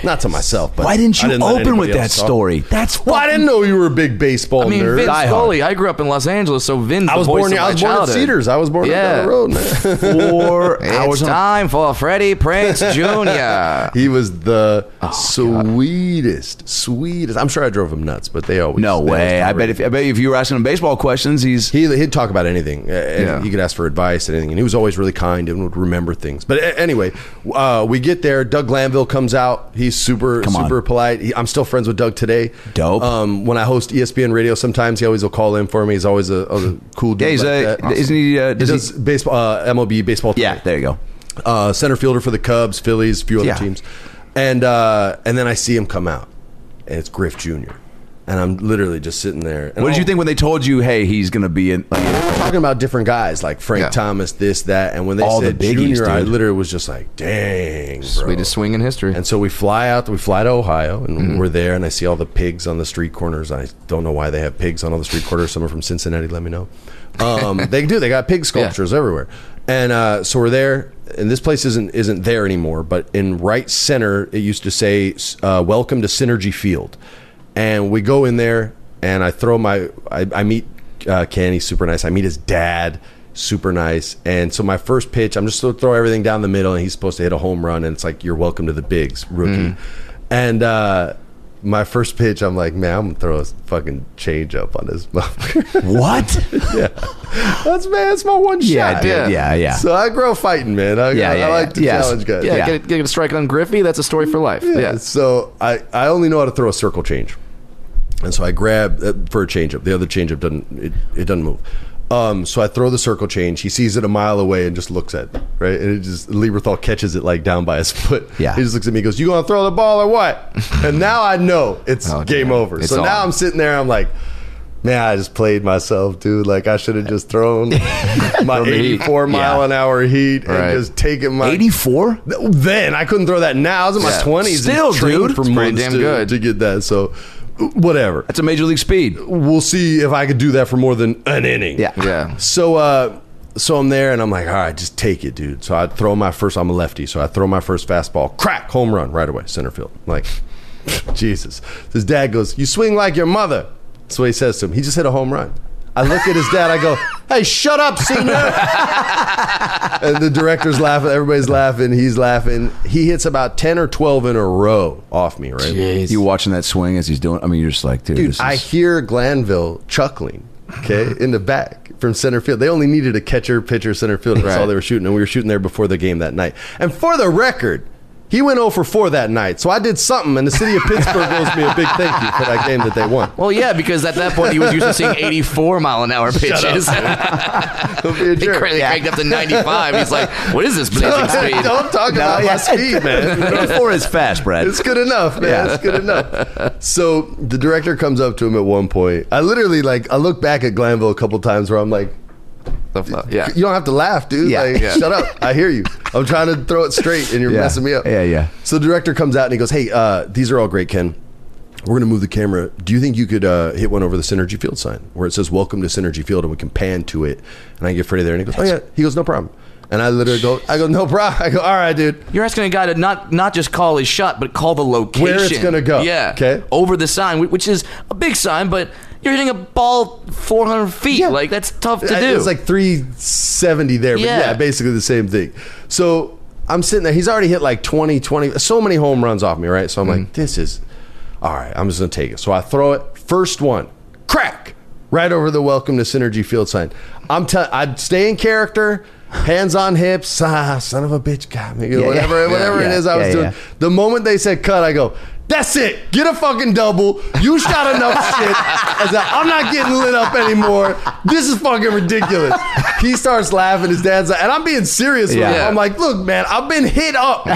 Speaker 4: Not to myself, but
Speaker 7: why didn't
Speaker 4: I
Speaker 7: you
Speaker 4: let
Speaker 7: open
Speaker 4: anybody
Speaker 7: with that
Speaker 4: else talk.
Speaker 7: story that's
Speaker 4: Well, I didn't know you were a big baseball
Speaker 5: I mean,
Speaker 4: nerd.
Speaker 5: Vin
Speaker 7: Die
Speaker 5: Scully. I grew up in Los Angeles, so Vin's
Speaker 4: I
Speaker 5: the
Speaker 4: was
Speaker 5: voice
Speaker 4: born.
Speaker 5: of
Speaker 4: I
Speaker 5: my
Speaker 4: was born at
Speaker 5: childhood.
Speaker 4: Cedars. I was born
Speaker 5: yeah.
Speaker 4: down the road, man.
Speaker 7: four hours
Speaker 5: It's
Speaker 7: on
Speaker 5: time for Freddie Prince Jr.
Speaker 4: He was the
Speaker 7: Oh,
Speaker 4: sweetest, sweetest. I'm sure I drove him nuts, but they always.
Speaker 7: no
Speaker 4: they always
Speaker 7: way
Speaker 4: do
Speaker 7: I
Speaker 4: it.
Speaker 7: bet if I bet if you were asking him baseball questions he's
Speaker 4: He, he'd talk about anything. Uh, and
Speaker 5: Yeah.
Speaker 4: You could ask for advice and anything. And he was always really kind and would remember things. But a- anyway, uh, we get there. Doug Glanville comes out. He's super,
Speaker 7: Come on.
Speaker 4: super polite. He, I'm still friends with Doug today.
Speaker 7: Dope.
Speaker 4: Um, when I host ESPN radio, sometimes he always will call in for me. He's always a, a cool dude.
Speaker 7: yeah he's
Speaker 4: like
Speaker 7: a
Speaker 4: that.
Speaker 7: isn't he uh,
Speaker 4: He
Speaker 7: does
Speaker 4: does
Speaker 7: he
Speaker 4: baseball, uh, MLB baseball.
Speaker 7: yeah
Speaker 4: today
Speaker 7: there you go
Speaker 4: uh, center fielder for the Cubs, Phillies, a few other
Speaker 7: Yeah.
Speaker 4: teams, and uh, and then I see him come out, and it's Griff Jr. and I'm literally just sitting there. And
Speaker 7: What did you
Speaker 4: I'll-
Speaker 7: think when they told you, hey, he's going to be in? Like,
Speaker 4: talking about different guys like Frank
Speaker 5: Yeah.
Speaker 4: Thomas, this, that, and when they
Speaker 7: All the
Speaker 4: said
Speaker 7: biggies,
Speaker 4: junior, I
Speaker 7: dude.
Speaker 4: literally was just like, "Dang, bro.
Speaker 5: Sweetest swing in history.
Speaker 4: And so we fly out. We fly to Ohio, and
Speaker 7: Mm-hmm.
Speaker 4: we're there. And I see all the pigs on the street corners. I don't know why they have pigs on all the street corners. Someone from Cincinnati, let me know. Um, they do. They got pig sculptures everywhere. And uh, so we're there. And this place isn't isn't there anymore. But in right center, it used to say uh, "Welcome to Synergy Field." And we go in there, and I throw my. I, I meet uh, Ken. He's super nice. I meet his dad. Super nice. And so my first pitch, I'm just going to throw everything down the middle, and he's supposed to hit a home run. And it's like, you're welcome to the bigs, rookie. And uh, my first pitch, I'm like, man, I'm going to throw a fucking change up on this motherfucker.
Speaker 7: what?
Speaker 4: that's, man, that's my one
Speaker 7: yeah,
Speaker 4: shot.
Speaker 7: dude. Yeah, yeah.
Speaker 4: So I grow fighting, man. I,
Speaker 7: Yeah,
Speaker 4: I,
Speaker 7: yeah,
Speaker 4: I like
Speaker 7: yeah.
Speaker 4: to
Speaker 7: Yeah.
Speaker 4: challenge guys.
Speaker 5: yeah,
Speaker 7: Yeah.
Speaker 5: Get, a, get a strike on Griffey. That's a story for life. Yeah.
Speaker 4: Yeah. So I, I only know how to throw a circle change, and so I grab uh, for a changeup. The other changeup doesn't it, it doesn't move. Um, so I throw the circle change. He sees it a mile away and just looks at it, right. And it just Lieberthal catches it like down by his foot.
Speaker 7: Yeah.
Speaker 4: He just looks at me, and goes, "You gonna throw the ball or what?" and now I know it's
Speaker 5: Oh,
Speaker 4: game
Speaker 5: damn.
Speaker 4: over.
Speaker 5: It's
Speaker 4: so now
Speaker 5: on.
Speaker 4: I'm sitting there. I'm like. Man, I just played myself, dude. Like I should have just thrown my
Speaker 5: the heat.
Speaker 4: 84 mile
Speaker 5: Yeah.
Speaker 4: an hour heat and
Speaker 5: Right.
Speaker 4: just taken my
Speaker 7: 84?
Speaker 4: Th- Then I couldn't throw that now. I was in my
Speaker 5: Yeah.
Speaker 4: twenties.
Speaker 7: Still, dude.
Speaker 4: for
Speaker 7: It's
Speaker 5: pretty
Speaker 4: months
Speaker 5: damn
Speaker 4: to,
Speaker 5: good.
Speaker 4: to get that. So, whatever.
Speaker 7: That's a major league speed.
Speaker 4: We'll see if I could do that for more than an inning.
Speaker 7: Yeah.
Speaker 5: Yeah.
Speaker 4: So, uh, so I'm there, and I'm like, all right, just take it, dude. So I throw my first. I'm a lefty, so I throw my first fastball. Crack, home run right away, center field. I'm like, Jesus. His dad goes, "You swing like your mother." That's what he says to him. He just hit a home run. I look at his dad. I go, "Hey, shut up, senior." and the director's laughing, everybody's laughing, he's laughing. He hits about 10 or 12 in a row off me, right?
Speaker 7: You watching that swing as he's doing? I mean, you're just like, dude,
Speaker 4: Dude,
Speaker 7: this is,
Speaker 4: I hear Glanville chuckling, okay, in the back from center field. They only needed a catcher, pitcher, center field. That's all they were shooting, and we were shooting there before the game that night. And for the record, he went 0 for 4 that night. So I did something, and the city of Pittsburgh owes me a big thank you for that game that they won.
Speaker 5: Well, yeah, because at that point he was used to seeing 84 mile an hour pitches.
Speaker 4: Don't be a
Speaker 5: he
Speaker 4: jerk.
Speaker 5: cranked cranked up to 95. He's like, what is this blazing speed?
Speaker 4: Don't talk about my speed, man.
Speaker 7: 84 is fast, Brad.
Speaker 4: It's good enough, man. It's good enough. So the director comes up to him at one point. I literally like I look back at Glanville a couple times where I'm like,
Speaker 5: The fu- yeah.
Speaker 4: you don't have to laugh, dude.
Speaker 7: Yeah.
Speaker 4: Like,
Speaker 7: Yeah.
Speaker 4: shut up. I hear you. I'm trying to throw it straight and you're
Speaker 7: Yeah.
Speaker 4: messing me up.
Speaker 7: Yeah, yeah.
Speaker 4: So the director comes out and he goes, Hey, uh, these are all great, Ken. We're gonna move the camera. Do you think you could uh, hit one over the Synergy Field sign where it says "Welcome to Synergy Field" and we can pan to it? And I get Freddie there, and he goes, "Oh yeah." He goes, "No problem." And I literally go, "I go, no problem." I go, "All right, dude."
Speaker 5: You're asking a guy to not not just call his shot, but call the location
Speaker 4: Where it's gonna go,
Speaker 5: Yeah.
Speaker 4: okay?
Speaker 5: Over the sign, whi- which is a big sign, but you're hitting a ball 400 feet.
Speaker 4: Yeah.
Speaker 5: Like that's tough to
Speaker 4: I-
Speaker 5: do.
Speaker 4: It's like 370 there, but
Speaker 5: Yeah.
Speaker 4: yeah. basically the same thing. So I'm sitting there. He's already hit like 20, 20, so many home runs off me, right? So I'm
Speaker 7: Mm-hmm.
Speaker 4: like, this is, all right, I'm just going to take it. So I throw it. First one, crack, right over the welcome to Synergy Field sign. I'm telling, I'd stay in character. Hands on hips, ah, son of a bitch, got me.
Speaker 7: yeah.
Speaker 4: whatever,
Speaker 7: Yeah,
Speaker 4: whatever it
Speaker 7: yeah,
Speaker 4: is I was
Speaker 7: yeah,
Speaker 4: doing.
Speaker 7: yeah.
Speaker 4: The moment they said cut, I go, that's it. Get a fucking double. You shot enough shit. As I, I'm not getting lit up anymore. This is fucking ridiculous. He starts laughing. His dad's like, and I'm being serious with
Speaker 7: Yeah.
Speaker 4: him. I'm like, look, man, I've been hit up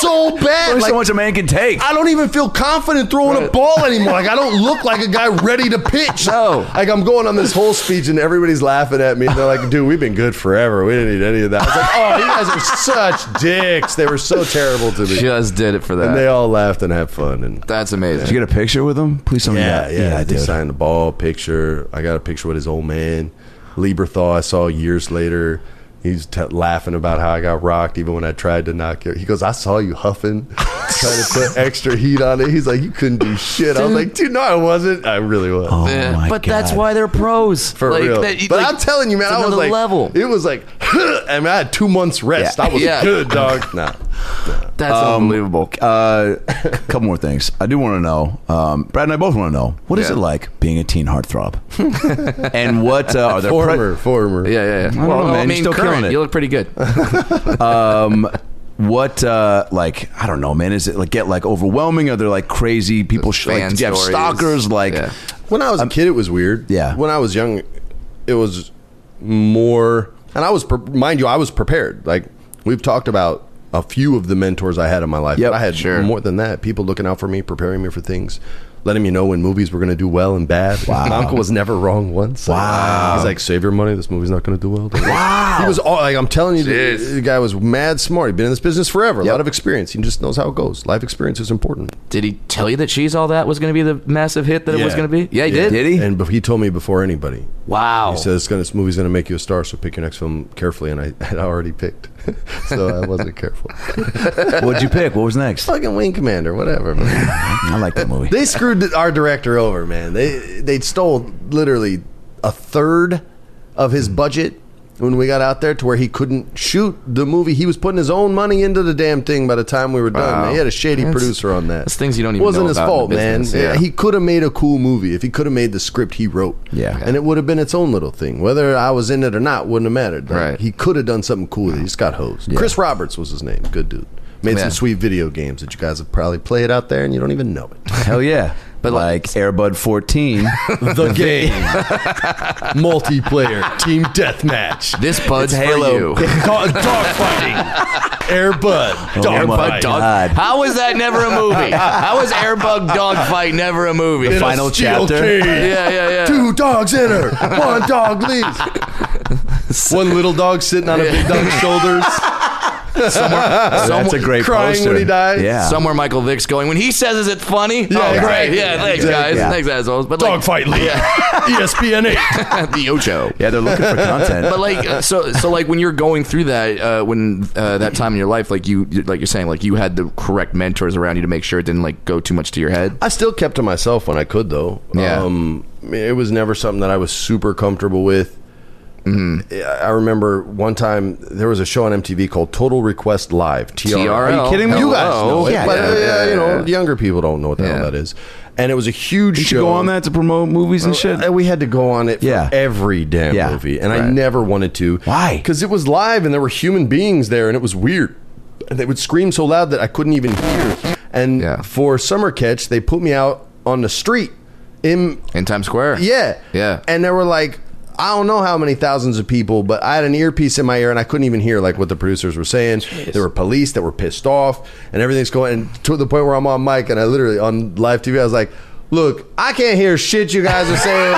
Speaker 4: so bad.
Speaker 7: There's
Speaker 4: Like,
Speaker 7: so much a man can take.
Speaker 4: I don't even feel confident throwing a ball anymore. Like I don't look like a guy ready to pitch.
Speaker 7: No.
Speaker 4: Like I'm going on this whole speech and everybody's laughing at me. They're like, dude, we've been good forever. We didn't need any of that. I was like, oh, you guys are such dicks. They were so terrible to me.
Speaker 5: just did it for that.
Speaker 4: And they all laughed and had fun. And
Speaker 5: that's amazing.
Speaker 7: Did you get a picture with him? Please, somebody.
Speaker 4: yeah, yeah,
Speaker 7: I
Speaker 4: they
Speaker 7: did.
Speaker 4: signed the ball picture. I got a picture with his old man, Lieberthal. I saw years later. He's t- laughing about how I got rocked, even when I tried to not get. He goes, "I saw you huffing, trying to put extra heat on it." He's like, "You couldn't do shit." I was like, "Dude, no, I wasn't. I really was."
Speaker 7: Oh
Speaker 5: Yeah,
Speaker 7: my
Speaker 5: but that's
Speaker 7: God.
Speaker 5: why they're pros.
Speaker 4: For
Speaker 5: Like,
Speaker 4: real,
Speaker 5: that-
Speaker 4: but
Speaker 5: like,
Speaker 4: I'm telling you, man,
Speaker 5: it's
Speaker 4: I was
Speaker 5: another
Speaker 4: like,
Speaker 5: level.
Speaker 4: it was like, I mean, I had two months rest. I was
Speaker 5: Yeah.
Speaker 4: good, dog. Nah,
Speaker 5: That's
Speaker 4: um,
Speaker 5: unbelievable.
Speaker 7: Uh, a couple more things. I do want to know. Um, Brad and I both want to know. What is
Speaker 5: Yeah.
Speaker 7: it like being a teen heartthrob? and what uh, are there? pre-
Speaker 4: former, former.
Speaker 5: Yeah, yeah, yeah.
Speaker 7: don't know, man. You're still
Speaker 5: current,
Speaker 7: killing it.
Speaker 5: You look pretty good.
Speaker 7: um, what uh, like I don't know, man. Is it like get like overwhelming? Are there like crazy people? Sh- like,
Speaker 5: fan
Speaker 7: do you have
Speaker 5: stories.
Speaker 7: stalkers? Like
Speaker 5: Yeah.
Speaker 4: When I was a
Speaker 5: Um,
Speaker 4: kid, it was weird.
Speaker 7: yeah.
Speaker 4: When I was young, it was more, and I was, pre- mind you, I was prepared. Like we've talked about a few of the mentors I had in my life.
Speaker 7: Yep,
Speaker 4: but I had
Speaker 5: sure.
Speaker 4: more than that. People looking out for me, preparing me for things. letting me know when movies were going to do well and bad. My uncle was never wrong once. wow. He's like, save your money. This movie's not going to do well. Wow. He was all like, I'm telling you, the, the guy was mad smart. He'd been in this business forever. A lot of experience. He just knows how it goes. Life experience is important.
Speaker 5: Did he tell you that She's All That was going to be the massive hit that it was
Speaker 4: Yeah.
Speaker 5: going to be? Yeah, he did.
Speaker 4: And but he told me before anybody.
Speaker 5: Wow.
Speaker 4: He said this, gonna, this movie's going to make you a star, so pick your next film carefully. And I had already picked, so I wasn't careful.
Speaker 2: What'd you pick? What was next?
Speaker 4: Fucking Wing Commander, whatever. Man.
Speaker 2: I like that movie.
Speaker 4: They screwed our director over, man. They they stole literally a third of his budget when we got out there to where he couldn't shoot the movie. He was putting his own money into the damn thing by the time we were done. man. He had a shady producer on that.
Speaker 5: that's things you don't even
Speaker 4: wasn't
Speaker 5: know
Speaker 4: his
Speaker 5: about in
Speaker 4: fault,
Speaker 5: the
Speaker 4: man.
Speaker 5: business, yeah.
Speaker 4: He could have made a cool movie if he could have made the script he wrote.
Speaker 2: Yeah.
Speaker 4: and it would have been its own little thing. Whether I was in it or not wouldn't have mattered. Like,
Speaker 5: Right.
Speaker 4: He could have done something cool. with it. He just got hosed. Chris Roberts was his name. Good dude. Made
Speaker 5: Yeah.
Speaker 4: some sweet video games that you guys have probably played out there and you don't even know it.
Speaker 2: Hell yeah. But like, Airbud 14.
Speaker 4: the game. Multiplayer team deathmatch.
Speaker 5: This bud's
Speaker 2: Halo.
Speaker 5: for you.
Speaker 4: Dog, dog fighting. Airbud.
Speaker 2: Oh my
Speaker 5: Airbud dog.
Speaker 2: God.
Speaker 5: How is that never a movie? How is Airbug Dogfight never a movie?
Speaker 2: The final chapter.
Speaker 5: Yeah, yeah, yeah.
Speaker 4: Two dogs enter. One dog leaves. One little dog sitting on a big dog's shoulders.
Speaker 2: That's a great
Speaker 4: crying
Speaker 2: poster.
Speaker 4: when he dies.
Speaker 2: Yeah.
Speaker 5: Somewhere Michael Vick's going when he says, "Is it funny?" oh, great.
Speaker 4: exactly.
Speaker 5: Yeah, thanks
Speaker 4: Exactly.
Speaker 5: guys,
Speaker 2: Yeah.
Speaker 5: thanks assholes. But like,
Speaker 4: Dogfight league. E ESPN 8.
Speaker 5: the Ocho.
Speaker 2: yeah, they're looking for content.
Speaker 5: But like, uh, so so like when you're going through that, uh, when uh, that time in your life, like you like you're saying, like you had the correct mentors around you to make sure it didn't like go too much to your head.
Speaker 4: I still kept to myself when I could, though.
Speaker 5: Yeah.
Speaker 4: Um, it was never something that I was super comfortable with. I I remember one time there was a show on MTV called Total Request Live. TRL.
Speaker 5: Are you kidding me?
Speaker 4: You guys know it,
Speaker 5: Yeah,
Speaker 4: but
Speaker 5: yeah,
Speaker 4: uh,
Speaker 5: yeah,
Speaker 4: you know,
Speaker 5: yeah.
Speaker 4: younger people don't know what the
Speaker 5: Yeah.
Speaker 4: hell that is. And it was a huge
Speaker 2: you
Speaker 4: show.
Speaker 2: should go on that to promote movies and shit.
Speaker 4: And we had to go on it for
Speaker 2: Yeah.
Speaker 4: every damn
Speaker 2: Yeah.
Speaker 4: movie, and I
Speaker 2: Right.
Speaker 4: never wanted to.
Speaker 2: Why?
Speaker 4: Because it was live, and there were human beings there, and it was weird. And they would scream so loud that I couldn't even hear. And
Speaker 5: Yeah.
Speaker 4: for summer catch, they put me out on the street. In
Speaker 5: In Times Square.
Speaker 4: yeah,
Speaker 5: Yeah.
Speaker 4: and there were like I don't know how many thousands of people, but I had an earpiece in my ear and I couldn't even hear like what the producers were saying. There were police that were pissed off, and everything's going and to the point where I'm on mic and I literally on live TV I was like. Look, I can't hear shit you guys are saying,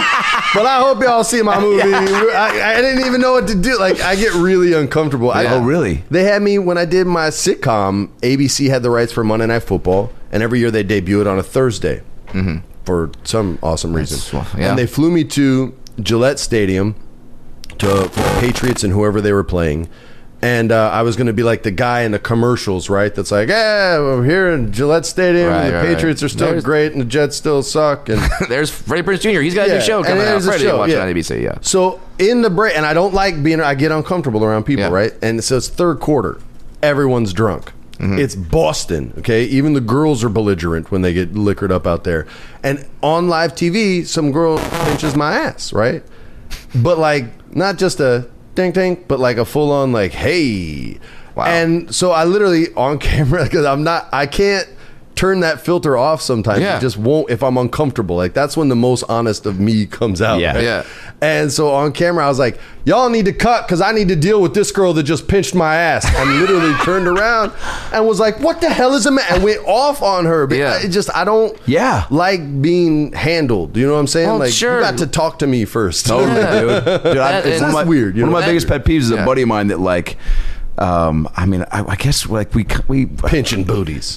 Speaker 4: but I hope y'all see my movie. I, I didn't even know what to do. Like, I get really uncomfortable. I,
Speaker 2: Yeah. Oh, really?
Speaker 4: They had me when I did my sitcom. ABC had the rights for Monday Night Football, and every year they debut it on a Thursday
Speaker 2: Mm-hmm.
Speaker 4: for some awesome reason.
Speaker 5: yeah.
Speaker 4: And they flew me to Gillette Stadium to for the Patriots and whoever they were playing. And uh, I was going to be like the guy in the commercials, right? That's like, yeah, we're here in Gillette Stadium.
Speaker 5: Right,
Speaker 4: and the
Speaker 5: right, right.
Speaker 4: Patriots are still
Speaker 5: There's-
Speaker 4: great, and the Jets still suck. And
Speaker 5: There's Freddie Prince Jr. He's got a new
Speaker 4: Yeah,
Speaker 5: show
Speaker 4: and
Speaker 5: coming out.
Speaker 4: there's a
Speaker 5: Freddie,
Speaker 4: show,
Speaker 5: watch it
Speaker 4: yeah. Uh,
Speaker 5: on ABC. Yeah.
Speaker 4: So in the break, and I don't like being, I get uncomfortable around people,
Speaker 5: Yeah.
Speaker 4: right? And so it's third quarter. Everyone's drunk.
Speaker 5: Mm-hmm.
Speaker 4: It's Boston, okay? Even the girls are belligerent when they get liquored up out there. And on live TV, some girl pinches my ass, right? But like, not just a ding ding, but like a full on, like, hey.
Speaker 5: Wow.
Speaker 4: And so I literally on camera, because I'm not, I can't turn that filter off sometimes.
Speaker 5: Yeah.
Speaker 4: It just won't if I'm uncomfortable. Like, that's when the most honest of me comes out.
Speaker 2: Yeah.
Speaker 4: right?
Speaker 5: Yeah.
Speaker 4: And so on camera, I was like, y'all need to cut because I need to deal with this girl that just pinched my ass. And literally turned around and was like, what the hell is the matter? And went off on her. But
Speaker 5: Yeah.
Speaker 4: it just, I don't
Speaker 2: Yeah.
Speaker 4: like being handled. You know what I'm saying?
Speaker 5: Well,
Speaker 4: like,
Speaker 5: sure.
Speaker 4: you got to talk to me first.
Speaker 2: Totally, dude. Dude, I-
Speaker 5: That
Speaker 2: it's
Speaker 5: is-
Speaker 2: one of my,
Speaker 4: That's weird, you
Speaker 2: One
Speaker 4: know?
Speaker 2: of my biggest pet peeves is
Speaker 5: Yeah.
Speaker 2: a buddy of mine that like. Um, I mean, I, I guess like we we
Speaker 4: Pinching booties.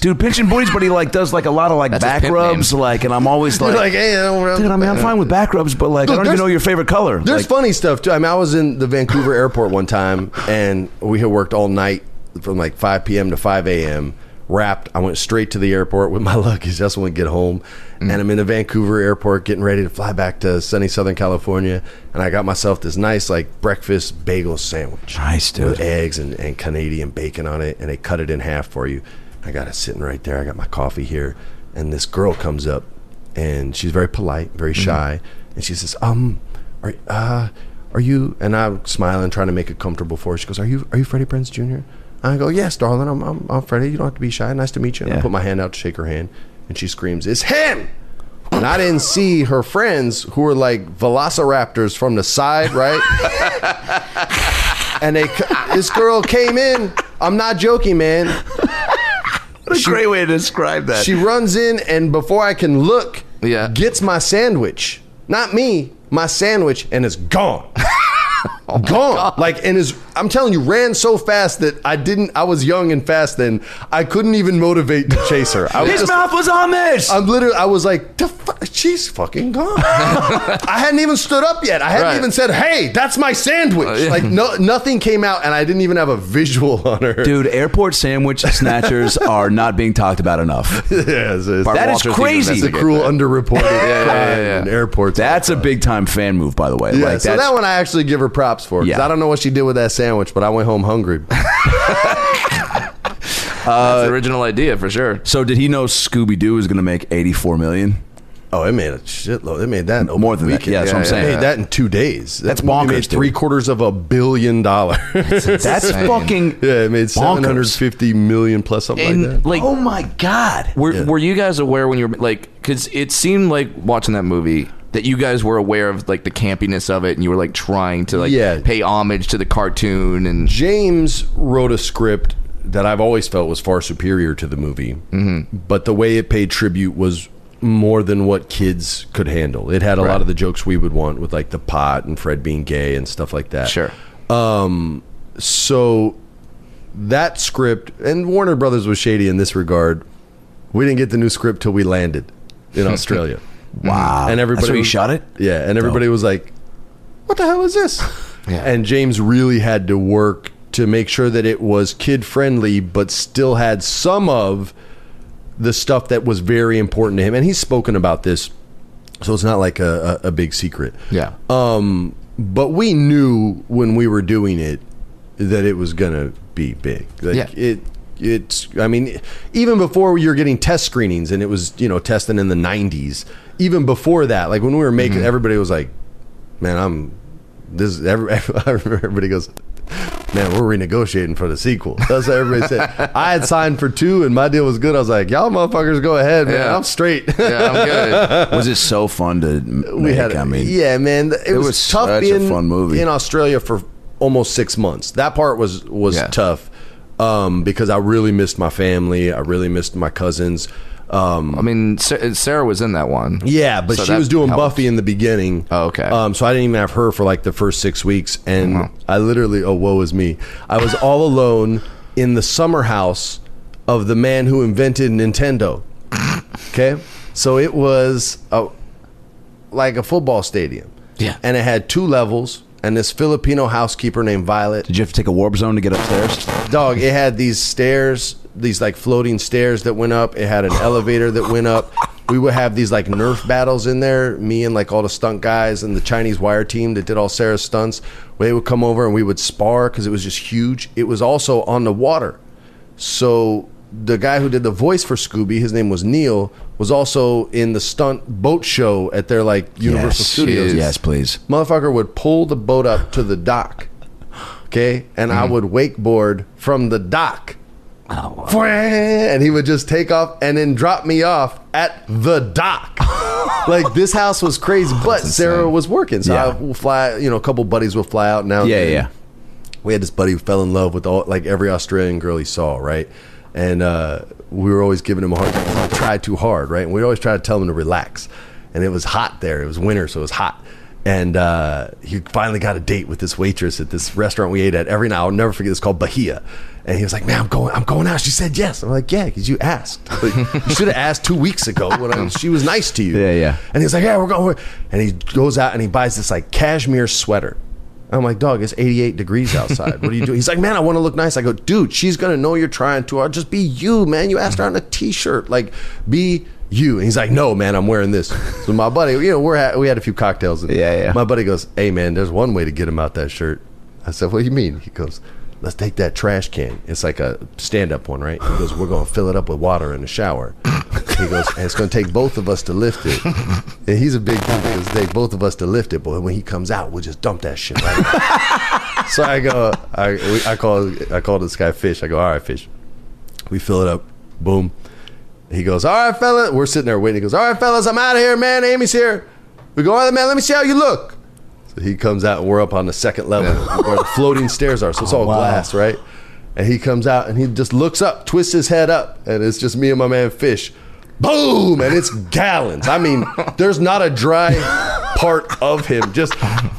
Speaker 2: dude pinching booties, but he like does like a lot of like
Speaker 5: That's his
Speaker 2: back
Speaker 5: pimp
Speaker 2: rubs,
Speaker 5: name.
Speaker 2: like, and I'm always like,
Speaker 4: You're like, hey, I don't-
Speaker 2: dude, I mean, I'm fine with back rubs, but like,
Speaker 4: Look,
Speaker 2: I don't even
Speaker 4: there's-
Speaker 2: know your favorite color.
Speaker 4: There's
Speaker 2: like,
Speaker 4: funny stuff too. I mean, I was in the Vancouver airport one time, and we had worked all night from like 5 p.m. to 5 a.m. Wrapped. I went straight to the airport with my luggage. That's when we get home,
Speaker 2: Mm.
Speaker 4: and I'm in the Vancouver airport getting ready to fly back to sunny Southern California. And I got myself this nice like breakfast bagel sandwich
Speaker 2: nice,
Speaker 4: with
Speaker 2: dude.
Speaker 4: eggs and, and Canadian bacon on it, and they cut it in half for you. I got it sitting right there. I got my coffee here, and this girl comes up, and she's very polite, very shy, and she says, "Um, are uh, are you?" And I'm smiling, trying to make it comfortable for her. She goes, "Are you are you Freddie Prince Jr.?" And I go, "Yes, darling. I'm I'm, I'm Freddie. You don't have to be shy. Nice to meet you." And I
Speaker 2: Yeah.
Speaker 4: put my hand out to shake her hand, and she screams, "It's him!" And I didn't see her friends who were like velociraptors from the side, right? and they this girl came in. I'm not joking, man.
Speaker 2: What a great way to describe that.
Speaker 4: She runs in, and before I can look,
Speaker 5: Yeah.
Speaker 4: gets my sandwich, not me, my sandwich, and is gone.
Speaker 5: Oh
Speaker 4: gone. Like and is I'm telling you, ran so fast that I didn't. I was young and fast then. I couldn't even motivate to chase her. I was
Speaker 2: His
Speaker 4: just-
Speaker 2: mouth was on this.
Speaker 4: I'm literally. I was like, the fu- she's fucking gone. I hadn't even stood up yet. I hadn't
Speaker 5: Right. Uh,
Speaker 4: even said, "Hey, that's my sandwich." Like no, nothing came out, and I didn't even have a visual on her.
Speaker 7: Dude, airport sandwich snatchers are not being talked about enough.
Speaker 4: yeah, it's,
Speaker 7: That is
Speaker 4: it's, Walters needs to
Speaker 7: crazy.
Speaker 4: investigate The cruel, underreported crime in airports.
Speaker 7: That's a big time fan move, by the way.
Speaker 4: Yeah,
Speaker 7: like,
Speaker 4: so
Speaker 7: that's,
Speaker 4: that one I actually give her props for because
Speaker 7: Yeah.
Speaker 4: I don't know what she did with that sandwich, but I went home hungry.
Speaker 5: That's the original idea for sure.
Speaker 7: so did he know Scooby Doo was going to make eighty four million?
Speaker 4: oh, it made a shitload. It made that in
Speaker 7: More than that.
Speaker 4: weekend.
Speaker 7: Yeah, that's what I'm
Speaker 4: It
Speaker 7: saying.
Speaker 4: Made that in two days. That
Speaker 7: That's
Speaker 4: movie
Speaker 7: bonkers,
Speaker 4: Made
Speaker 7: dude.
Speaker 4: three quarters of a billion dollars.
Speaker 7: That's
Speaker 5: insane.
Speaker 7: fucking
Speaker 4: yeah, it made
Speaker 7: bonkers.
Speaker 4: seven hundred fifty million plus something like that.
Speaker 5: And like,
Speaker 7: oh my god!
Speaker 5: were, were you guys aware when you were like, because it seemed like watching that movie that you guys were aware of like the campiness of it, and you were like trying to like
Speaker 4: Yeah.
Speaker 5: pay homage to the cartoon and
Speaker 4: James wrote a script that I've always felt was far superior to the movie, mm-hmm. but the way it paid tribute was more than what kids could handle. It had a lot of the jokes we would want with like the pot and Fred being gay and stuff like that.
Speaker 5: sure.
Speaker 4: So that script and Warner Brothers was shady in this regard. We didn't get the new script till we landed in Australia.
Speaker 7: Wow,
Speaker 4: And everybody
Speaker 7: That's where you
Speaker 4: was-
Speaker 7: shot it.
Speaker 4: Yeah, and everybody was like, "What the hell is this?" And James really had to work to make sure that it was kid friendly, but still had some of the stuff that was very important to him. And he's spoken about this, so it's not like a, a, a big secret.
Speaker 5: Yeah.
Speaker 4: Um, but we knew when we were doing it that it was gonna be big. Like
Speaker 5: Yeah.
Speaker 4: it. It's. I mean, even before you're getting test screenings, and it was you know testing in the 90s. Even before that, like when we were making,
Speaker 5: Mm-hmm.
Speaker 4: everybody was like, "Man, I'm." This is every, I remember everybody goes, "Man, we're renegotiating for the sequel." That's what everybody said. I had signed for two, and my deal was good. I was like, "Y'all motherfuckers, go ahead, man.
Speaker 5: Yeah.
Speaker 4: I'm straight."
Speaker 5: Yeah, I'm good.
Speaker 7: Was it so fun to m- make? I mean,
Speaker 4: yeah, man. It, was,
Speaker 7: was
Speaker 4: tough
Speaker 7: such a
Speaker 4: being
Speaker 7: fun movie.
Speaker 4: in Australia for almost six months. That part was was
Speaker 5: Yeah.
Speaker 4: tough um, because I really missed my family. I really missed my cousins. Um,
Speaker 5: I mean, Sa- Sarah was in that one.
Speaker 4: yeah, but
Speaker 5: So
Speaker 4: she
Speaker 5: that
Speaker 4: was doing
Speaker 5: helps.
Speaker 4: Buffy in the beginning.
Speaker 5: Oh, okay.
Speaker 4: Um, so I didn't even have her for like the first six weeks, and I literally, oh woe is me, I was all alone in the summer house of the man who invented Nintendo. Okay, so it was a, like a football stadium.
Speaker 5: Yeah.
Speaker 4: and it had two levels. And this Filipino housekeeper named Violet
Speaker 7: Did you have to take a warp zone to get upstairs?
Speaker 4: dog it had these stairs these like floating stairs that went up it had an elevator that went up we would have these like nerf battles in there me and like all the stunt guys and the chinese wire team that did all sarah's stunts they would come over and we would spar because it was just huge it was also on the water so the guy who did the voice for scooby his name was neil was also in the stunt boat show at their like universal
Speaker 7: yes,
Speaker 4: studios
Speaker 7: Yes, please.
Speaker 4: motherfucker would pull the boat up to the dock. Okay, and I
Speaker 7: Mm-hmm.
Speaker 4: would wakeboard from the dock.
Speaker 7: Oh,
Speaker 4: And he would just take off and then drop me off at the dock. like this house was crazy, but Sarah was working, so I
Speaker 7: Yeah.
Speaker 4: will fly. You know, a couple buddies would fly out now. and
Speaker 7: Yeah,
Speaker 4: then.
Speaker 7: yeah.
Speaker 4: We had this buddy who fell in love with all like every Australian girl he saw, right? And uh, we were always giving him a hard time. He tried too hard, right? And we always try to tell him to relax. And it was hot there. It was winter, so it was hot. And uh, he finally got a date with this waitress at this restaurant we ate at every night. I'll never forget. It's called Bahia. And he was like, "Man, I'm going. I'm going out." She said yes. I'm like, "Yeah, because you asked. Like, you should have asked two weeks ago when I, she was nice to you."
Speaker 7: Yeah, yeah.
Speaker 4: And he's like, "Yeah, we're going." And he goes out and he buys this like cashmere sweater. I'm like, "Dog, it's 88 degrees outside. What are you doing?" He's like, "Man, I want to look nice." I go, "Dude, she's gonna know you're trying to. I'll just be you, man. You asked her on a t-shirt, like, be." You and he's like, no, man, I'm wearing this. So my buddy, you know, we're at, we had a few cocktails. And
Speaker 7: Yeah, yeah.
Speaker 4: My buddy goes, hey, man, there's one way to get him out that shirt. I said, what do you mean? He goes, let's take that trash can. It's like a stand up one, right? He goes, we're going to fill it up with water in the shower. He goes, and it's going to take both of us to lift it. And he's a big dude. He goes, take both of us to lift it. But when he comes out, we'll just dump that shit right out." So I go, I, we, I call, I call this guy Fish. I go, all right, Fish. We fill it up. Boom. He goes, all right, fella. We're sitting there waiting. He goes, all right, fellas, I'm out of here, man. Amy's here. We go, all right, man, let me see how you look. So he comes out and we're up on the second level where the floating stairs are. So
Speaker 7: Oh,
Speaker 4: it's all glass, right? And he comes out and he just looks up, twists his head up, and it's just me and my man Fish boom, and it's gallons. I mean, there's not a dry part of him. Just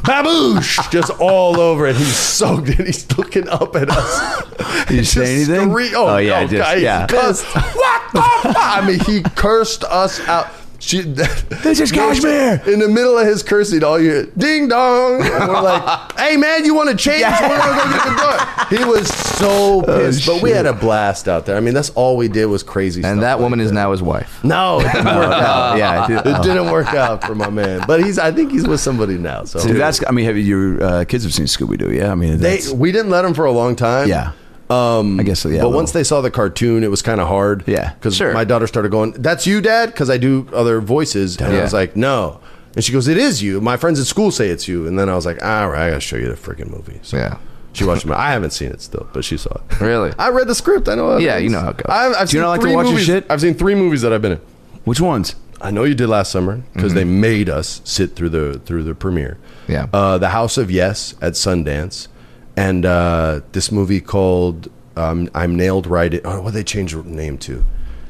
Speaker 4: baboosh, just all over it. He's soaked and he's looking up at us.
Speaker 7: Did you say
Speaker 4: Just
Speaker 7: anything?
Speaker 4: scree- oh,
Speaker 7: oh yeah,
Speaker 4: no,
Speaker 7: just,
Speaker 4: guy,
Speaker 7: yeah.
Speaker 4: cuss- what the fuck? I mean, he cursed us out. She, this
Speaker 7: is cashmere.
Speaker 4: In the middle of his cursing, all you hear, ding dong. And we're like, hey man, you want to change? We're gonna go get the door. He was so pissed, but we had a blast out there. I mean, that's all we did was crazy.
Speaker 5: And
Speaker 4: stuff
Speaker 5: that
Speaker 4: like
Speaker 5: woman is now his wife.
Speaker 4: No, it didn't work out.
Speaker 7: yeah, Uh-huh. it did-
Speaker 4: it didn't work out for my man. But he's, I think he's with somebody now. So
Speaker 7: Dude, that's. I mean, have you, your uh, kids have seen Scooby Doo? Yeah, I mean,
Speaker 4: they,
Speaker 7: that's,
Speaker 4: we didn't let him for a long time.
Speaker 7: yeah.
Speaker 4: Um,
Speaker 7: I guess so, yeah,
Speaker 4: but
Speaker 7: a
Speaker 4: once
Speaker 7: little.
Speaker 4: they saw the cartoon, it was kind of hard.
Speaker 7: Yeah,
Speaker 4: because
Speaker 7: sure.
Speaker 4: my daughter started going, "That's you, Dad," because I do other voices, and I was
Speaker 5: Yeah.
Speaker 4: like, "No," and she goes, "It is you." My friends at school say it's you, and then I was like, "All right, I gotta show you the freaking movie." So
Speaker 5: Yeah.
Speaker 4: she watched it. I haven't seen it still, but she saw it.
Speaker 5: Really?
Speaker 4: I read the script. I know. How it
Speaker 5: Yeah,
Speaker 4: ends.
Speaker 5: you know how it goes.
Speaker 4: I've, I've
Speaker 7: Do you
Speaker 4: seen
Speaker 7: not like to
Speaker 4: three
Speaker 7: watch your
Speaker 4: movies-
Speaker 7: shit?
Speaker 4: I've seen three movies that I've been in.
Speaker 7: Which ones?
Speaker 4: I know you did last summer because they
Speaker 7: Mm-hmm.
Speaker 4: made us sit through the through the premiere.
Speaker 5: Yeah.
Speaker 4: uh, the House of Yes at Sundance, and uh, this movie called um, "I'm Nailed Right." In, oh, what they changed the name to?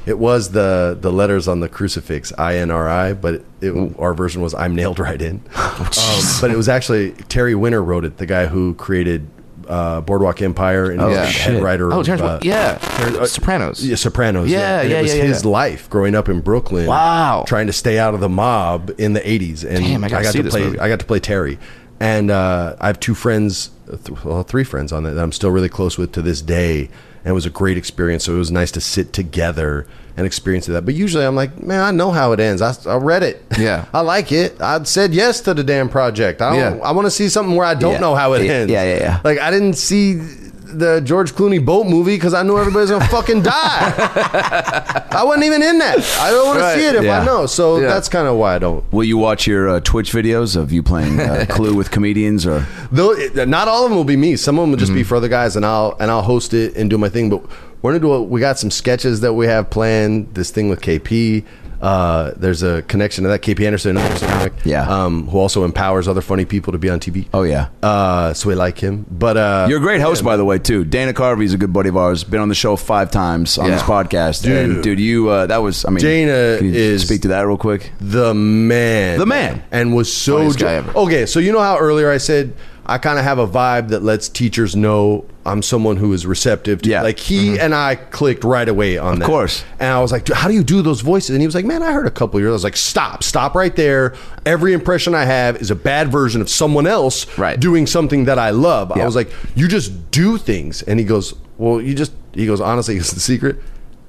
Speaker 4: It was the the letters on the crucifix I N R I, but it, our version was "I'm Nailed Right In."
Speaker 5: Oh,
Speaker 4: um, but it was actually Terry Winter wrote it, the guy who created uh, Boardwalk Empire and he's
Speaker 5: yeah.
Speaker 4: the head writer.
Speaker 5: Oh,
Speaker 4: of,
Speaker 5: Terrence,
Speaker 4: uh,
Speaker 5: yeah, Sopranos.
Speaker 4: yeah, Sopranos.
Speaker 5: Yeah,
Speaker 4: And
Speaker 5: yeah,
Speaker 4: it was
Speaker 5: yeah, yeah,
Speaker 4: his
Speaker 5: yeah.
Speaker 4: life growing up in Brooklyn.
Speaker 5: Wow.
Speaker 4: Trying to stay out of the mob in the '80s, and
Speaker 5: Damn, I gotta see
Speaker 4: to
Speaker 5: this
Speaker 4: play.
Speaker 5: movie.
Speaker 4: I got to play Terry, and uh, I have two friends, uh, th- well, three friends on that, that I'm still really close with to this day. And it was a great experience. So it was nice to sit together and experience that. But usually I'm like, man, I know how it ends. I, I read it.
Speaker 5: Yeah.
Speaker 4: I like it. I said yes to the damn project. I don't,
Speaker 5: Yeah.
Speaker 4: I want to see something where I don't
Speaker 7: Yeah.
Speaker 4: know how it
Speaker 7: Yeah,
Speaker 4: ends.
Speaker 7: yeah, yeah, yeah.
Speaker 4: Like I didn't see the George Clooney boat movie because I knew everybody's gonna fucking die. I wasn't even in that. I don't want to see it if
Speaker 7: yeah.
Speaker 4: I know. So
Speaker 5: Yeah.
Speaker 4: that's kind of why I don't.
Speaker 7: Will you watch your uh, Twitch videos of you playing uh, Clue with comedians or?
Speaker 4: Though it- not all of them will be me. Some of them will just
Speaker 7: Mm-hmm.
Speaker 4: be for other guys, and I'll and I'll host it and do my thing. But we're gonna do. A, we got some sketches that we have planned. This thing with KP. Uh, there's a connection to that. KP Anderson, another comic,
Speaker 7: Yeah.
Speaker 4: um, who also empowers other funny people to be on TV.
Speaker 7: Oh yeah.
Speaker 4: Uh, so we like him, but uh,
Speaker 7: You're a great host, by the way, too. Dana Carvey's a good buddy of ours. Been on the show five times on
Speaker 5: Yeah.
Speaker 7: this podcast,
Speaker 4: Dude.
Speaker 7: and dude, you uh, that was. I mean,
Speaker 4: Dana
Speaker 7: can you
Speaker 4: is-
Speaker 7: speak to that real quick.
Speaker 4: the man,
Speaker 7: The man.
Speaker 4: and was so
Speaker 5: Funniest guy
Speaker 4: jo-
Speaker 5: ever.
Speaker 4: okay. So you know how earlier I said I kind of have a vibe that lets teachers know I'm someone who is receptive. to
Speaker 7: Yeah. Mm-hmm.
Speaker 4: like he and I clicked right away on that. Of
Speaker 7: course.
Speaker 4: and I was like, "How do you do those voices?" And he was like, "Man, I heard a couple years." I was like, "Stop, stop right there. Every impression I have is a bad version of someone else
Speaker 7: Right.
Speaker 4: doing something that I love." I
Speaker 7: Yeah.
Speaker 4: was like, "You just do things," and he goes, "Well, you just." He goes, "Honestly, it's the secret."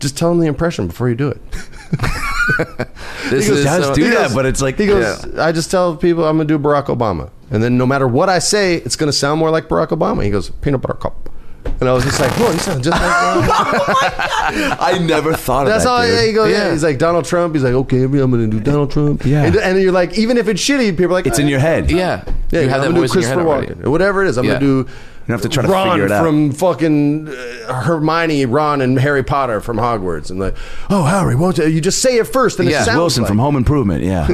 Speaker 4: Just tell him the impression before you do it.
Speaker 5: this is
Speaker 7: does
Speaker 5: uh,
Speaker 7: do
Speaker 4: He
Speaker 7: that,
Speaker 4: goes-
Speaker 7: but it's like
Speaker 4: He goes, I just tell people I'm going to do Barack Obama. And then no matter what I say, it's going to sound more like Barack Obama. He goes, peanut butter cup. And I was just like, whoa, you sound just like Barack Obama."
Speaker 7: I never thought of
Speaker 4: That's
Speaker 7: that.
Speaker 4: all.
Speaker 7: dude.
Speaker 4: Yeah, he goes, yeah.
Speaker 5: Yeah.
Speaker 4: He's like, Donald Trump. He's like, okay, I'm going to do Donald Trump.
Speaker 7: Yeah.
Speaker 4: And, and you're like, even if it's shitty, people are like,
Speaker 7: It's in your head.
Speaker 5: yeah.
Speaker 4: Yeah,
Speaker 5: you have
Speaker 4: I'm gonna
Speaker 5: that voice
Speaker 4: do
Speaker 5: in your head
Speaker 4: Christopher
Speaker 5: already.
Speaker 4: Walken. Whatever it is, I'm
Speaker 5: Yeah.
Speaker 4: gonna do.
Speaker 7: don't have to try to
Speaker 4: Ron
Speaker 7: figure it out.
Speaker 4: from fucking uh, Hermione, Ron, and Harry Potter from Hogwarts, and like, oh Harry, what? You just say it first, and it
Speaker 5: Yeah,
Speaker 4: sounds
Speaker 7: Wilson
Speaker 4: like.
Speaker 7: from Home Improvement. Yeah,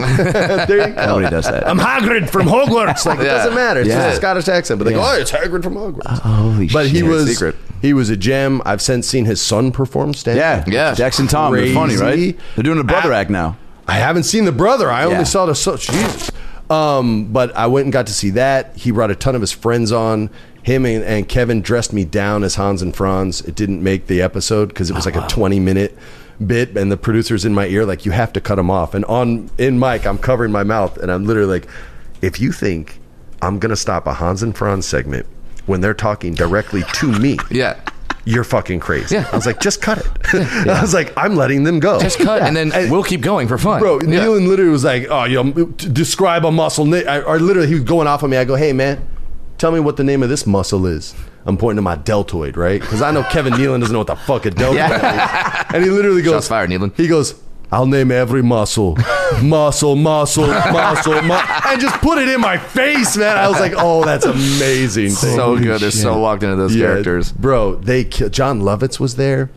Speaker 4: there you go.
Speaker 7: nobody does that.
Speaker 4: I'm Hagrid from Hogwarts. Like it
Speaker 5: Yeah.
Speaker 4: doesn't matter. It's
Speaker 7: Yeah.
Speaker 4: just a Scottish accent, but they go,
Speaker 7: Yeah. Uh,
Speaker 4: "Oh, it's Hagrid from Hogwarts."
Speaker 7: holy
Speaker 4: but he
Speaker 7: shit.
Speaker 4: was
Speaker 5: Secret.
Speaker 4: he was a gem. I've since seen his son perform stand.
Speaker 7: yeah,
Speaker 5: Yeah.
Speaker 7: Jackson Tom, they're funny,
Speaker 4: Crazy.
Speaker 7: right? They're doing a brother
Speaker 4: Ah.
Speaker 7: act now.
Speaker 4: I haven't seen the brother. I only
Speaker 7: Yeah.
Speaker 4: saw the so Jesus. Um, but I went and got to see that. He brought a ton of his friends on. Him and, and Kevin dressed me down as Hans and Franz. It didn't make the episode because it was
Speaker 5: Uh-huh.
Speaker 4: like a twenty minute bit, and the producers in my ear like, "You have to cut him off." And on in mic, I'm covering my mouth, and I'm literally like, "If you think I'm gonna stop a Hans and Franz segment when they're talking directly to me,
Speaker 5: Yeah.
Speaker 4: you're fucking crazy."
Speaker 5: Yeah.
Speaker 4: I was like, "Just cut it." I was like, "I'm letting them go."
Speaker 5: Just cut, and then we'll keep going for fun,
Speaker 4: Bro,
Speaker 5: Yeah.
Speaker 4: Nealon literally was like, "Oh, you know, t- describe a muscle." na- I, or literally, he was going off on me. I go, "Hey, man, tell me what the name of this muscle is." I'm pointing to my deltoid, right? Because I know Kevin Nealon doesn't know what the fuck a deltoid is. And he literally goes,
Speaker 5: Shots fired, Nealon.
Speaker 4: He goes, "I'll name every muscle, muscle, muscle, muscle, muscle," and just put it in my face, man. I was like, "Oh, that's amazing."
Speaker 5: so good. They're so locked into those
Speaker 4: Yeah,
Speaker 5: characters.
Speaker 4: bro. They kill- John Lovitz was there,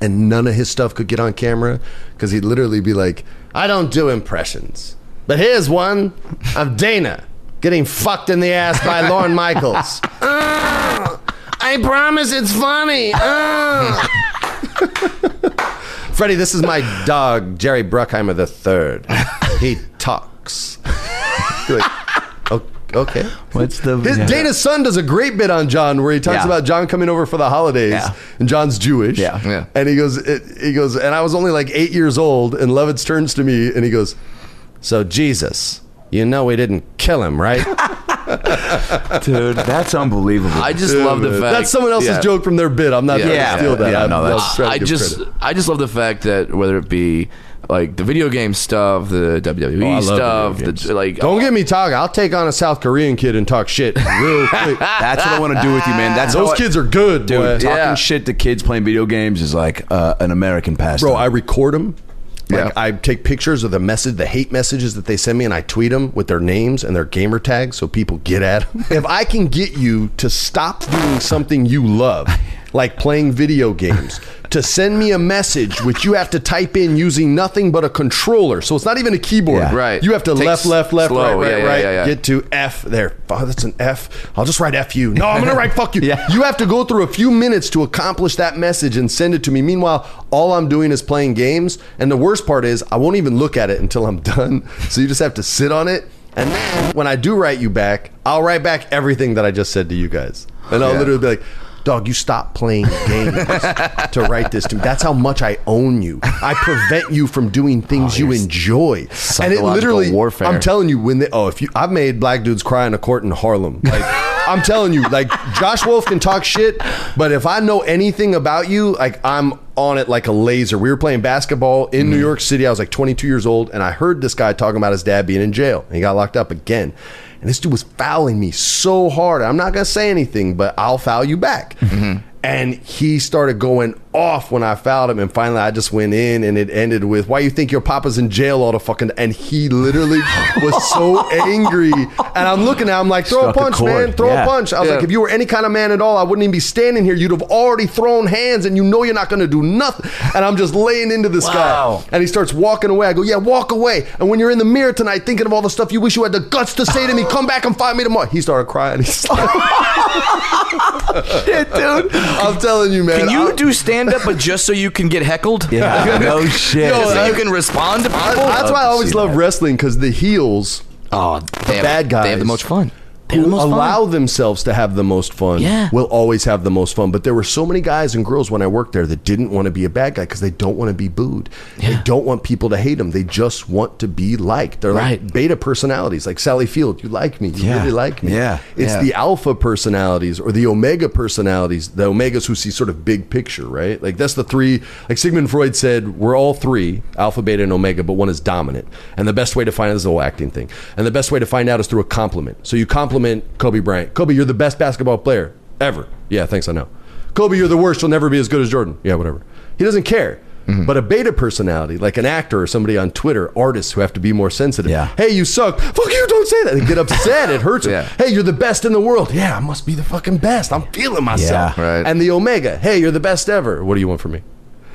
Speaker 4: and none of his stuff could get on camera because he'd literally be like, "I don't do impressions, but here's one of Dana getting fucked in the ass by Lauren Michaels." Uh, I promise it's funny. Uh. Freddie, this is my dog, Jerry Bruckheimer the Third. He talks. You're like, "O- okay.
Speaker 2: What's the
Speaker 4: His, Dana's son does a great bit on John, where he talks
Speaker 2: Yeah.
Speaker 4: about John coming over for the holidays,
Speaker 2: Yeah.
Speaker 4: and John's Jewish.
Speaker 2: Yeah.
Speaker 5: Yeah.
Speaker 4: And he goes, it, he goes, and I was only like eight years old, and Levitz turns to me and he goes, "So Jesus, you know we didn't kill him, right?"
Speaker 2: dude? That's unbelievable.
Speaker 5: I just love the fact
Speaker 4: That's someone else's
Speaker 5: yeah.
Speaker 4: joke from their bit. I'm not
Speaker 5: Yeah.
Speaker 4: trying
Speaker 2: Yeah.
Speaker 4: to steal that.
Speaker 2: Yeah,
Speaker 4: I'm-
Speaker 2: no, that's-
Speaker 4: was trying to
Speaker 5: I
Speaker 4: give
Speaker 5: just
Speaker 4: credit.
Speaker 5: I just love the fact that whether it be like the video game stuff, the WWE
Speaker 2: Oh, I love
Speaker 5: stuff,
Speaker 2: video
Speaker 5: the, like
Speaker 4: don't get me talking. I'll take on a South Korean kid and talk shit real quick.
Speaker 2: That's what I want to do with you, man. That's
Speaker 4: Those
Speaker 2: how I-
Speaker 4: kids are good,
Speaker 2: dude.
Speaker 4: boy.
Speaker 2: Talking
Speaker 5: Yeah.
Speaker 2: shit to kids playing video games is like uh, an American pastime.
Speaker 4: Bro, I record them. Like
Speaker 2: Yeah.
Speaker 4: I take pictures of the message, the hate messages that they send me, and I tweet them with their names and their gamer tags so people get at them. if I can get you to stop doing something you love, like playing video games, to send me a message which you have to type in using nothing but a controller, so it's not even a keyboard.
Speaker 2: Yeah.
Speaker 5: Right.
Speaker 4: You have to
Speaker 5: Takes
Speaker 4: left, left, left,
Speaker 5: slow.
Speaker 4: right, right,
Speaker 5: Yeah, yeah,
Speaker 4: right.
Speaker 5: yeah, yeah.
Speaker 4: Get to F there. Oh, that's an F. I'll just write F you. No, I'm gonna write fuck you.
Speaker 2: Yeah.
Speaker 4: You have to go through a few minutes to accomplish that message and send it to me. Meanwhile, all I'm doing is playing games. And the worst part is, I won't even look at it until I'm done. So you just have to sit on it. And then when I do write you back, I'll write back everything that I just said to you guys. And I'll literally be like, Dog, you stop playing games to write this to me. That's how much I own you. I prevent you from doing things you enjoy. And it
Speaker 5: Oh, psychological
Speaker 4: literally,
Speaker 5: warfare.
Speaker 4: I'm telling you, when they, oh, if you, I've made black dudes cry in a court in Harlem. Like, I'm telling you, like, Josh Wolf can talk shit, but if I know anything about you, like, I'm on it like a laser. We were playing basketball in New York City. I was like 22 years old, and I heard this guy talking about his dad being in jail, and he got locked up again. And this dude was fouling me so hard. I'm not gonna say anything, but I'll foul you back. And he started going off when I fouled him, and finally I just went in, and it ended with "Why you think your papa's in jail all the fucking?" And he literally was so angry, and I'm looking at, him, I'm like, "Throw
Speaker 2: Struck
Speaker 4: a
Speaker 2: a
Speaker 4: punch,
Speaker 2: chord.
Speaker 4: man! Throw
Speaker 2: Yeah.
Speaker 4: a punch!" I was
Speaker 5: Yeah.
Speaker 4: like, "If you were any kind of man at all, I wouldn't even be standing here. You'd have already thrown hands, and you know you're not going to do nothing." And I'm just laying into this
Speaker 2: Wow.
Speaker 4: guy, and he starts walking away. I go, "Yeah, walk away." And when you're in the mirror tonight, thinking of all the stuff you wish you had the guts to say to me, come back and find me tomorrow. He started crying. He's like,
Speaker 2: shit, dude.
Speaker 4: "I'm telling you, man."
Speaker 5: Can you
Speaker 4: I'm-
Speaker 5: do stand up, but just so you can get heckled?
Speaker 2: Yeah, no shit.
Speaker 5: Just so
Speaker 4: I-
Speaker 5: you can respond to people.
Speaker 4: I- that's why I always love wrestling because the heels
Speaker 5: Oh, they have,
Speaker 4: bad guys
Speaker 5: They have the most fun. They have
Speaker 4: who
Speaker 5: the most
Speaker 4: allow
Speaker 5: fun.
Speaker 4: themselves to have the most fun
Speaker 5: Yeah.
Speaker 4: will always have the most fun. But there were so many guys and girls when I worked there that didn't want to be a bad guy because they don't want to be booed. They don't want people to hate them. They just want to be liked. They're like
Speaker 5: Right.
Speaker 4: beta personalities, like Sally Field. You like me. You
Speaker 2: Yeah.
Speaker 4: really like me.
Speaker 2: Yeah.
Speaker 4: It's
Speaker 2: Yeah.
Speaker 4: the alpha personalities or the omega personalities, the omegas who see sort of big picture, right? Like that's the three, like Sigmund Freud said, we're all three, alpha, beta, and omega, but one is dominant. And the best way to find out is the whole acting thing. And the best way to find out is through a compliment. So you compliment Kobe Bryant. Kobe, you're the best basketball player ever. Yeah, thanks, I know. Kobe, you're the worst. You'll never be as good as Jordan. Yeah, whatever. He doesn't care. But a beta personality, like an actor or somebody on Twitter, artists who have to be more sensitive.
Speaker 2: Yeah.
Speaker 4: Hey, you suck. Fuck you, don't say that. They get upset. It hurts them.
Speaker 5: Yeah.
Speaker 4: Hey, you're the best in the world. Yeah, I must be the fucking best. I'm feeling myself.
Speaker 2: Yeah,
Speaker 5: right.
Speaker 4: And the Omega. Hey, you're the best ever. What do you want from me?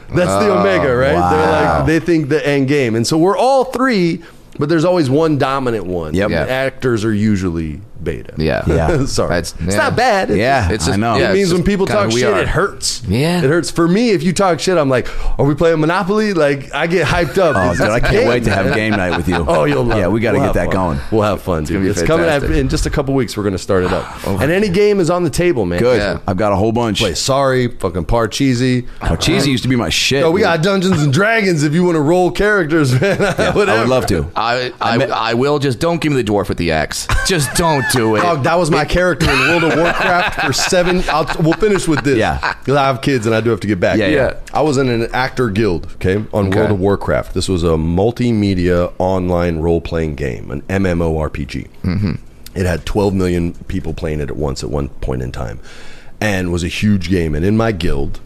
Speaker 4: That's the
Speaker 2: Oh,
Speaker 4: Omega, right? They're like they think the end game. And so we're all three, but there's always one dominant one.
Speaker 2: Yep.
Speaker 5: Yeah.
Speaker 4: Actors are usually beta.
Speaker 5: Yeah.
Speaker 2: Yeah.
Speaker 4: Sorry.
Speaker 5: That's-
Speaker 4: It's
Speaker 5: yeah.
Speaker 4: not bad. It's
Speaker 2: Yeah,
Speaker 4: just-
Speaker 5: It's just-
Speaker 2: I know.
Speaker 5: yeah,
Speaker 4: it means
Speaker 5: just
Speaker 4: when people
Speaker 5: kinda
Speaker 4: talk
Speaker 5: we
Speaker 4: shit,
Speaker 5: are.
Speaker 4: it hurts.
Speaker 5: Yeah.
Speaker 4: It hurts. For me, if you talk shit, I'm like, are we playing Monopoly? Like, I get hyped up.
Speaker 2: Oh,
Speaker 4: It's-
Speaker 2: dude, I
Speaker 4: it's
Speaker 2: can't
Speaker 4: game,
Speaker 2: wait to have
Speaker 4: man.
Speaker 2: game night with you.
Speaker 4: Oh, you'll love
Speaker 2: Yeah,
Speaker 4: it.
Speaker 2: we got to
Speaker 4: We'll
Speaker 2: get that
Speaker 4: have fun.
Speaker 2: going.
Speaker 4: We'll have fun, dude.
Speaker 5: gonna be
Speaker 4: It's, coming up
Speaker 5: fantastic.
Speaker 4: in just a couple weeks. We're going to start it up. and any game is on the table, man.
Speaker 2: Good.
Speaker 5: Yeah.
Speaker 2: I've got a whole bunch.
Speaker 4: Play Sorry, fucking Parcheesi.
Speaker 2: Oh, cheesy used to be my shit.
Speaker 4: Yo, we
Speaker 2: dude.
Speaker 4: got Dungeons and Dragons if you want to roll characters, man. Whatever.
Speaker 2: I would love to.
Speaker 5: I, I, I will just don't give me the dwarf with the axe. Just don't do it.
Speaker 4: Dog, that was my character in World of Warcraft for seven. I'll, we'll finish with this.
Speaker 2: Yeah.
Speaker 4: Because I have kids and I do have to get back.
Speaker 2: Yeah, yeah. Yeah.
Speaker 4: I was in an actor guild, okay, on
Speaker 5: Okay.
Speaker 4: World of Warcraft. This was a multimedia online role playing game, an MMORPG. Mm-hmm. It had 12 million people playing it at once at one point in time and was a huge game. And in my guild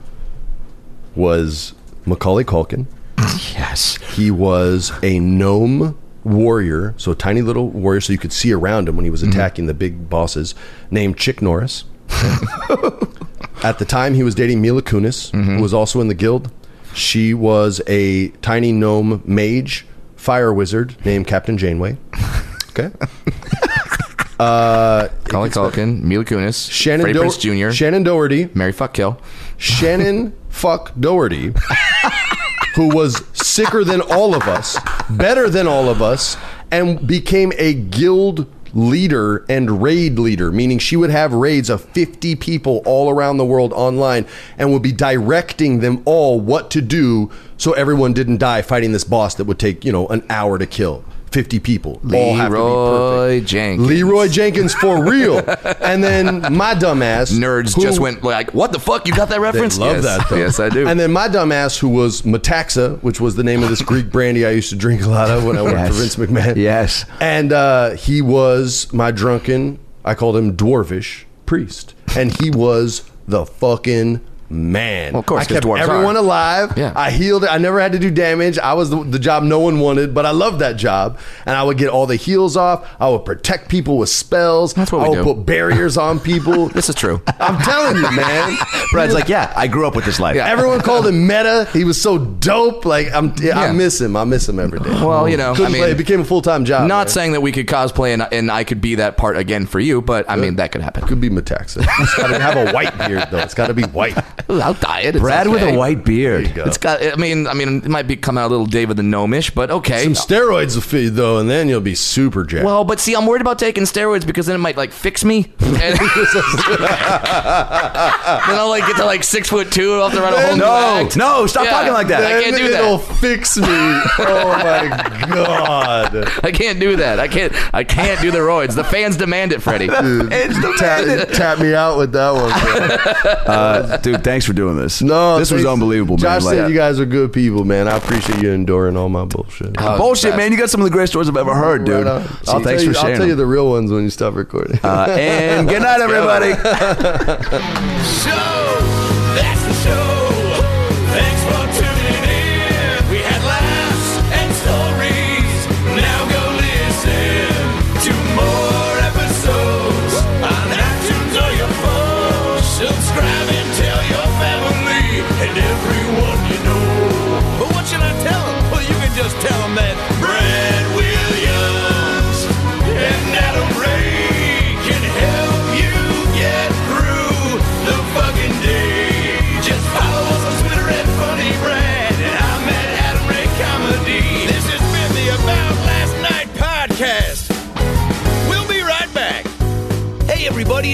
Speaker 4: was Macaulay Culkin.
Speaker 2: Yes.
Speaker 4: He was a gnome warrior, so a tiny little warrior, so you could see around him when he
Speaker 2: Mm-hmm.
Speaker 4: was attacking the big bosses, named Chick Norris. At the time, he was dating Mila Kunis, who was also in the guild. She was a tiny gnome mage, fire wizard named Captain Janeway. Okay.
Speaker 5: Colin Culkin, Mila Kunis,
Speaker 4: Shannon,
Speaker 5: Freddie
Speaker 4: Doher-
Speaker 5: Prinze Jr.,
Speaker 4: Shannon Doherty.
Speaker 5: Mary Fuck Kill.
Speaker 4: Shannon Fuck Doherty. who was sicker than all of us, better than all of us, and became a guild leader and raid leader, meaning she would have raids of 50 people all around the world online and would be directing them all what to do so everyone didn't die fighting this boss that would take, you know, an hour to kill. 50 people. all have to be perfect.
Speaker 5: Leroy Jenkins.
Speaker 4: Leroy Jenkins for real. and then my dumbass
Speaker 5: Nerds
Speaker 4: who-
Speaker 5: just went like, "What the fuck? You got that
Speaker 4: They
Speaker 5: reference?"
Speaker 4: love
Speaker 5: yes.
Speaker 4: that. Though.
Speaker 5: Yes, I do.
Speaker 4: And then my dumbass, who was Metaxa, which was the name of this Greek brandy I used to drink a lot of when I worked for Vince McMahon.
Speaker 7: Yes.
Speaker 4: And uh, he was my drunken, I called him dwarfish priest, and he was the fucking. Man,
Speaker 5: Well, of course,
Speaker 4: I
Speaker 5: 'cause
Speaker 4: kept
Speaker 5: dwarves
Speaker 4: everyone
Speaker 5: are.
Speaker 4: alive.
Speaker 5: Yeah.
Speaker 4: I healed. I never had to do damage. I was the, the job no one wanted, but I loved that job. And I would get all the heals off. I would protect people with spells.
Speaker 5: That's what
Speaker 4: I
Speaker 5: we
Speaker 4: would
Speaker 5: do.
Speaker 4: put barriers on people.
Speaker 5: this is true.
Speaker 4: I'm telling you, man.
Speaker 7: Brad's like, yeah, I grew up with this life.
Speaker 5: Yeah.
Speaker 4: Everyone called him Meta. He was so dope. Like I'm, I
Speaker 5: Yeah.
Speaker 4: miss him. I miss him every day.
Speaker 5: Well, you know,
Speaker 4: Couldn't
Speaker 5: I mean-
Speaker 4: play. It became a full time job. man.
Speaker 5: Not saying that we could cosplay and, and I could be that part again for you, but I mean that could happen.
Speaker 4: could be Metaxa. It's got to have a white beard though. It's got to be white.
Speaker 5: Ooh, I'll dye it. It's
Speaker 7: Brad with
Speaker 5: okay.
Speaker 7: a white beard.
Speaker 5: It's got. I mean, I mean, it might be coming out a little David the Gnomish, but okay.
Speaker 4: Some steroids will feed though, and then you'll be super jacked.
Speaker 5: well, but see, I'm worried about taking steroids because then it might like fix me. And then I'll like get to like six foot two, and I'll have to run a whole new
Speaker 7: No,
Speaker 5: act.
Speaker 7: no, stop
Speaker 5: Yeah.
Speaker 7: talking like
Speaker 5: I
Speaker 7: that.
Speaker 5: can't
Speaker 4: Then
Speaker 5: do that.
Speaker 4: It'll fix me. Oh my god.
Speaker 5: I can't do that. I can't. I can't do the roids. The fans demand it, Freddie.
Speaker 4: Tap, tap me out with that one. Bro.
Speaker 7: Uh, dude, thanks for doing this.
Speaker 4: No,
Speaker 7: this was
Speaker 4: thanks.
Speaker 7: unbelievable, man.
Speaker 4: Josh
Speaker 7: Like-
Speaker 4: said you guys are good people, man. I appreciate you enduring all my bullshit.
Speaker 7: uh, Bullshit, man. You got some of the greatest stories I've ever heard, dude.
Speaker 4: Right on.
Speaker 7: So
Speaker 4: I'll
Speaker 7: thanks
Speaker 4: tell you,
Speaker 7: for sharing.
Speaker 4: I'll tell you
Speaker 7: them.
Speaker 4: the real ones when you stop recording.
Speaker 7: Uh, and good night, everybody.
Speaker 9: That's the show. Thanks for tuning in. We had laughs and stories. Now go listen to more episodes on iTunes or your phone. Subscribe and tell your family and everyone you know. But what should I tell them? Well, you can just tell them that Brad Williams and Adam Ray can help you get through the fucking day. Just follow us on Twitter at Funny Brad, and I'm at Adam Ray Comedy. This has been the About Last Night podcast. We'll be right back. Hey, everybody,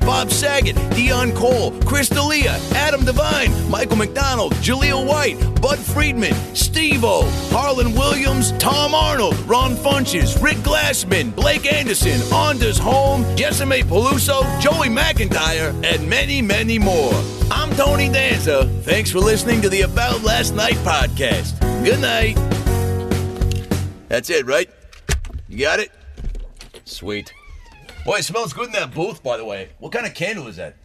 Speaker 9: Bob Saget, Dion Cole, Chris D'Elia, Adam Devine, Michael McDonald, Jaleel White, Bud Friedman, Steve O, Harlan Williams, Tom Arnold, Ron Funches, Rick Glassman, Blake Anderson, Anders Holm, Jessime Peluso, Joey McIntyre, and many, many more. I'm Tony Danza. Thanks for listening to the About Last Night podcast. Good night. That's it, right? You got it? Sweet. Boy, it smells good in that booth, by the way. What kind of candle is that?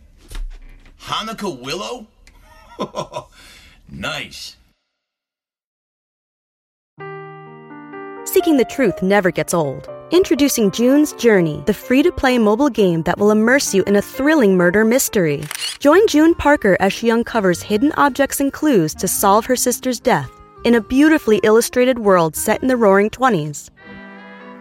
Speaker 9: Hanukkah willow? nice.
Speaker 10: Seeking the truth never gets old. Introducing June's Journey, the free to play mobile game that will immerse you in a thrilling murder mystery. Join June Parker as she uncovers hidden objects and clues to solve her sister's death in a beautifully illustrated world set in the roaring 20s.